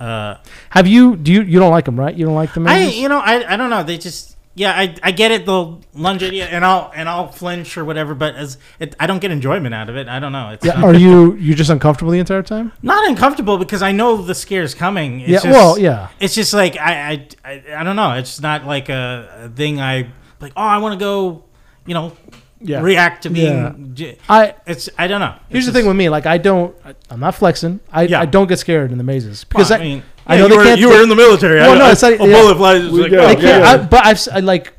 Speaker 4: uh,
Speaker 3: Have you? Do you? You don't like them, right? You don't like the
Speaker 4: I,
Speaker 3: mazes?
Speaker 4: you know, I, I don't know. They just, yeah, I, I get it. They'll lunge at you, and I'll, and I'll flinch or whatever. But as, it, I don't get enjoyment out of it. I don't know. It's
Speaker 3: yeah.
Speaker 4: not,
Speaker 3: Are you? You just uncomfortable the entire time?
Speaker 4: not uncomfortable because I know the scare's coming. It's
Speaker 3: yeah.
Speaker 4: Just,
Speaker 3: well, yeah.
Speaker 4: It's just like I, I, I, I don't know. It's not like a, a thing. I like. Oh, I want to go. You know,
Speaker 1: Yeah.
Speaker 4: react to being.
Speaker 3: Yeah.
Speaker 4: j-
Speaker 3: I.
Speaker 4: It's. I don't know.
Speaker 3: Here's
Speaker 4: It's
Speaker 3: the thing
Speaker 4: just-
Speaker 3: with me. Like, I don't. I, I'm not flexing. I,
Speaker 4: Yeah.
Speaker 3: I don't get scared in the mazes because
Speaker 4: Well,
Speaker 3: I.
Speaker 4: mean,
Speaker 3: I
Speaker 4: yeah,
Speaker 3: know
Speaker 4: you
Speaker 3: they
Speaker 4: were,
Speaker 3: can't-
Speaker 4: You were in the military.
Speaker 3: Well,
Speaker 4: I,
Speaker 3: no,
Speaker 4: I-
Speaker 3: it's not-
Speaker 4: a
Speaker 3: yeah.
Speaker 4: bullet flies. it's
Speaker 1: We
Speaker 4: like,
Speaker 1: go.
Speaker 4: oh,
Speaker 3: I
Speaker 1: They
Speaker 3: can't.
Speaker 1: yeah.
Speaker 3: I, but I've s- I, like,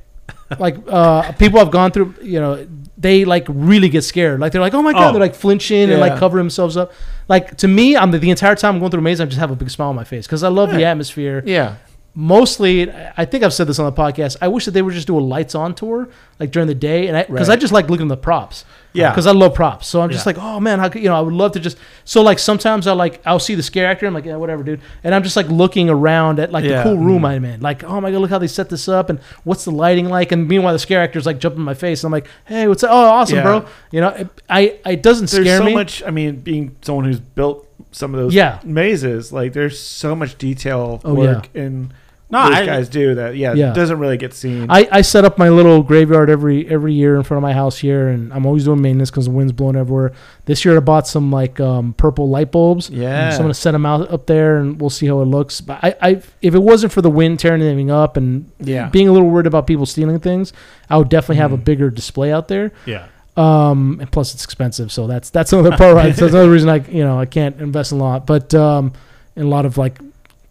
Speaker 3: like uh, people I've gone through. You know, they like really get scared. Like they're like, oh my god,
Speaker 4: Oh.
Speaker 3: they're like flinching and like
Speaker 1: Yeah.
Speaker 3: cover themselves up. Like to me, I'm the, the entire time I'm going through a maze. I just have a big smile on my face because I love the atmosphere.
Speaker 1: Yeah.
Speaker 3: Mostly, I I think I've said this on the podcast. I wish that they would just do a lights on tour like during the day, and because I,
Speaker 1: Right.
Speaker 3: just like looking at the props.
Speaker 1: Yeah.
Speaker 3: because I love props. So I'm just
Speaker 4: Yeah.
Speaker 3: like, oh man, how could, you know, I would love to just. So like sometimes I like I'll see the scare actor. I'm like, yeah, whatever, dude. And I'm just like looking around at like
Speaker 1: Yeah. Mm-hmm.
Speaker 3: the cool room I'm in. Like, oh my god, look how they set this up, and what's the lighting like? And meanwhile, the scare actor's like jumping in my face. And I'm like, hey, what's up? Oh, awesome,
Speaker 1: Yeah.
Speaker 3: bro. You know, it, I it doesn't
Speaker 1: There's
Speaker 3: scare
Speaker 1: so
Speaker 3: me.
Speaker 1: much. I mean, being someone who's built some of those
Speaker 3: Yeah.
Speaker 1: mazes, like there's so much detail
Speaker 3: Oh,
Speaker 1: work in
Speaker 4: No,
Speaker 1: those
Speaker 4: I-
Speaker 1: guys do that. Yeah,
Speaker 3: Yeah.
Speaker 1: it doesn't really get seen.
Speaker 3: I, I set up my little graveyard every every year in front of my house here, and I'm always doing maintenance because the wind's blowing everywhere. This year I bought some like um, purple light bulbs.
Speaker 1: Yeah.
Speaker 3: so I'm gonna set them out up there, and we'll see how it looks. But I, I if it wasn't for the wind tearing anything up and
Speaker 1: Yeah. Mm-hmm.
Speaker 3: being a little worried about people stealing things, I would definitely have a bigger display out there.
Speaker 4: yeah.
Speaker 3: Um, and plus it's expensive, so that's that's another part. Right? So that's another reason I you know I can't invest in a lot, but um, in a lot of like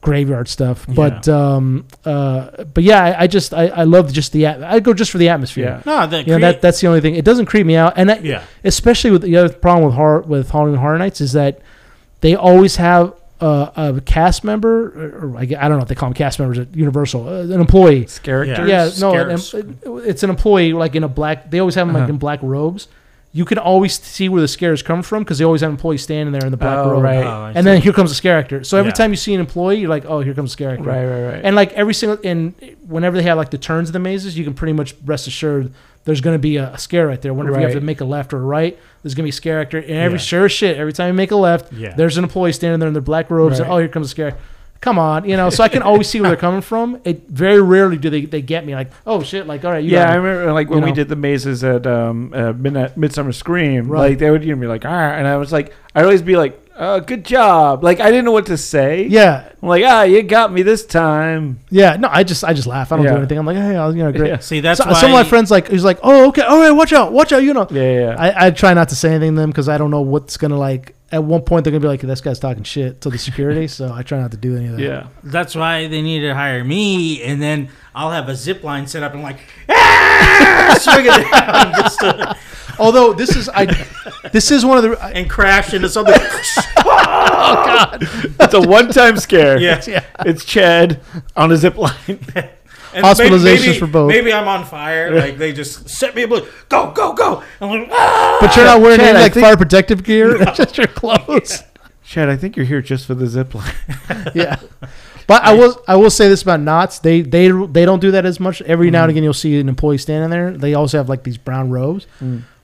Speaker 3: graveyard stuff. But um, uh, but yeah, I, I just I, I love just the at- I go just for the atmosphere.
Speaker 1: Yeah.
Speaker 4: No, the
Speaker 3: You know,
Speaker 4: crea-
Speaker 3: that that's the only thing. It doesn't creep me out, and that,
Speaker 4: Yeah.
Speaker 3: especially with the other problem with horror with Halloween Horror Nights is that they always have uh, a cast member, or, or I, gue- I don't know if they call them cast members at Universal, uh, an employee.
Speaker 1: characters.
Speaker 3: Yeah, no, an
Speaker 4: scares.
Speaker 3: em- it's an employee like in a black. They always have them like
Speaker 1: Uh-huh.
Speaker 3: in black robes. You can always see where the scares come from because they always have employees standing there in the black
Speaker 1: Oh,
Speaker 3: robe.
Speaker 1: right.
Speaker 4: Oh, I
Speaker 3: And then here comes a scare actor. So every
Speaker 4: Yeah.
Speaker 3: time you see an employee, you're like, oh, here comes a scare actor.
Speaker 1: Right, right, right.
Speaker 3: And like every single and whenever they have like the turns of the mazes, you can pretty much rest assured there's going to be a, a scare right there. Whenever you have
Speaker 1: Right.
Speaker 3: to make a left or a right, there's going to be a scare actor. And every
Speaker 4: Yeah.
Speaker 3: sure as shit, every time you make a left,
Speaker 4: Yeah.
Speaker 3: there's an employee standing there in their black robes. And,
Speaker 1: Right.
Speaker 3: oh, here comes a scare. Come on, you know. So I can always see where they're coming from. It very rarely do they, they get me like, oh shit, like all right, you
Speaker 1: yeah, I
Speaker 3: got me.
Speaker 1: remember like when
Speaker 3: you
Speaker 1: we
Speaker 3: know.
Speaker 1: did the mazes at um, uh, Midnight Midsummer Scream.
Speaker 3: Right.
Speaker 1: Like they would you know, be like, ah, and I was like, I'd always be like, uh, good job. Like I didn't know what to say.
Speaker 3: yeah,
Speaker 1: I'm like, ah, you got me this time.
Speaker 3: yeah. No, I just I just laugh. I don't
Speaker 1: Yeah.
Speaker 3: do anything. I'm like, hey, I'll, you know, great.
Speaker 1: Yeah.
Speaker 4: See, that's
Speaker 3: So-
Speaker 4: why
Speaker 3: some of my friends like he's like, oh okay, all right, watch out, watch out, you know.
Speaker 1: Yeah, yeah. yeah.
Speaker 3: I, I try not to say anything to them because I don't know what's gonna like. At one point, they're gonna be like, "This guy's talking shit" to the security, so I try not to do any of that.
Speaker 1: yeah.
Speaker 4: That's why they need to hire me, and then I'll have a zip line set up and like, ah! swing it down just to,
Speaker 3: Although this is I, this is one of the I,
Speaker 4: and crash into something.
Speaker 1: It's a one-time scare.
Speaker 4: yeah,
Speaker 1: It's Chad on a zip line.
Speaker 4: And
Speaker 3: Hospitalizations
Speaker 4: maybe-
Speaker 3: for both.
Speaker 4: Maybe I'm on fire. Like they just set me ablaze. Go, go, go! I'm like, ah!
Speaker 3: but you're not wearing
Speaker 1: Chad,
Speaker 3: any
Speaker 1: I
Speaker 3: like
Speaker 1: think-
Speaker 3: fire protective gear, just your clothes.
Speaker 1: Chad, I think you're here just for the zip line.
Speaker 3: yeah. But I will I will say this about knots. They they they don't do that as much. Every
Speaker 1: Mm.
Speaker 3: now and again you'll see an employee standing there. They also have like these brown robes.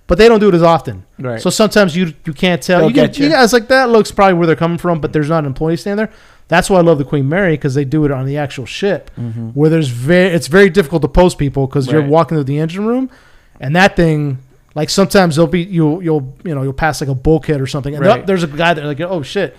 Speaker 3: But they don't do it as often.
Speaker 1: Mm. Right.
Speaker 3: So sometimes you you can't tell.
Speaker 1: They'll
Speaker 3: You, can-
Speaker 1: get you.
Speaker 3: you guys like that looks probably where they're coming from, but there's not an employee standing there. That's why I love the Queen Mary because they do it on the actual ship, where there's very it's very difficult to post people because you're
Speaker 1: Mm-hmm. Right.
Speaker 3: walking through the engine room, and that thing like sometimes they'll be you you'll you know you'll pass like a bulkhead or something, and
Speaker 1: Right.
Speaker 3: up there's a guy there like oh shit.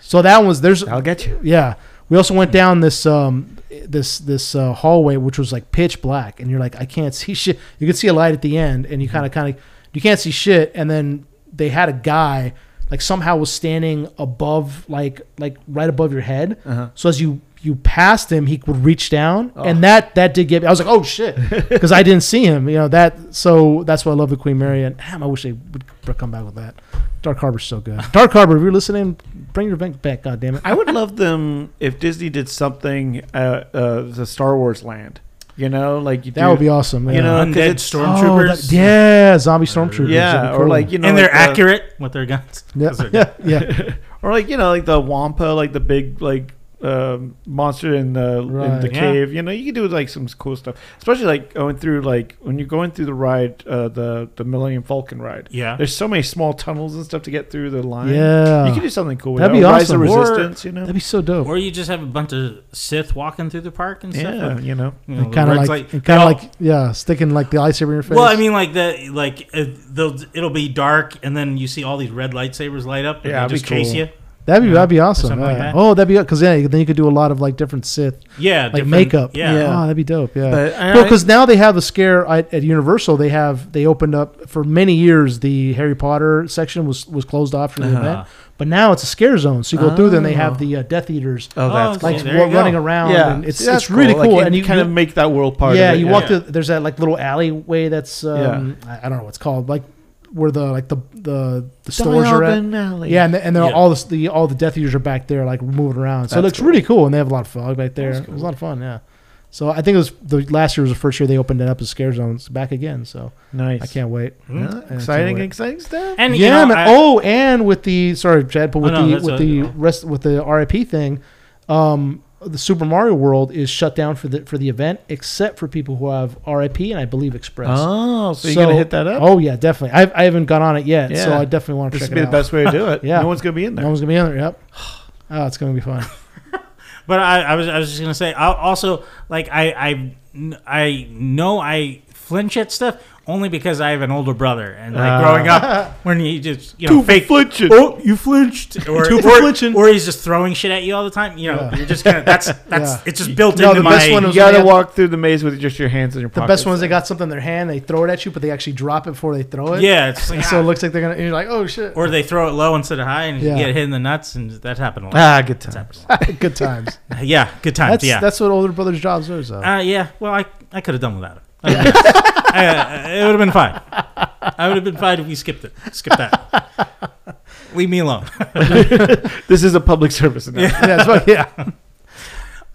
Speaker 3: So that one's there's
Speaker 1: I'll get you.
Speaker 3: yeah. We also went down this um this this uh, hallway which was like pitch black and you're like I can't see shit. You could see a light at the end and you kind of kind of you can't see shit and then they had a guy like somehow was standing above like like right above your head.
Speaker 1: Uh-huh.
Speaker 3: So as you you passed him, he would reach down,
Speaker 1: Oh.
Speaker 3: and that that did get. me. I was like, "Oh shit," because I didn't see him. You know that. So that's why I love the Queen Mary, and damn, I wish they would come back with that. Dark Harbor's so good. Dark Harbor, if you're listening, bring your bank back. God damn it.
Speaker 1: I would love them if Disney did something uh, uh, the Star Wars land. You know, like you
Speaker 3: That
Speaker 1: do,
Speaker 3: would be awesome.
Speaker 1: you know, 'cause
Speaker 4: Undead
Speaker 1: it's-
Speaker 4: stormtroopers.
Speaker 3: Oh, that- yeah, zombie stormtroopers.
Speaker 1: yeah,
Speaker 3: That'd be
Speaker 1: or
Speaker 3: cool.
Speaker 1: like you know,
Speaker 4: and they're
Speaker 1: like the-
Speaker 4: accurate with their guns.
Speaker 3: uh, yeah,
Speaker 4: 'Cause they're
Speaker 3: yeah, yeah.
Speaker 1: or like you know, like the Wampa, like the big like um, monster in the in
Speaker 3: Right.
Speaker 1: the
Speaker 4: Yeah.
Speaker 1: cave. You know, you can do like some cool stuff, especially like going through like when you're going through the ride, uh, the the Millennium Falcon ride.
Speaker 4: Yeah.
Speaker 1: There's so many small tunnels and stuff to get through the line.
Speaker 3: Yeah.
Speaker 1: you can do something cool. With
Speaker 3: That'd be
Speaker 1: that.
Speaker 3: awesome.
Speaker 1: Rise of
Speaker 4: Or-
Speaker 1: resistance, you know.
Speaker 3: That'd be so dope.
Speaker 4: Or you just have a bunch of Sith walking through the park and stuff.
Speaker 1: Yeah, you know.
Speaker 4: You know, the
Speaker 3: Kind of
Speaker 4: red's
Speaker 3: like, kind
Speaker 4: "Yo."
Speaker 3: of like, yeah, sticking like the lightsaber in your face.
Speaker 4: Well, I mean, like the like uh, they'll it'll be dark, and then you see all these red lightsabers light up, and
Speaker 1: Yeah,
Speaker 4: yeah,
Speaker 1: it'd be
Speaker 4: just chase
Speaker 1: cool.
Speaker 4: you.
Speaker 3: that'd be
Speaker 4: yeah,
Speaker 3: that'd be awesome.
Speaker 4: something like
Speaker 3: yeah.
Speaker 4: that.
Speaker 3: Oh, that'd be because yeah, then you could do a lot of like different Sith
Speaker 4: Yeah,
Speaker 3: like
Speaker 4: different-
Speaker 3: makeup.
Speaker 4: Yeah,
Speaker 1: Yeah.
Speaker 3: Oh, that'd be dope. Yeah.
Speaker 1: But I-
Speaker 3: well, because now they have a scare at, at Universal. They have they opened up for many years. The Harry Potter section was was closed off for the
Speaker 4: Uh-huh.
Speaker 3: event, but now it's a scare zone. So you go through, then they
Speaker 1: Oh.
Speaker 3: have the uh, Death Eaters
Speaker 1: Oh, that's
Speaker 4: Oh,
Speaker 1: cool.
Speaker 3: like
Speaker 4: see, there you
Speaker 3: wa- running
Speaker 4: go.
Speaker 3: around. and it's
Speaker 1: See, that's
Speaker 3: it's really cool.
Speaker 1: Like,
Speaker 3: and you
Speaker 1: kind
Speaker 3: you,
Speaker 1: of make that world part.
Speaker 3: yeah,
Speaker 1: of it,
Speaker 3: you
Speaker 4: yeah.
Speaker 3: walk through. There's that like little alleyway that's um, I, I don't know what it's called, like where the like the the, the stores are at. Yeah, and, the, and they're
Speaker 4: Yeah.
Speaker 3: all this, the all the Death Eaters are back there, like moving around. So
Speaker 1: That's
Speaker 3: it looks
Speaker 1: cool.
Speaker 3: really cool, and they have a lot of fog back there.
Speaker 1: That's
Speaker 3: It
Speaker 1: cool.
Speaker 3: was a lot of fun, yeah. So I think it was the last year was the first year they opened it up as scare zones back again. So
Speaker 1: Nice.
Speaker 3: I can't wait.
Speaker 1: Yeah,
Speaker 3: I can't
Speaker 1: exciting,
Speaker 3: wait.
Speaker 1: exciting stuff.
Speaker 4: and
Speaker 3: yeah,
Speaker 4: you know,
Speaker 3: man.
Speaker 4: I- Oh,
Speaker 3: oh, and with the sorry, Chad, but with
Speaker 4: no,
Speaker 3: the
Speaker 4: that's
Speaker 3: with
Speaker 4: a-
Speaker 3: the rest with the RIP thing, um, the Super Mario World is shut down for the for the event except for people who have RIP and I believe Express.
Speaker 1: Oh, so, you're gonna hit that up?
Speaker 3: Oh yeah, definitely. I've, I haven't got on it yet, so
Speaker 1: Yeah.
Speaker 3: I definitely want to
Speaker 1: this
Speaker 3: check
Speaker 1: would
Speaker 3: it
Speaker 1: be the
Speaker 3: out.
Speaker 1: best way to do it.
Speaker 3: Yeah.
Speaker 1: no one's gonna be in there.
Speaker 3: No one's gonna be in there. Yep. Oh, it's gonna be fun.
Speaker 4: But I, I was I was just gonna say. I also like I I I know I flinch at stuff only because I have an older brother, and like
Speaker 1: Ah.
Speaker 4: growing up when you just you know
Speaker 1: Two
Speaker 4: fake.
Speaker 1: flinching.
Speaker 4: Oh, you flinched, or,
Speaker 3: Two for
Speaker 4: or,
Speaker 3: flinching.
Speaker 4: or he's just throwing shit at you all the time. You know,
Speaker 3: Yeah.
Speaker 4: you're just kind of that's that's
Speaker 3: Yeah.
Speaker 4: it's just built
Speaker 3: No,
Speaker 4: into
Speaker 3: the
Speaker 4: my.
Speaker 3: best one
Speaker 1: You
Speaker 3: was-
Speaker 1: gotta
Speaker 3: Yeah.
Speaker 1: walk through the maze with just your hands in your
Speaker 3: The
Speaker 1: pockets.
Speaker 3: best ones they got something in their hand, they throw it at you, but they actually drop it before they throw it.
Speaker 4: yeah, it's like,
Speaker 3: And so
Speaker 4: ah.
Speaker 3: it looks like they're gonna. And you're like, oh shit.
Speaker 4: or they throw it low instead of high, and
Speaker 3: Yeah.
Speaker 4: you get hit in the nuts, and that happened a lot.
Speaker 1: Ah, good
Speaker 4: That's
Speaker 1: time.
Speaker 4: happened a lot.
Speaker 3: Good times.
Speaker 4: yeah, good times.
Speaker 3: That's
Speaker 4: yeah,
Speaker 3: that's what older brother's jobs are. Though.
Speaker 4: Uh, yeah. Well, I, I could have done without it. I would've been- I- I- it would have been fine. I would have been fine if we skipped it. Skip that. Leave me alone.
Speaker 1: This is a public service announcement.
Speaker 3: yeah, that's what, yeah.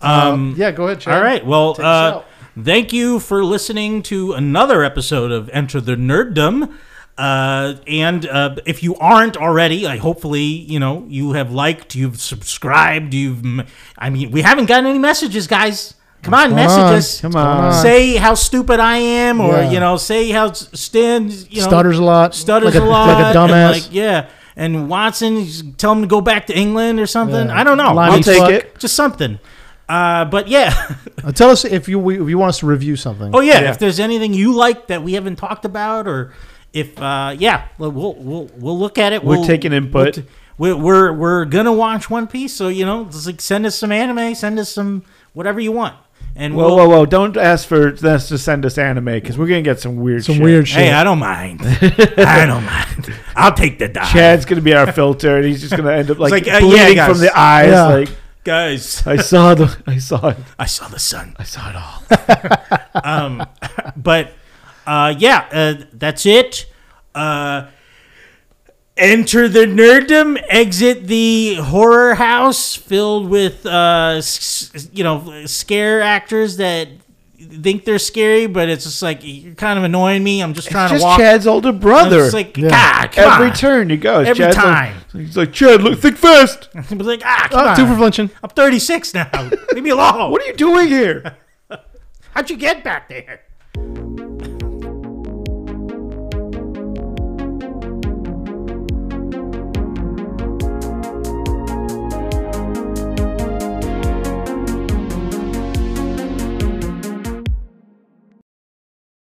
Speaker 4: Um,
Speaker 3: yeah, go ahead. Chad.
Speaker 4: All right. Well,
Speaker 3: Take us
Speaker 4: uh,
Speaker 3: out.
Speaker 4: thank you for listening to another episode of Enter the Nerddom. Uh, and uh, if you aren't already, I hopefully you know you have liked, you've subscribed, you've. m- I mean, we haven't gotten any messages, guys. Come on,
Speaker 3: Come
Speaker 4: message
Speaker 3: on,
Speaker 4: us.
Speaker 1: Come on.
Speaker 4: Say how stupid I am, or
Speaker 3: Yeah.
Speaker 4: you know, say how s- Stan you know,
Speaker 3: stutters a lot.
Speaker 4: stutters
Speaker 3: like
Speaker 4: a, lot,
Speaker 3: Like a
Speaker 4: and,
Speaker 3: dumbass.
Speaker 4: like, yeah, and Watson, you just tell him to go back to England or something.
Speaker 3: Yeah.
Speaker 4: I don't know,
Speaker 3: Limey
Speaker 1: I'll take
Speaker 3: fuck.
Speaker 1: it.
Speaker 4: just something. Uh, but yeah,
Speaker 3: Uh, tell us if you we, if you want us to review something.
Speaker 4: oh yeah,
Speaker 1: Yeah.
Speaker 4: if there's anything you like that we haven't talked about, or if uh, yeah, we'll we'll we'll, we'll look at it.
Speaker 1: We're
Speaker 4: We'll-
Speaker 1: taking input.
Speaker 4: we'll t- We're, we're we're gonna watch One Piece, so you know, just like send us some anime, send us some whatever you want, and
Speaker 1: Whoa,
Speaker 4: we'll.
Speaker 1: whoa, whoa! Don't ask for us to send us anime because we're gonna get some weird.
Speaker 3: some
Speaker 1: shit.
Speaker 3: weird shit.
Speaker 4: Hey, I don't mind. I don't mind. I'll take the dive.
Speaker 1: Chad's gonna be our filter, and he's just gonna end up like,
Speaker 4: like, uh,
Speaker 1: bleeding
Speaker 4: yeah, guys.
Speaker 1: from the eyes.
Speaker 3: Yeah.
Speaker 1: Like
Speaker 4: Guys,
Speaker 1: I saw the, I saw it,
Speaker 4: I saw the sun.
Speaker 1: I saw it all.
Speaker 4: um, but uh, yeah, uh, that's it. Uh, enter the nerddom, exit the horror house filled with uh, s- s- you know scare actors that think they're scary, but it's just like you're kind of annoying me. I'm just trying
Speaker 1: just
Speaker 4: to walk.
Speaker 1: Chad's older brother.
Speaker 4: It's like
Speaker 3: Yeah.
Speaker 4: ah, come
Speaker 1: Every
Speaker 4: on.
Speaker 1: turn he goes.
Speaker 4: Every
Speaker 1: Chad's like-
Speaker 4: time.
Speaker 1: he's like, Chad, look, think fast.
Speaker 4: I'm like ah, come
Speaker 3: Oh,
Speaker 4: on.
Speaker 3: two for flinching.
Speaker 4: I'm 36 now. Leave me alone.
Speaker 1: What are you doing here?
Speaker 4: How'd you get back there?